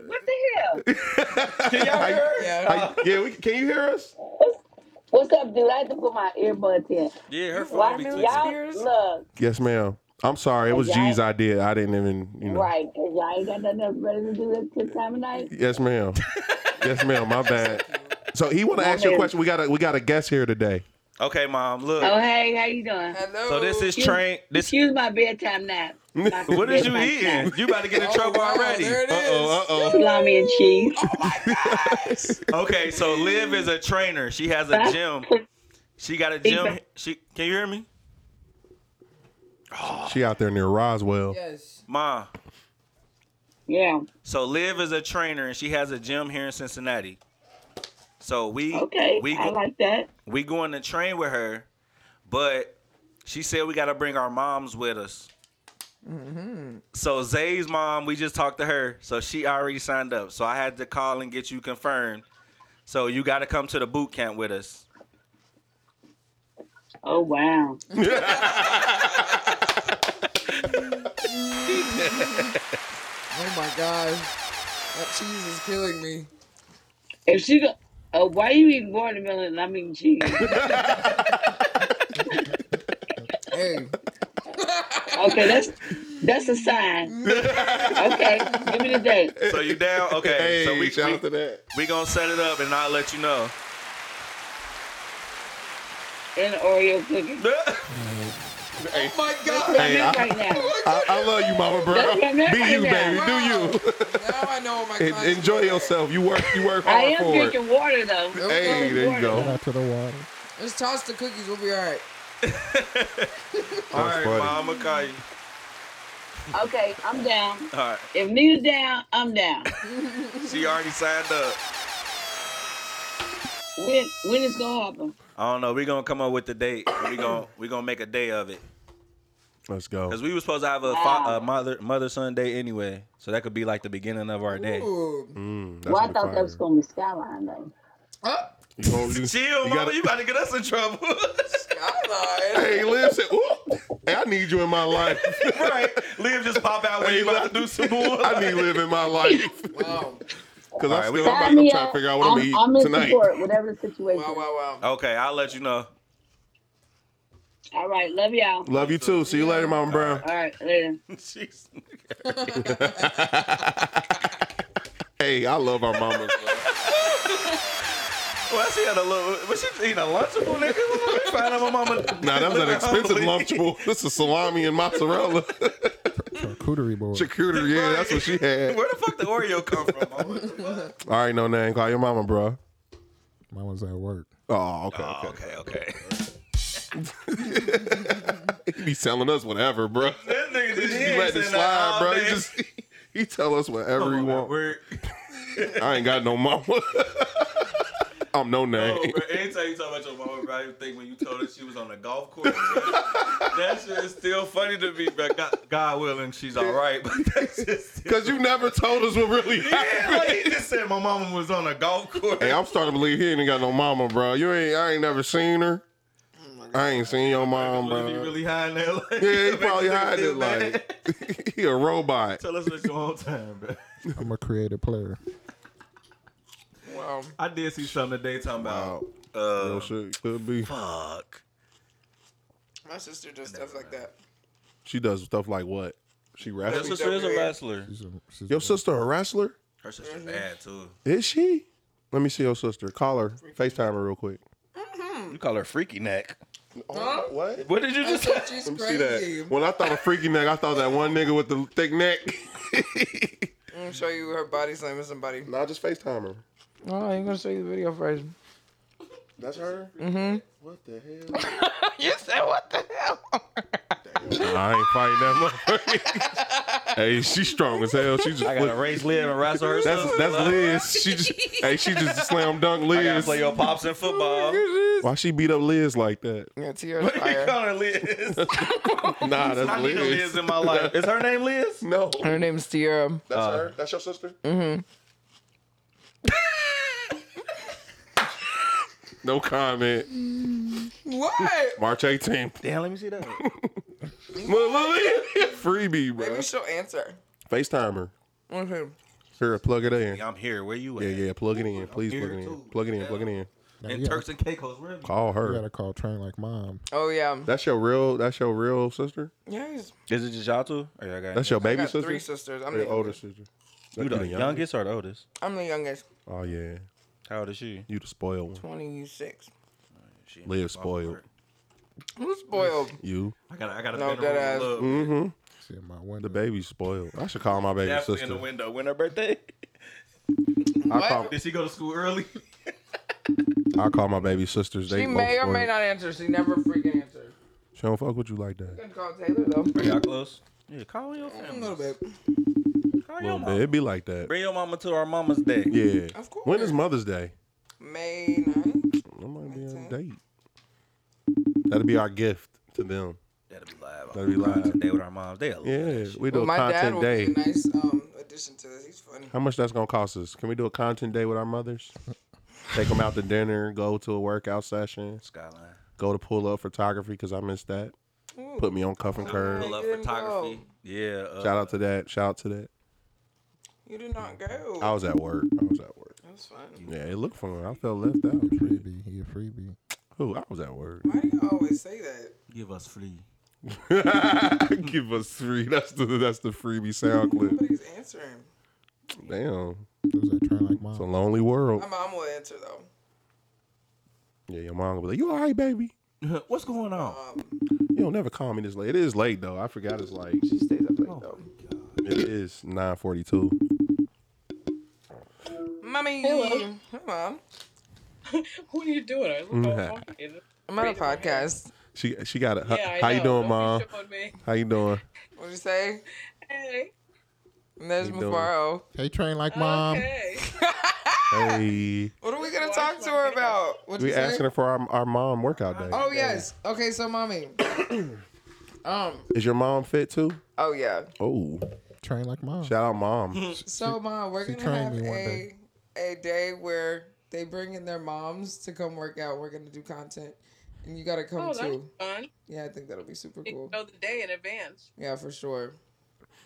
God! What the hell?
Can y'all hear? her?
Yeah.
How- yeah, we, can you hear us?
What's up, dude? I had to put my earbuds in.
Yeah, her phone
Why
be
do
twitching.
y'all look
Yes, ma'am. I'm sorry. It was
Y'all-
G's idea. I didn't even, you know.
right? 'Cause y'all ain't got nothing else better to do at this time of night.
Yes, ma'am. yes, ma'am. My bad. So he want to
My
ask you a
man.
question. We got a we got a guest here today.
Okay, mom.
Oh
Look.
hey, how you doing?
Hello.
So this is train. This.
Excuse my bedtime nap.
What is you
Bedtime
eating?
snack.
You about to get in trouble
Oh, wow,
already.
There it is.
Uh
Salami and cheese.
Okay, so Liv is a trainer. She has a gym. She got a gym. She can you hear me,
oh. She out there near Roswell.
Yes.
ma?
Yeah.
So Liv is a trainer and she has a gym here in Cincinnati. So we
Okay.
we
I
go,
like that.
we going to train with her, but she said we got to bring our moms with us.
Mm-hmm.
So Zay's mom, we just talked to her, so she already signed up. So I had to call and get you confirmed. So you got to come to the boot camp with us.
Oh wow.
Oh my God. That cheese is killing me.
If she go, oh, why you eating watermelon and I'm eating cheese?
Hey.
Okay, that's that's a sign. Okay, give me the date.
So you down? Okay.
Hey,
so we
shout
we,
out to that.
we gonna set it up and I'll let you know.
And Oreo cookie.
Oh my God.
That's
Hey,
it
I-
right now.
I, I love you, Mama Brown.
That's my
Be you, baby.
man.
Do you?
Now I know what my
En-
clients
Enjoy yourself. You work. You work
I
hard
am
for it.
drinking water though.
Hey, there you
Shout
go.
out to the water.
Just toss the cookies. We'll be all right.
All right,
funny.
mom, I'm gonna call you.
Okay, I'm down.
All right.
If Nita's down, I'm down.
She already signed up.
When when is gonna happen?
I don't know. We're gonna come up with the date. We're gonna we gonna make a day of it.
Let's go.
Cause we were supposed to have a, fa- a mother mother son day anyway, so that could be like the beginning of our day.
Ooh.
Mm, that's
Well, I
gonna be
thought that
fire.
was gonna be skyline though.
Oh,
You gonna- you-
Chill,
you
mama,
gotta-
you about to get us in trouble.
skyline.
Hey, Liv said, "Ooh, hey, I need you in my life.
right? Liv just pop out when
Hey,
you about to do some more.
I need Liv in my life
Wow.
because I'm,
we gonna-
still, I'm,
Sign
about- I'm
me
trying to
up.
figure out what I'm,
I'm,
gonna eat
in
tonight.
support, whatever the situation.
Wow, wow, wow.
Okay, I'll let you know.
All right. Love y'all.
Love you too. See you later, Mama Brown.
All right. Later.
Jeez.
Hey, I love our mamas. man.
Well, she had a little. Was she eating a lunchable, nigga? What the fuck? Find out my mama.
Nah, that was an expensive lunchable. This is salami and mozzarella.
Charcuterie board.
Charcuterie, yeah, that's what she had.
Where the fuck the Oreo come from? mama? What the fuck?
All right, no name. Call your mama, bro.
Mama's at work.
Oh, okay,
Oh,
okay.
okay, okay.
He be telling us whatever, bro.
That nigga just
He let it slide, bro. He just he tell us whatever he want. I ain't got no mama. I'm no
Oh,
name.
bro, anytime you talk about your mama, bro, you think when you told her she was on the golf course, bro, that shit is still funny to me, bro. God, God willing, she's all right, but that's just still.
Cause you never told us what really happened.
Yeah, like, he just said my mama was on a golf course.
Hey, I'm starting to believe he ain't got no mama, bro. You ain't. I ain't never seen her. I ain't seen your mom,
Bro,
bro.
if you really hiding that, like,
yeah, he
make
probably
this nigga
hiding
feel
it
bad.
like he a robot.
Tell us what your own time, bro.
I'm a creative player.
Wow.
I did see something today talking about
Real
uh,
shit could be.
fuck.
My sister does stuff like that.
She does stuff like what? She
Her
wrestles.
sister is a wrestler.
She's a, she's
Your
a-
sister a wrestler?
Her sister bad too.
Is she? Let me see your sister. Call her. Facetime her real quick.
You call her freaky neck.
Hmm. Oh, What?
What did you just say?
She's
Let me see that.
crazy.
When I thought of freaky neck, I thought that one nigga with the thick neck.
I'm gonna show you her body slamming somebody.
nah, just Facetime her.
Oh, you're gonna show you the video first.
That's her. Mm-hmm. What the hell?
You said what the hell?
I ain't fighting that much. hey, she's strong as hell. She just
I gotta
flipped-
raise Liv and wrestle her.
That's that's Liz. She just hey, she just slam dunk
I gotta
Liz.
play your pops in football.
Why she beat up Liz like that?
Yeah, tears fire.
call her Liz.
Nah, that's
I need a
Liz.
Liz in my life. Is her name Liz?
No,
Her name's Mm-hmm. Tiara.
that's her. That's your sister. no comment.
What?
March 18th.
Damn, let me see that.
Look, look, look. Freebie, bro.
Maybe she'll answer. Mm-hmm.
FaceTime her.
Okay.
Here, plug it in.
I'm here. Where you at?
Yeah, yeah, plug it in. Please
here
plug it in.
too.
Plug it in. Plug it in.
In Turks and Caicos. Where
Call
You
her.
gotta call train like mom.
Oh yeah.
That's your real. That's your real sister.
Yeah, he's
is it just y'all two? Or y'all got
That's your
I
baby
got
sister.
three sisters. I'm
Or
the
your older sister.
You the youngest or the oldest?
I'm the youngest.
Oh yeah,
How old is she?
you the spoiled one.
Twenty six.
She
Live spoiled.
Who's spoiled?
You,
I gotta, I gotta
No,
bend her
dead
a little bit.
She in my window.
the baby spoiled. I should call Mm-hmm. my baby
Definitely in the
sister.
window. When her birthday?
I call.
Did she go to school early?
I call my baby sisters. They
She
both
may or may
spoiled.
not answer. She never freaking answered.
She don't fuck with you like that.
Couldn't call Taylor though.
Are y'all close? Yeah, call your
A
family.
little bit.
Call your
Little
mama.
bit. It be like that.
Bring your mama to our mama's day.
Yeah.
Of course.
When is Mother's Day?
May 9th?
I might be on a
Nineteenth.
date. That'll be our gift to them.
That'll be live.
That'll be live.
Day with our moms. They love
Yeah,
that shit.
we do
Well,
a
my dad
content
will
day.
be a nice um, addition to this. He's funny.
How much that's gonna cost us? Can we do a content day with our mothers? Take them out to dinner, go to a workout session,
Skyline.
go to pull up photography because I missed that. Put me on cuff and curve.
Pull up
didn't
photography.
go.
Yeah. Uh,
Shout out to that. Shout out to that.
You did not go.
I was at work. I was at work.
That was fun.
Yeah, it looked fun. I felt left out. Shit.
Freebie. He a freebie.
Who? I was at work.
Why do you always say that?
Give us free.
Give us three. That's the that's the freebie sound clip.
Nobody's answering.
Damn,
Who's that train like
it's a
mom?
lonely world.
My mom will answer though.
Yeah, your mom will be like, "You all right, baby?
What's going on?
Um,
You don't never call me this late. It is late though. I forgot it's like
She stays up
Oh
late though.
it is nine forty two.
Mommy.
Hello.
Hi, mom.
What are you doing? I
Mhm.
I'm on a podcast.
She she got it. How you doing, mom? How you doing?
What'd you say?
Hey. Um,
And there's
How you doing?
Mufaro.
Hey, train like
Um,
mom.
Hey.
Hey,
What are we gonna talk to her about? What'd
we
you say?
asking her for our, our mom workout day.
Oh yes. Okay, so mommy. um.
Is your mom fit too?
Oh yeah.
Oh,
Train like mom.
shout out mom.
So mom, we're
she
gonna
trained
have
me one
a
day.
a day where they bring in their moms to come work out. We're gonna do content, and you gotta come
Oh, that's
too.
fun.
Yeah, I think that'll be super
You
cool.
know the day in advance.
Yeah, for sure.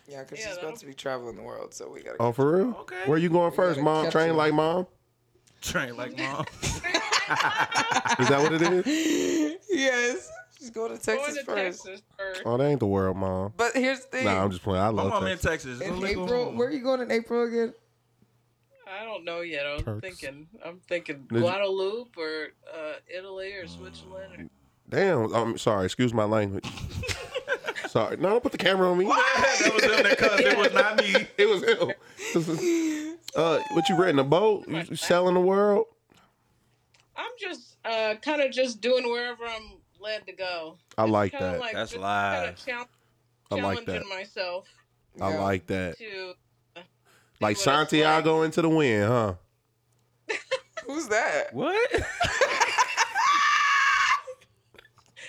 Yeah, because
Yeah,
she's
that'll
about to be traveling the world, so we gotta.
Oh, for real?
Okay.
Where you going first,
gotta
mom?
catch
Train
him.
like mom?
Train like mom.
Is that what it is?
Yes. Just go to
Going
Texas
to
first.
Texas first.
Oh, that ain't the world, mom.
But here's the thing.
Nah, I'm just playing. I
My
love
mom in
Texas.
Texas.
in
Let's go
April,
home.
where are you going in April again?
I don't know yet. I'm
Turks.
thinking. I'm thinking
you-
Guadeloupe or uh, Italy or Switzerland. Or,
Damn. I'm sorry. Excuse my language. sorry. No, don't put the camera on me.
that was him that cussed. It was not me.
It was him. This is- uh, what you renting a boat? You you selling the world?
I'm just uh, kind of just doing wherever I'm led to go.
I like
Kinda
that.
Like
That's
just
live.
Kinda
I
challenge,
like that.
challenging myself
I
Yeah.
like that.
to
Like
what it's like.
Santiago into the wind, huh?
Who's that?
What?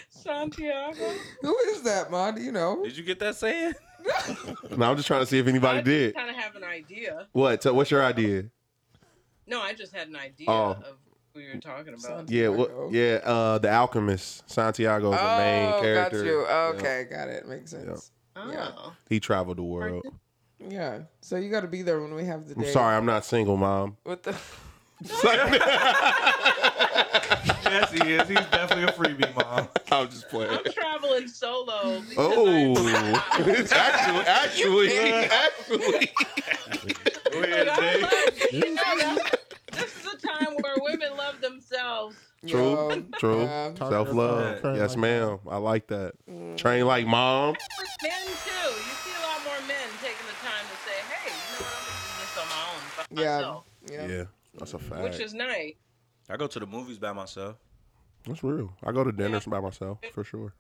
Santiago.
Who is that, Ma? Do you know?
Did you get that saying?
No, I'm just trying to see if anybody did.
Kind of have an idea.
What? So what's your idea?
No, I just had an idea
Oh.
of who you were talking about.
Yeah, what?
Santiago.
Yeah, uh, the alchemist Santiago is the main
oh, got
character.
you. Okay, got it. Makes sense.
Oh.
Yeah.
He traveled the world.
Yeah. So you got to be there when we have the
I'm
day.
sorry, I'm not single, mom.
What the?
Yes, he is. He's definitely a freebie, mom.
I'm just playing.
I'm traveling solo. because
Oh,
I,
actually, actually, actually.
Go ahead,
I
Jay.
love, you know, that's, this is a time where women love themselves.
True, true.
yeah. Mm.
Self love.
Train
Yes,
like
ma'am. I like that. Train like mom.
Men too. You see a lot more men taking the time to say, "Hey, you know what? I'm gonna do this on my own by myself,"
Yeah. Yeah.
Yeah, that's a fact.
which is nice.
I go to the movies by myself.
that's real. I go to dinners by myself for sure.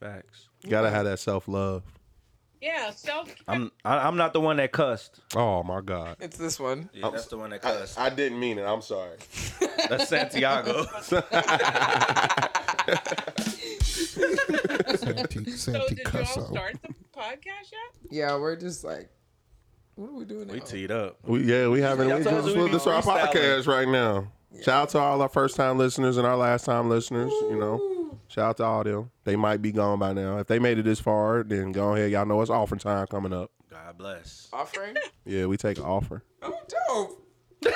Facts.
Gotta have that self love.
Yeah, self care.
I'm I, I'm not the one that cussed.
Oh my God.
It's this one.
Yeah, that's the one that
I,
cussed.
I didn't mean it. I'm sorry.
That's Santiago.
Santi,
So
Santi
did you all
Cusso.
start the podcast yet?
Yeah, we're just like, what are we doing now?
we teed up.
We, yeah, we haven't.
Yeah,
we
sometimes
just,
we be
this is our
freestyling.
podcast right now. Shout out to all our first time listeners and our last time listeners. You know, shout out to all them. They might be gone by now. If they made it this far, then go ahead. Y'all know it's offering time coming up.
God bless.
Offering?
Yeah, we take an offer.
Oh, dope.
Didn't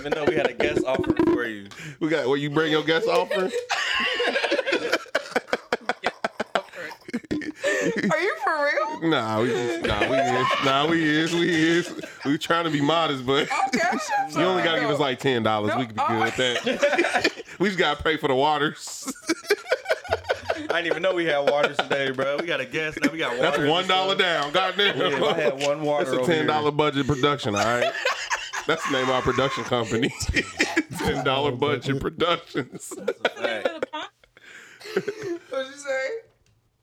even know we had a guest offer for you.
We got. Will you bring your guest offer?
Are you for real?
Nah, we just, nah, we is. Nah, we is. We is. We trying to be modest, but
Okay, I'm sure- I'm
you only
Oh, sorry.
gotta give us like ten dollars. we could be good
No, oh.
with that. we just gotta pay for the waters.
I didn't even know we had water today, bro. We got a guest now. We got water.
That's one dollar down. Goddamn.
Yeah, if I had one water.
That's a
over
ten
here-
dollar budget production. All right. That's the name of our production company. ten dollar budget productions.
Name
Right.
of the pod.
What'd you say?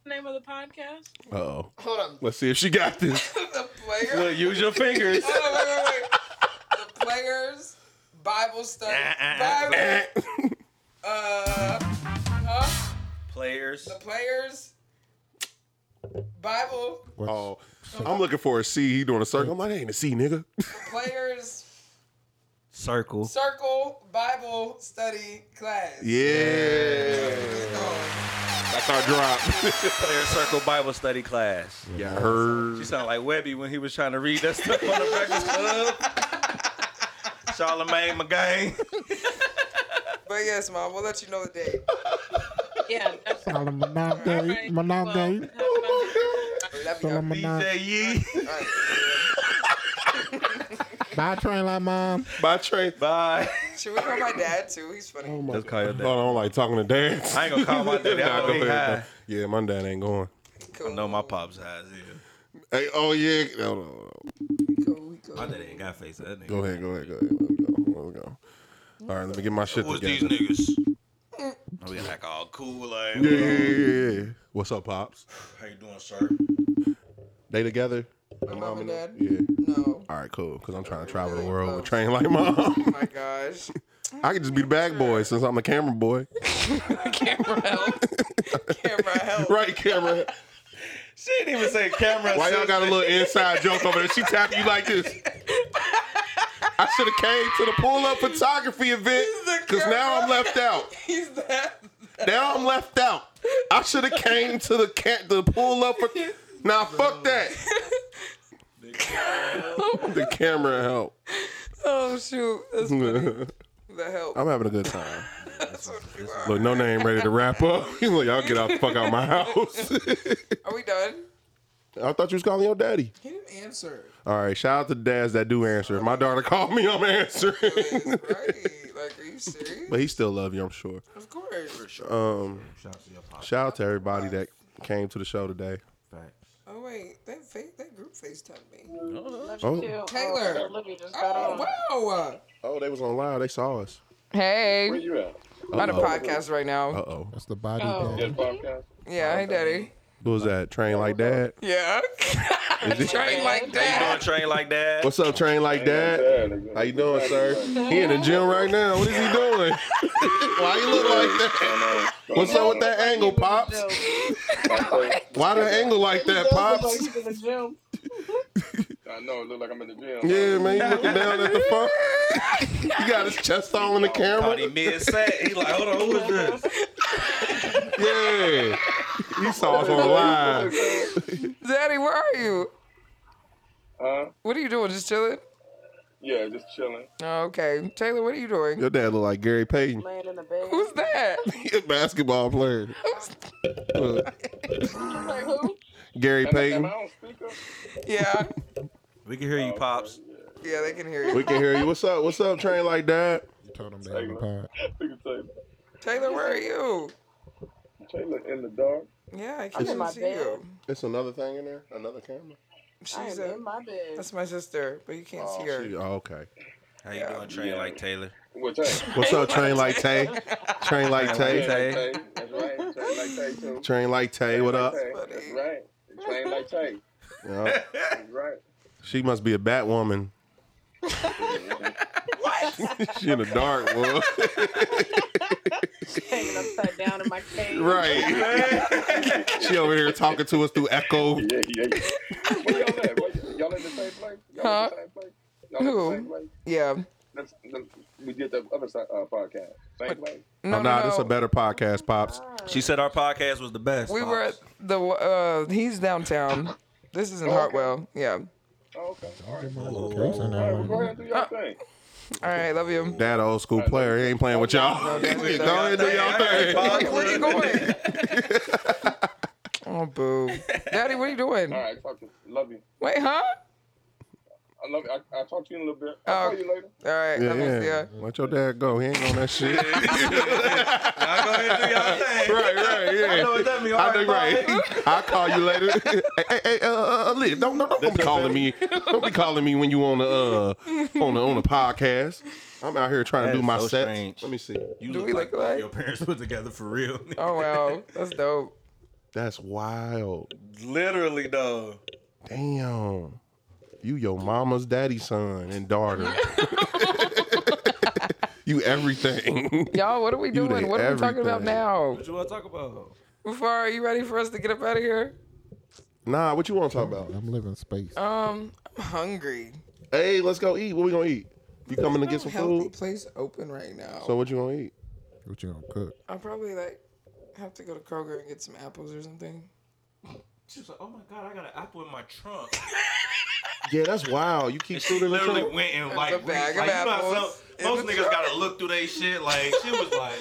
Name of the podcast.
Oh,
Hold on.
let's see if she got this.
The player.
Look, use your fingers.
Hold on, wait, wait, wait. The players, Bible study, Bible, uh, huh?
Players.
The players, Bible,
What's-
Oh, I'm looking for a C. He doing a circle. I'm like, ain't a C, nigga.
players,
Circle.
circle, Bible study class.
Yeah,
Oh,
that's our drop.
Player circle Bible study class.
yeah, I heard.
She sounded like Webby when he was trying to read that stuff on the Breakfast Club. Charlemagne, my gang.
But yes, mom, we'll let you know the date.
Yeah, that's all
Solid monogamy,
right.
monogamy,
Love you.
solid monog-
DJ Yee.
Bye, train like mom.
By train.
Bye.
Should we call my dad too? He's funny.
Oh my
Let's call your
I
dad.
don't like talking to dads.
I ain't gonna call my dad. I
Nah,
know
go
he
ahead,
high.
though. Yeah, my dad ain't going.
Cool.
I know my pop's high as hell.
Hey, oh yeah. No, no, no.
Cool, we cool.
My dad ain't got face. That nigga.
Go ahead, go ahead, go ahead. Let's go. Let's go. All right, let me get my shit
Who's these
together.
niggas? Oh, we like all cool. Like,
Yeah, yeah, yeah, yeah. What's up, pops?
how you doing, sir?
They together?
my mom and dad.
Yeah.
No.
All right, cool. Cause I'm trying to travel the world with train like mom.
Oh my gosh.
I could just be the bag boy since I'm a camera boy.
Camera help. Camera help.
Right, camera.
She didn't even say camera.
Why y'all got a little inside joke over there? She tapping you like this. I should have came to the pull up photography event. Cause now I'm left out.
He's that.
Now I'm left out. I should have came to the cat the pull up. For, nah, fuck that. the camera help.
Oh shoot. That's
I'm
the help.
having a good time. Look, no name ready to wrap up. He's like, y'all get out the fuck out my house.
Are we done?
I thought you was calling your daddy.
He didn't answer.
All right, shout out to the dads that do answer. If my daughter called me, I'm answering.
Right? Like, are you serious?
but he still love you, I'm sure.
Of course.
Um,
Shout out to your podcast.
shout out to everybody that came to the show today.
Oh wait, that fa- that group FaceTime me.
Oh.
Taylor.
Olivia just got on.
Oh wow.
Oh, they was on live. They saw us.
Hey,
you at? Oh,
I'm on a podcast right now.
Uh oh.
That's the body
Yes,
bag.
podcast.
Yeah, hey daddy.
Who was that? Train like dad.
Yeah. Train like
Doing
that.
train like that.
What's up, train like dad? How you doing, sir? He in the gym right now. What is he doing? Why you look like that? What's up with that angle, pops? Why the angle like that, pops?
He's in the gym.
I know. It look like I'm in the gym.
Yeah, man, you looking down at the phone. he got his chest all in the camera.
Caught him mid set. He like, hold on, who is this?
Yeah, he saw us on live.
Daddy, where are you?
Huh?
What are you doing? Just chilling?
Yeah, just chilling.
Oh, okay. Taylor, what are you doing?
Your dad look like Gary Payton,
Laying in the bed.
Who's that?
He a basketball player. Look,
Like, who?
Gary
Am I, am I
Payton.
on speaker?
Yeah.
We can hear you, pops.
Yeah, they can hear you.
We can hear you. What's up? What's up, train like dad?
You told him they on the pod.
Speaker Taylor.
Taylor, where are you?
Taylor in the dark.
Yeah, I
in my
can't see
bed.
you.
It's another thing in there. Another camera.
I
She's
am
a,
in my bed.
that's my sister, but you can't see her.
Oh, okay.
How you doing, train like Taylor?
What time?
What's up, train like Tay? Train like Tay.
Tay.
Tay. That's right. Train like Tay too.
Train like Tay. What up?
Tay. That's right. Train like Tay.
Yeah.
That's right.
She must be a Batwoman. she in the dark, boy.
Hanging upside down in my cage.
right. she over here talking to us through echo.
Yeah, yeah. yeah. Where y'all at? Where y- y'all in the same place? Y'all
Huh?
in the same place? Y'all in
Who?
the same place?
Yeah.
That's, that's, we did the other side, uh, podcast. Same place.
No,
oh,
no,
nah,
no.
this a better podcast, Pops.
She said our podcast was the best.
we
Pops.
were at the, uh, he's downtown. This is in Hartwell. Yeah.
Oh, okay. All right.
Case in
All
there,
right, well,
like,
go ahead and do your
Uh,
thing.
All right, love you.
Dad, a old school player. He ain't playing with y'all. Go ahead, do y'all thing.
Pops,
Where you going? oh, boo. Daddy, what are you doing?
All right, talk to you. Love you.
Wait, huh?
I love you. I, I'll talk to you in a little bit. I'll
Oh.
call you later.
All right,
Yeah,
love you. See ya.
yeah. Let your dad go. He ain't on that shit.
Y'all go ahead and do y'all thing.
right, right,
I know
yeah.
what that mean.
I
All
know,
right,
right. I'll call you later. hey, hey, hey, uh, uh, Liv, don't, don't, don't be calling me. Don't be calling me when you on the uh on the on the podcast. I'm out here trying
That
to do
is
my
so
sets.
strange.
Let me see.
You
Do we look alike?
your parents put together for real.
Oh, wow. That's dope.
That's wild.
Literally though.
Damn. You your mama's daddy son and daughter. you everything.
Y'all, what are we
You
doing?
did
What are we talking about
everything.
now?
What you want to talk about?
Before, are you ready for us to get up out of here?
nah, what you want to talk about?
I'm living space.
Um, I'm hungry.
Hey, let's go eat. What we gonna eat? You coming to
No
get some
healthy
food?
place open right now.
So what you gonna eat?
What you gonna cook?
I'll probably like have to go to Kroger and get some apples or something.
She was like, "Oh my god, I got an apple in my trunk."
Yeah, that's wild. You keep
She
shooting the
literally
trunk.
went and
There's
like,
a bag
reached- like,
of
you know how
apples
some-
in
most
the
niggas
trunk.
gotta look through their shit. Like she was like,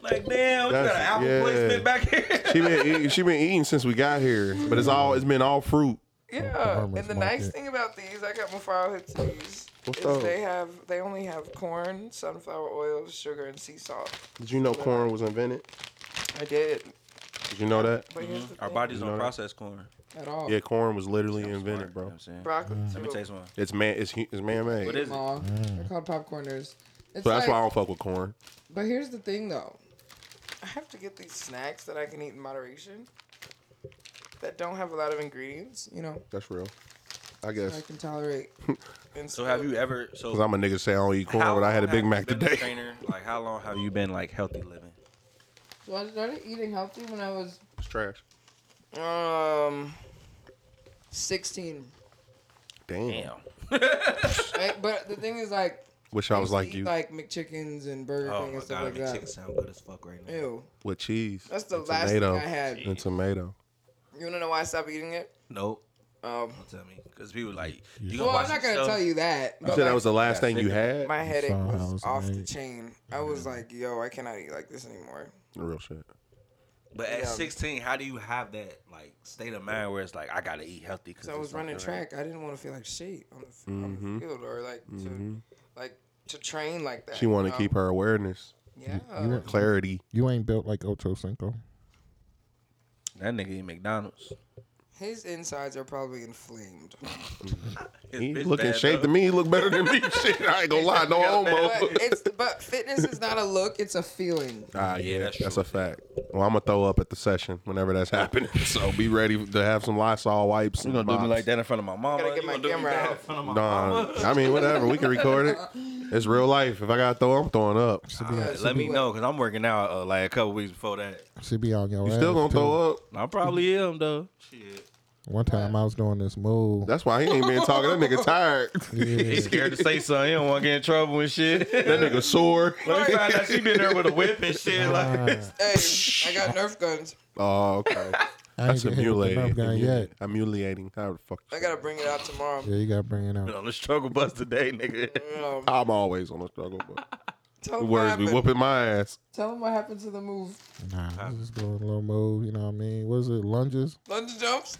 like damn, you got
That's-
an apple
yeah.
placement back here.
She been eating, she been eating since we got here, but it's all it's been all fruit.
Yeah, and
farmer's
the nice
market.
thing about these, I got Mufaro Hitsis,
What's
is
up?
they have they only have corn, sunflower oil, sugar, and sea salt.
Did you know corn was invented?
I did,
Did you know that?
but here's the
Our
thing,
bodies
You know
don't
that?
process corn.
at all.
Yeah, corn was literally invented,
You know what
bro.
I'm saying?
Broccoli too.
Let me taste one.
It's man, it's, hu- it's man made.
What is it?
Aw,
Mm.
They're called popcorners. It's
So that's
like-
why I don't fuck with corn.
But here's the thing, though. I have to get these snacks that I can eat in moderation that don't have a lot of ingredients, you know,
That's real. I
that I
guess
can tolerate. And
So have you ever? So
because I'm a nigga say I don't eat corn,
how
but I had a
long have
Big
you
Mac
been a
today.
trainer? Like how long have you been like healthy living?
So I started eating healthy when I was
It's trash.
um 16.
Damn.
Damn.
Like, but the thing is, like,
Wish I was
used to
like
eat,
you
like McChickens and Burger
Oh
King
my
and stuff
god,
like
the chicken
that.
sound good as fuck right now.
Ew,
with cheese.
that's the
and
last
tomato
thing I had.
and tomato.
You wanna know why I stopped eating it?
Nope.
Um,
Don't tell me, because people like you gonna
well,
watch
I'm not
this
gonna
show?
tell you that.
You
But
said that
like,
was the last thing you had.
my headache
Somehow
was
it's
off the
made.
chain. I was like, yo, I cannot eat like this anymore.
Real shit.
But at
Yeah.
16, how do you have that like state of mind where it's like I gotta eat healthy? Because
So I was running track. I didn't want to feel like shit on the, f on the field or like to like to train like that.
She wanted to keep her awareness,
Yeah.
clarity.
You ain't built like Ocho Cinco.
That nigga eat McDonald's.
His insides are probably inflamed.
His
He
bitch
look in
bad,
shape
though.
to me. He look better than me. Shit, I ain't gonna lie. No
but
homo.
it's but fitness is not a look; it's a feeling.
Ah, yeah,
that's
that's,
true.
a fact. Well, I'm gonna throw up at the session whenever that's happening. So be ready to have some Lysol wipes.
You gonna do me like that in front of my mama?
Gotta get
You
my
gonna do me
camera
bad
out.
in front of my
Nah, I mean whatever. We can record it. It's real life. If I gotta throw, I'm throwing up.
Yeah,
Hey, Let me know because I'm working out uh, like a couple weeks before that.
She be on your
You
ass.
still gonna
too.
throw up?
I probably am though. Shit,
One time I was doing this move.
That's why he ain't been talking. That nigga tired.
he scared to say something. He don't want to get in trouble and shit.
That nigga sore.
Let me find out she been there with a whip and shit. Like,
Hey, I got Nerf guns.
Oh, okay.
I ain't
That's
get hit with the Nerf
humiliating.
gun yet.
Humiliating. How the fuck?
I gotta bring it out tomorrow.
Yeah, you gotta bring it out.
on the struggle bus today, nigga.
You know,
I'm always on a struggle. But
tell
the
him what
words be
happened.
whooping my ass.
Tell him what happened to the move.
Nah, I was just doing a little move. You know what I mean? What is it? Lunges?
Lunge jumps.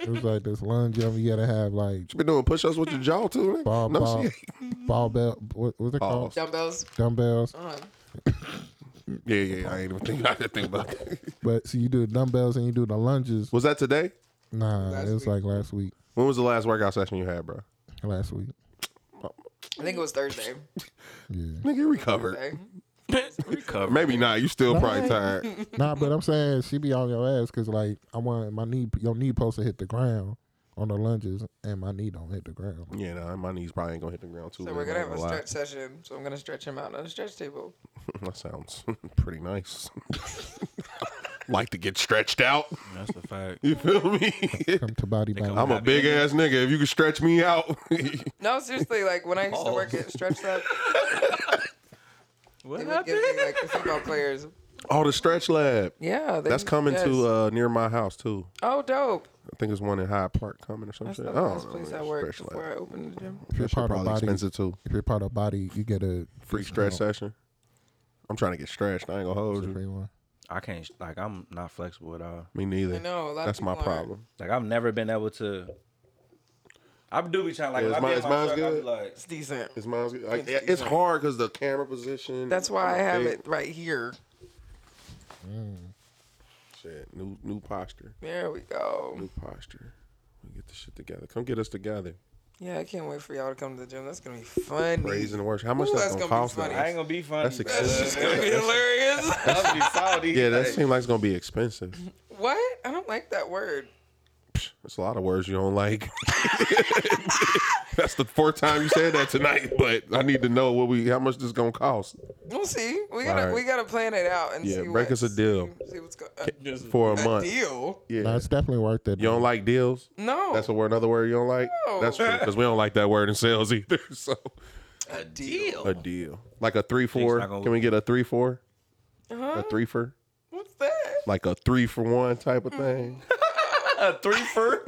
It was like this lunge jump. You gotta have like
You been doing push ups with your jaw too? nigga?
ball,
no,
ball,
she ain't.
ball bell. What, what's it called?
Dumbbells.
Dumbbells.
Uh-huh.
Uh,
Yeah, yeah. I ain't even think. I didn't think about that.
But so you do the dumbbells and you do the lunges.
Was that today?
Nah,
Last
it was
week.
like last week.
When was the last workout session you had, bro?
Last week.
I think it was Thursday.
Yeah.
Nigga, you recovered.
Thursday.
Recover.
Maybe not. You still probably
Right.
tired.
nah, but I'm saying she be on your ass because like I want my knee, your knee post to hit the ground on the lunges, and my knee don't hit the ground.
Yeah, nah, my knees probably ain't gonna hit the ground too.
So we're gonna have a stretch session. So I'm gonna stretch him out on a stretch table.
That sounds pretty nice. like to get stretched out.
That's the fact.
You feel me?
Come to body balance.
I'm a big ass nigga. If you can stretch me out,
No, seriously, like when I used to work at Stretch Lab,
What
they would give me like the football players.
oh, the stretch lab.
Yeah, they,
That's coming
yes.
to uh, near my house too.
oh, dope.
I think it's one in Hyde Park coming or some
That's
shit.
the
I don't
last
know,
place
man.
I worked
Stretch lab.
before I opened the gym.
If you're
That shit
part of
probably
body,
expensive too.
if you're part of body, you get a
Free stretch session. I'm trying to get stretched. I ain't gonna hold you.
free one.
I can't. Like, I'm not flexible at all.
Me
I
neither.
know a lot. of
That's my
people aren't.
problem.
Like, I've never been able to. I do be trying. Like,
Yeah,
when
is
I
mine-
be in my truck,
is mine's
I be
good?
like,
It's decent.
It's mine's good. Like, yeah, it's hard because the camera position.
That's why I have
Hey,
it right here.
Shit, new new posture,
There we go.
new posture. We get this shit together. Come get us together.
Yeah, I can't wait for y'all to come to the gym. That's gonna be fun.
Praise and worship. How much
Ooh,
that's, gonna,
that's gonna be
cost? us?
funny.
I ain't gonna be funny.
That's
bruh.
expensive.
gonna be hilarious.
I'll be salty.
Yeah, that
Like,
seems like it's gonna be expensive.
what? I don't like that word.
That's a lot of words you don't like. That's the fourth time you said that tonight. But I need to know what we how much this gonna cost
We'll see. We gotta
Alright.
we gotta plan it out Oh, and
Yeah,
see.
break
what-
us a deal.
See, see what's going.
for a
A,
month.
deal?
Yeah,
No, it's definitely worth it.
you don't like deals.
No.
That's a word, another word you don't like.
No.
That's true because we don't like that word in sales either. So
a deal.
a deal, like a three four.
not gonna
Can we get a three four?
Huh?
A three for
Uh-huh. What's that? Hmm.
like a three for one type of thing.
a three for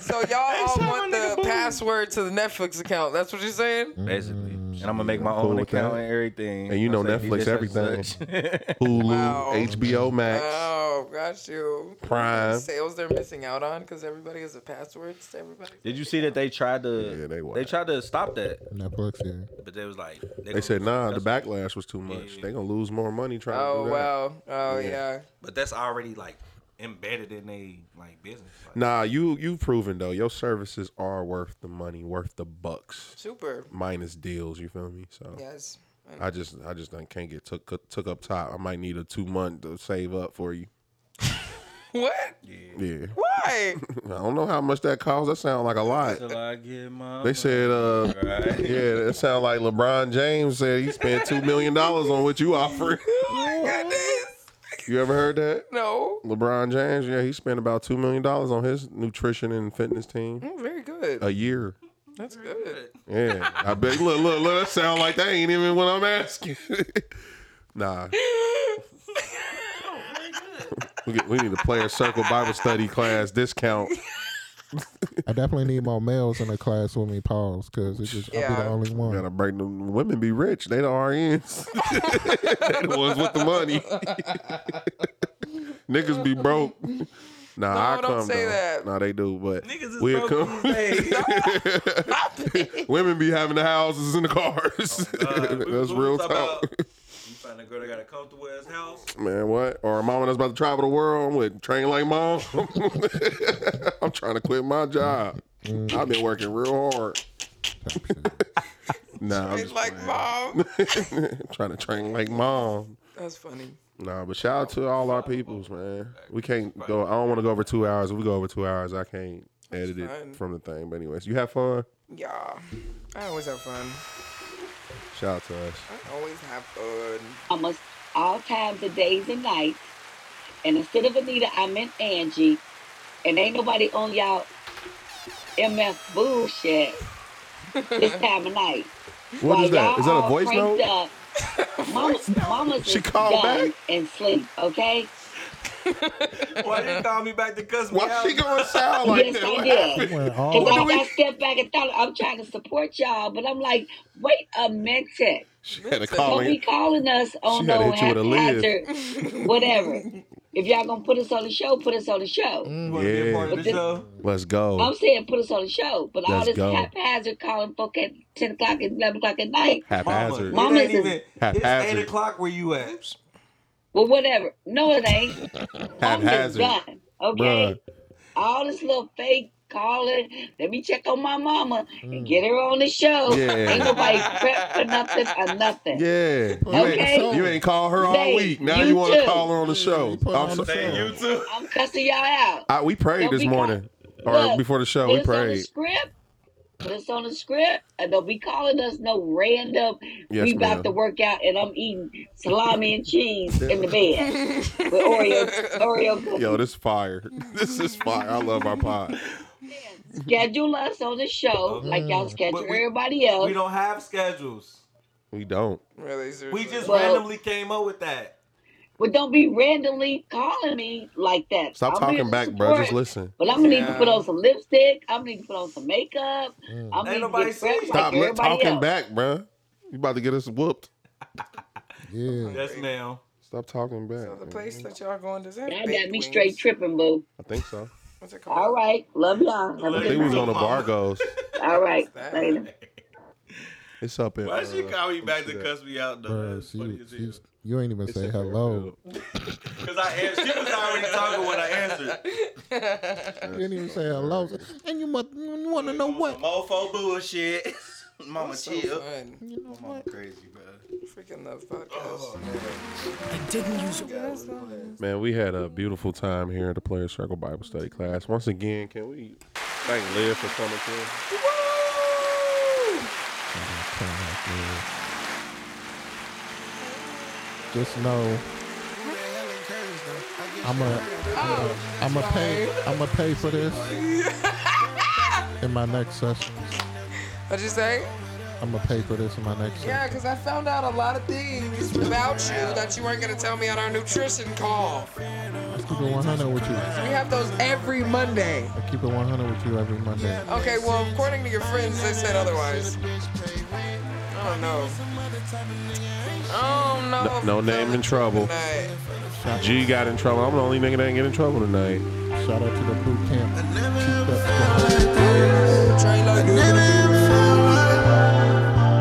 So y'all all want the password to the Netflix account. That's what you're saying?
basically, and I'm gonna make my
cool
own
with
account
that.
and everything.
And you know
I'm saying,
Netflix,
such and
everything.
such.
Hulu,
Wow.
HBO Max,
Oh, got you.
Prime.
Sales they're missing out on because everybody has a password to everybody.
Did you see that they tried to?
Yeah, they wild.
uh, they tried to stop that,
Netflix, yeah.
but they was like,
They
gonna-
said, nah, the
that's-
backlash was too much. They gonna lose more money trying to
Oh
do that.
wow. Oh yeah.
But that's already like embedded in they like business. Like,
Nah, you you proven though. Your services are worth the money, worth the bucks,
Super.
minus deals. You feel me? So
Yes. And
I just I just don't- can't get took took up top. I might need a two month to save up for you.
What?
Yeah,
Why?
I don't know how much that costs. That sound like a lot.
Till I get my
They said, uh,
Right.
yeah, that sound like LeBron James said he spent two million dollars on what you offer.
Oh, Goodness.
You ever heard that?
No.
LeBron James, yeah, he spent about two million dollars on his nutrition and fitness team
Mm, Very good.
a year.
That's good.
Yeah, I bet. Look, look, look. That sound like that ain't even what I'm asking. nah, we, get, we need a player circle Bible study class discount.
I definitely need more males in the class with me, pause, because it just I'll be
Yeah.
the only one.
Gotta break them. Women be rich. They the RNs. they the ones with the money. Niggas be broke. Nah, I
No,
come
don't say
though.
that.
Nah, they do, but
Niggas is
we'll
broke
come.
these days.
Women be having the houses and the cars.
Uh, we-
That's
we was
real
talking
talk.
about- You find a girl that got a comfortable ass house.
Man, what? Or a mama that's about to travel the world. I'm with train like mom. I'm trying to quit my job. I've been working real hard. Nah, I'm
It's
just
like, mom.
trying to train like mom.
That's funny.
Nah, but shout out to all our peoples, man. We can't go. I don't want to go over two hours. If we go over two hours, I can't edit
fine.
it from the thing. But anyways, you have fun.
Yeah. I always have fun.
Shout out to us.
I always have fun.
almost all times of days and nights. And instead of Anita, I meant Angie. And ain't nobody on y'all MF bullshit this time of night.
What
While
is that?
y'all
Is that a
all
voice
cranked
note?
Up, mama, mama's
She
is
called
done
back?
and sleep, okay?
Why you call me back to cuss me
Why
out?
she gonna sound like
yes,
that?
I
What
did.
happened?
Went
Because
Oh.
all-
I, I stepped back and thought I'm trying to support y'all, but I'm like, wait a minute.
She had a
Don't be
calling.
calling us on
She had to
no
hit you with a lid.
haphazard, whatever. If y'all gonna put us on the show, put us on the show.
Mm,
You wanna be a part of
Yeah.
the show?
Let's go.
I'm saying put us on the show, but all
Oh. Let's
this
go.
haphazard calling folk at 10 o'clock and 11 o'clock at night,
Haphazard.
Mama
Mama, it ain't
is-
even, it's
Haphazard.
8 o'clock where you at.
well, whatever. No, it ain't. I'm just
Haphazard.
done, okay? All this little fake calling, let me check on my mama and get her on the show.
Mm. Yeah.
Ain't nobody prep for nothing or nothing.
Yeah. You, ain't,
Okay.
you ain't called her all
Babe,
week. Now
you
you, want to
too.
call her on the show.
you put her
I'm
on
so-
the show.
You too.
I'm cussing y'all out.
I, we prayed
Don't
this
be call-
morning. Or
Look,
before the show,
Put
we
us on the
prayed.
script. Put us on the script. And don't be calling us no random.
Yes,
we about
ma'am.
to work out, and I'm eating salami and cheese in the bed with Oreo, Oreo cookies.
Yo, this is fire. This is fire. I love our pod.
schedule us on the show like
Mm.
y'all schedule
But we-
everybody else.
We don't have schedules.
We don't.
Really, seriously.
We just
Well-
randomly came up with that.
but don't be randomly calling me like that.
Stop
I'm here
talking
to
back, bro. Just
support,
listen.
But I'm gonna need to
Yeah.
put on some lipstick. I'm gonna need to put on some makeup. I'm
Ain't
gonna
nobody
get dressed
seen.
like
Mm. Stop li-
everybody
talking
else.
back, bro. You about to get us whooped.
yeah.
Yes, ma'am.
Stop talking back.
So the
man.
place that y'all going does that?
That
baked
got me
wings?
straight tripping, boo.
I think so.
What's it called?
All right, love y'all. Have a
I
good
think we was
night.
on the Bargos.
All right, later.
It's up in.
Why she
uh,
call me
let
back
see
to
that.
cuss me out though?
Bruh,
That's funny as
she,
hell.
she's, you ain't even say hello.
Cause I answered. She was already talking when I answered.
You didn't even say hello. And you, must, you want to know what?
Mofo bullshit. Mama
So
chill.
fun.
You know
Mama
what?
crazy, bro.
Freaking love podcast.
I didn't use your
Man, we had a beautiful time here at the Player Circle Bible Study class. Once again, can we thank Liv for coming through?
Just know. I'm a,
Oh.
I'm a pay, I'm a pay for this in my next session.
What'd you say?
I'm gonna pay for this in my next
Yeah, because I found out a lot of things about you that you weren't going to tell me on our nutrition call.
I keep it 100 with you.
We
I
have those every Monday.
keep it 100 with you every Monday.
Okay, well, according to your friends, they said otherwise. I don't know. I don't
No
know.
name in trouble.
Tonight.
G got in trouble. I'm the only nigga that didn't get in trouble tonight.
Shout out to the boot camp. Cheeked up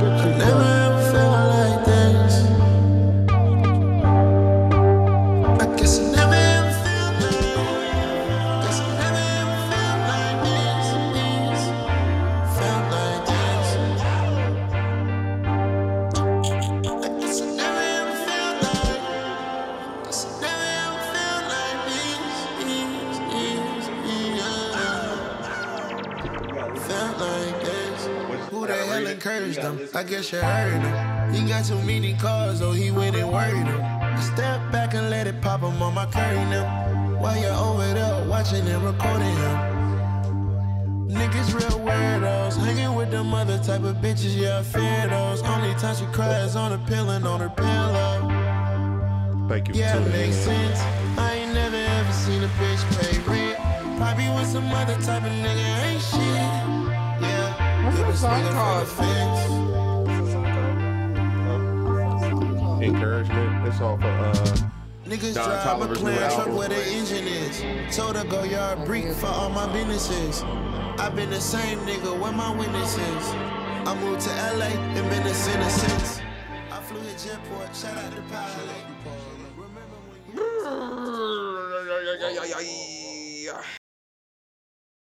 Get cheeked up.
Who the hell encouraged them? I guess you heard him. He got too many cars, oh, he went and worried him. I Step back and let it pop him on my curry now. While you're over there watching and recording him. Niggas real weirdos, hanging with them other type of bitches, yeah, I fear those. Only time she cries on a pill and on her pillow.
Thank you for
Yeah,
tuning in.
makes sense. I ain't never ever seen a bitch pay rent. Probably when with some other type of nigga ain't shit. Yeah.
What's
If
that
it's
song
nigga from
called?
the fence,
Encouragement. It's all for uh,
Niggas
Don
drive a
Tolliver's new
McLaren truck
album.
where the engine is. Told her go yard brick for all my businesses. i been the same nigga where my witnesses. I moved to LA and been a sinner since. I flew to jetport, shout out to pilot. Remember when you-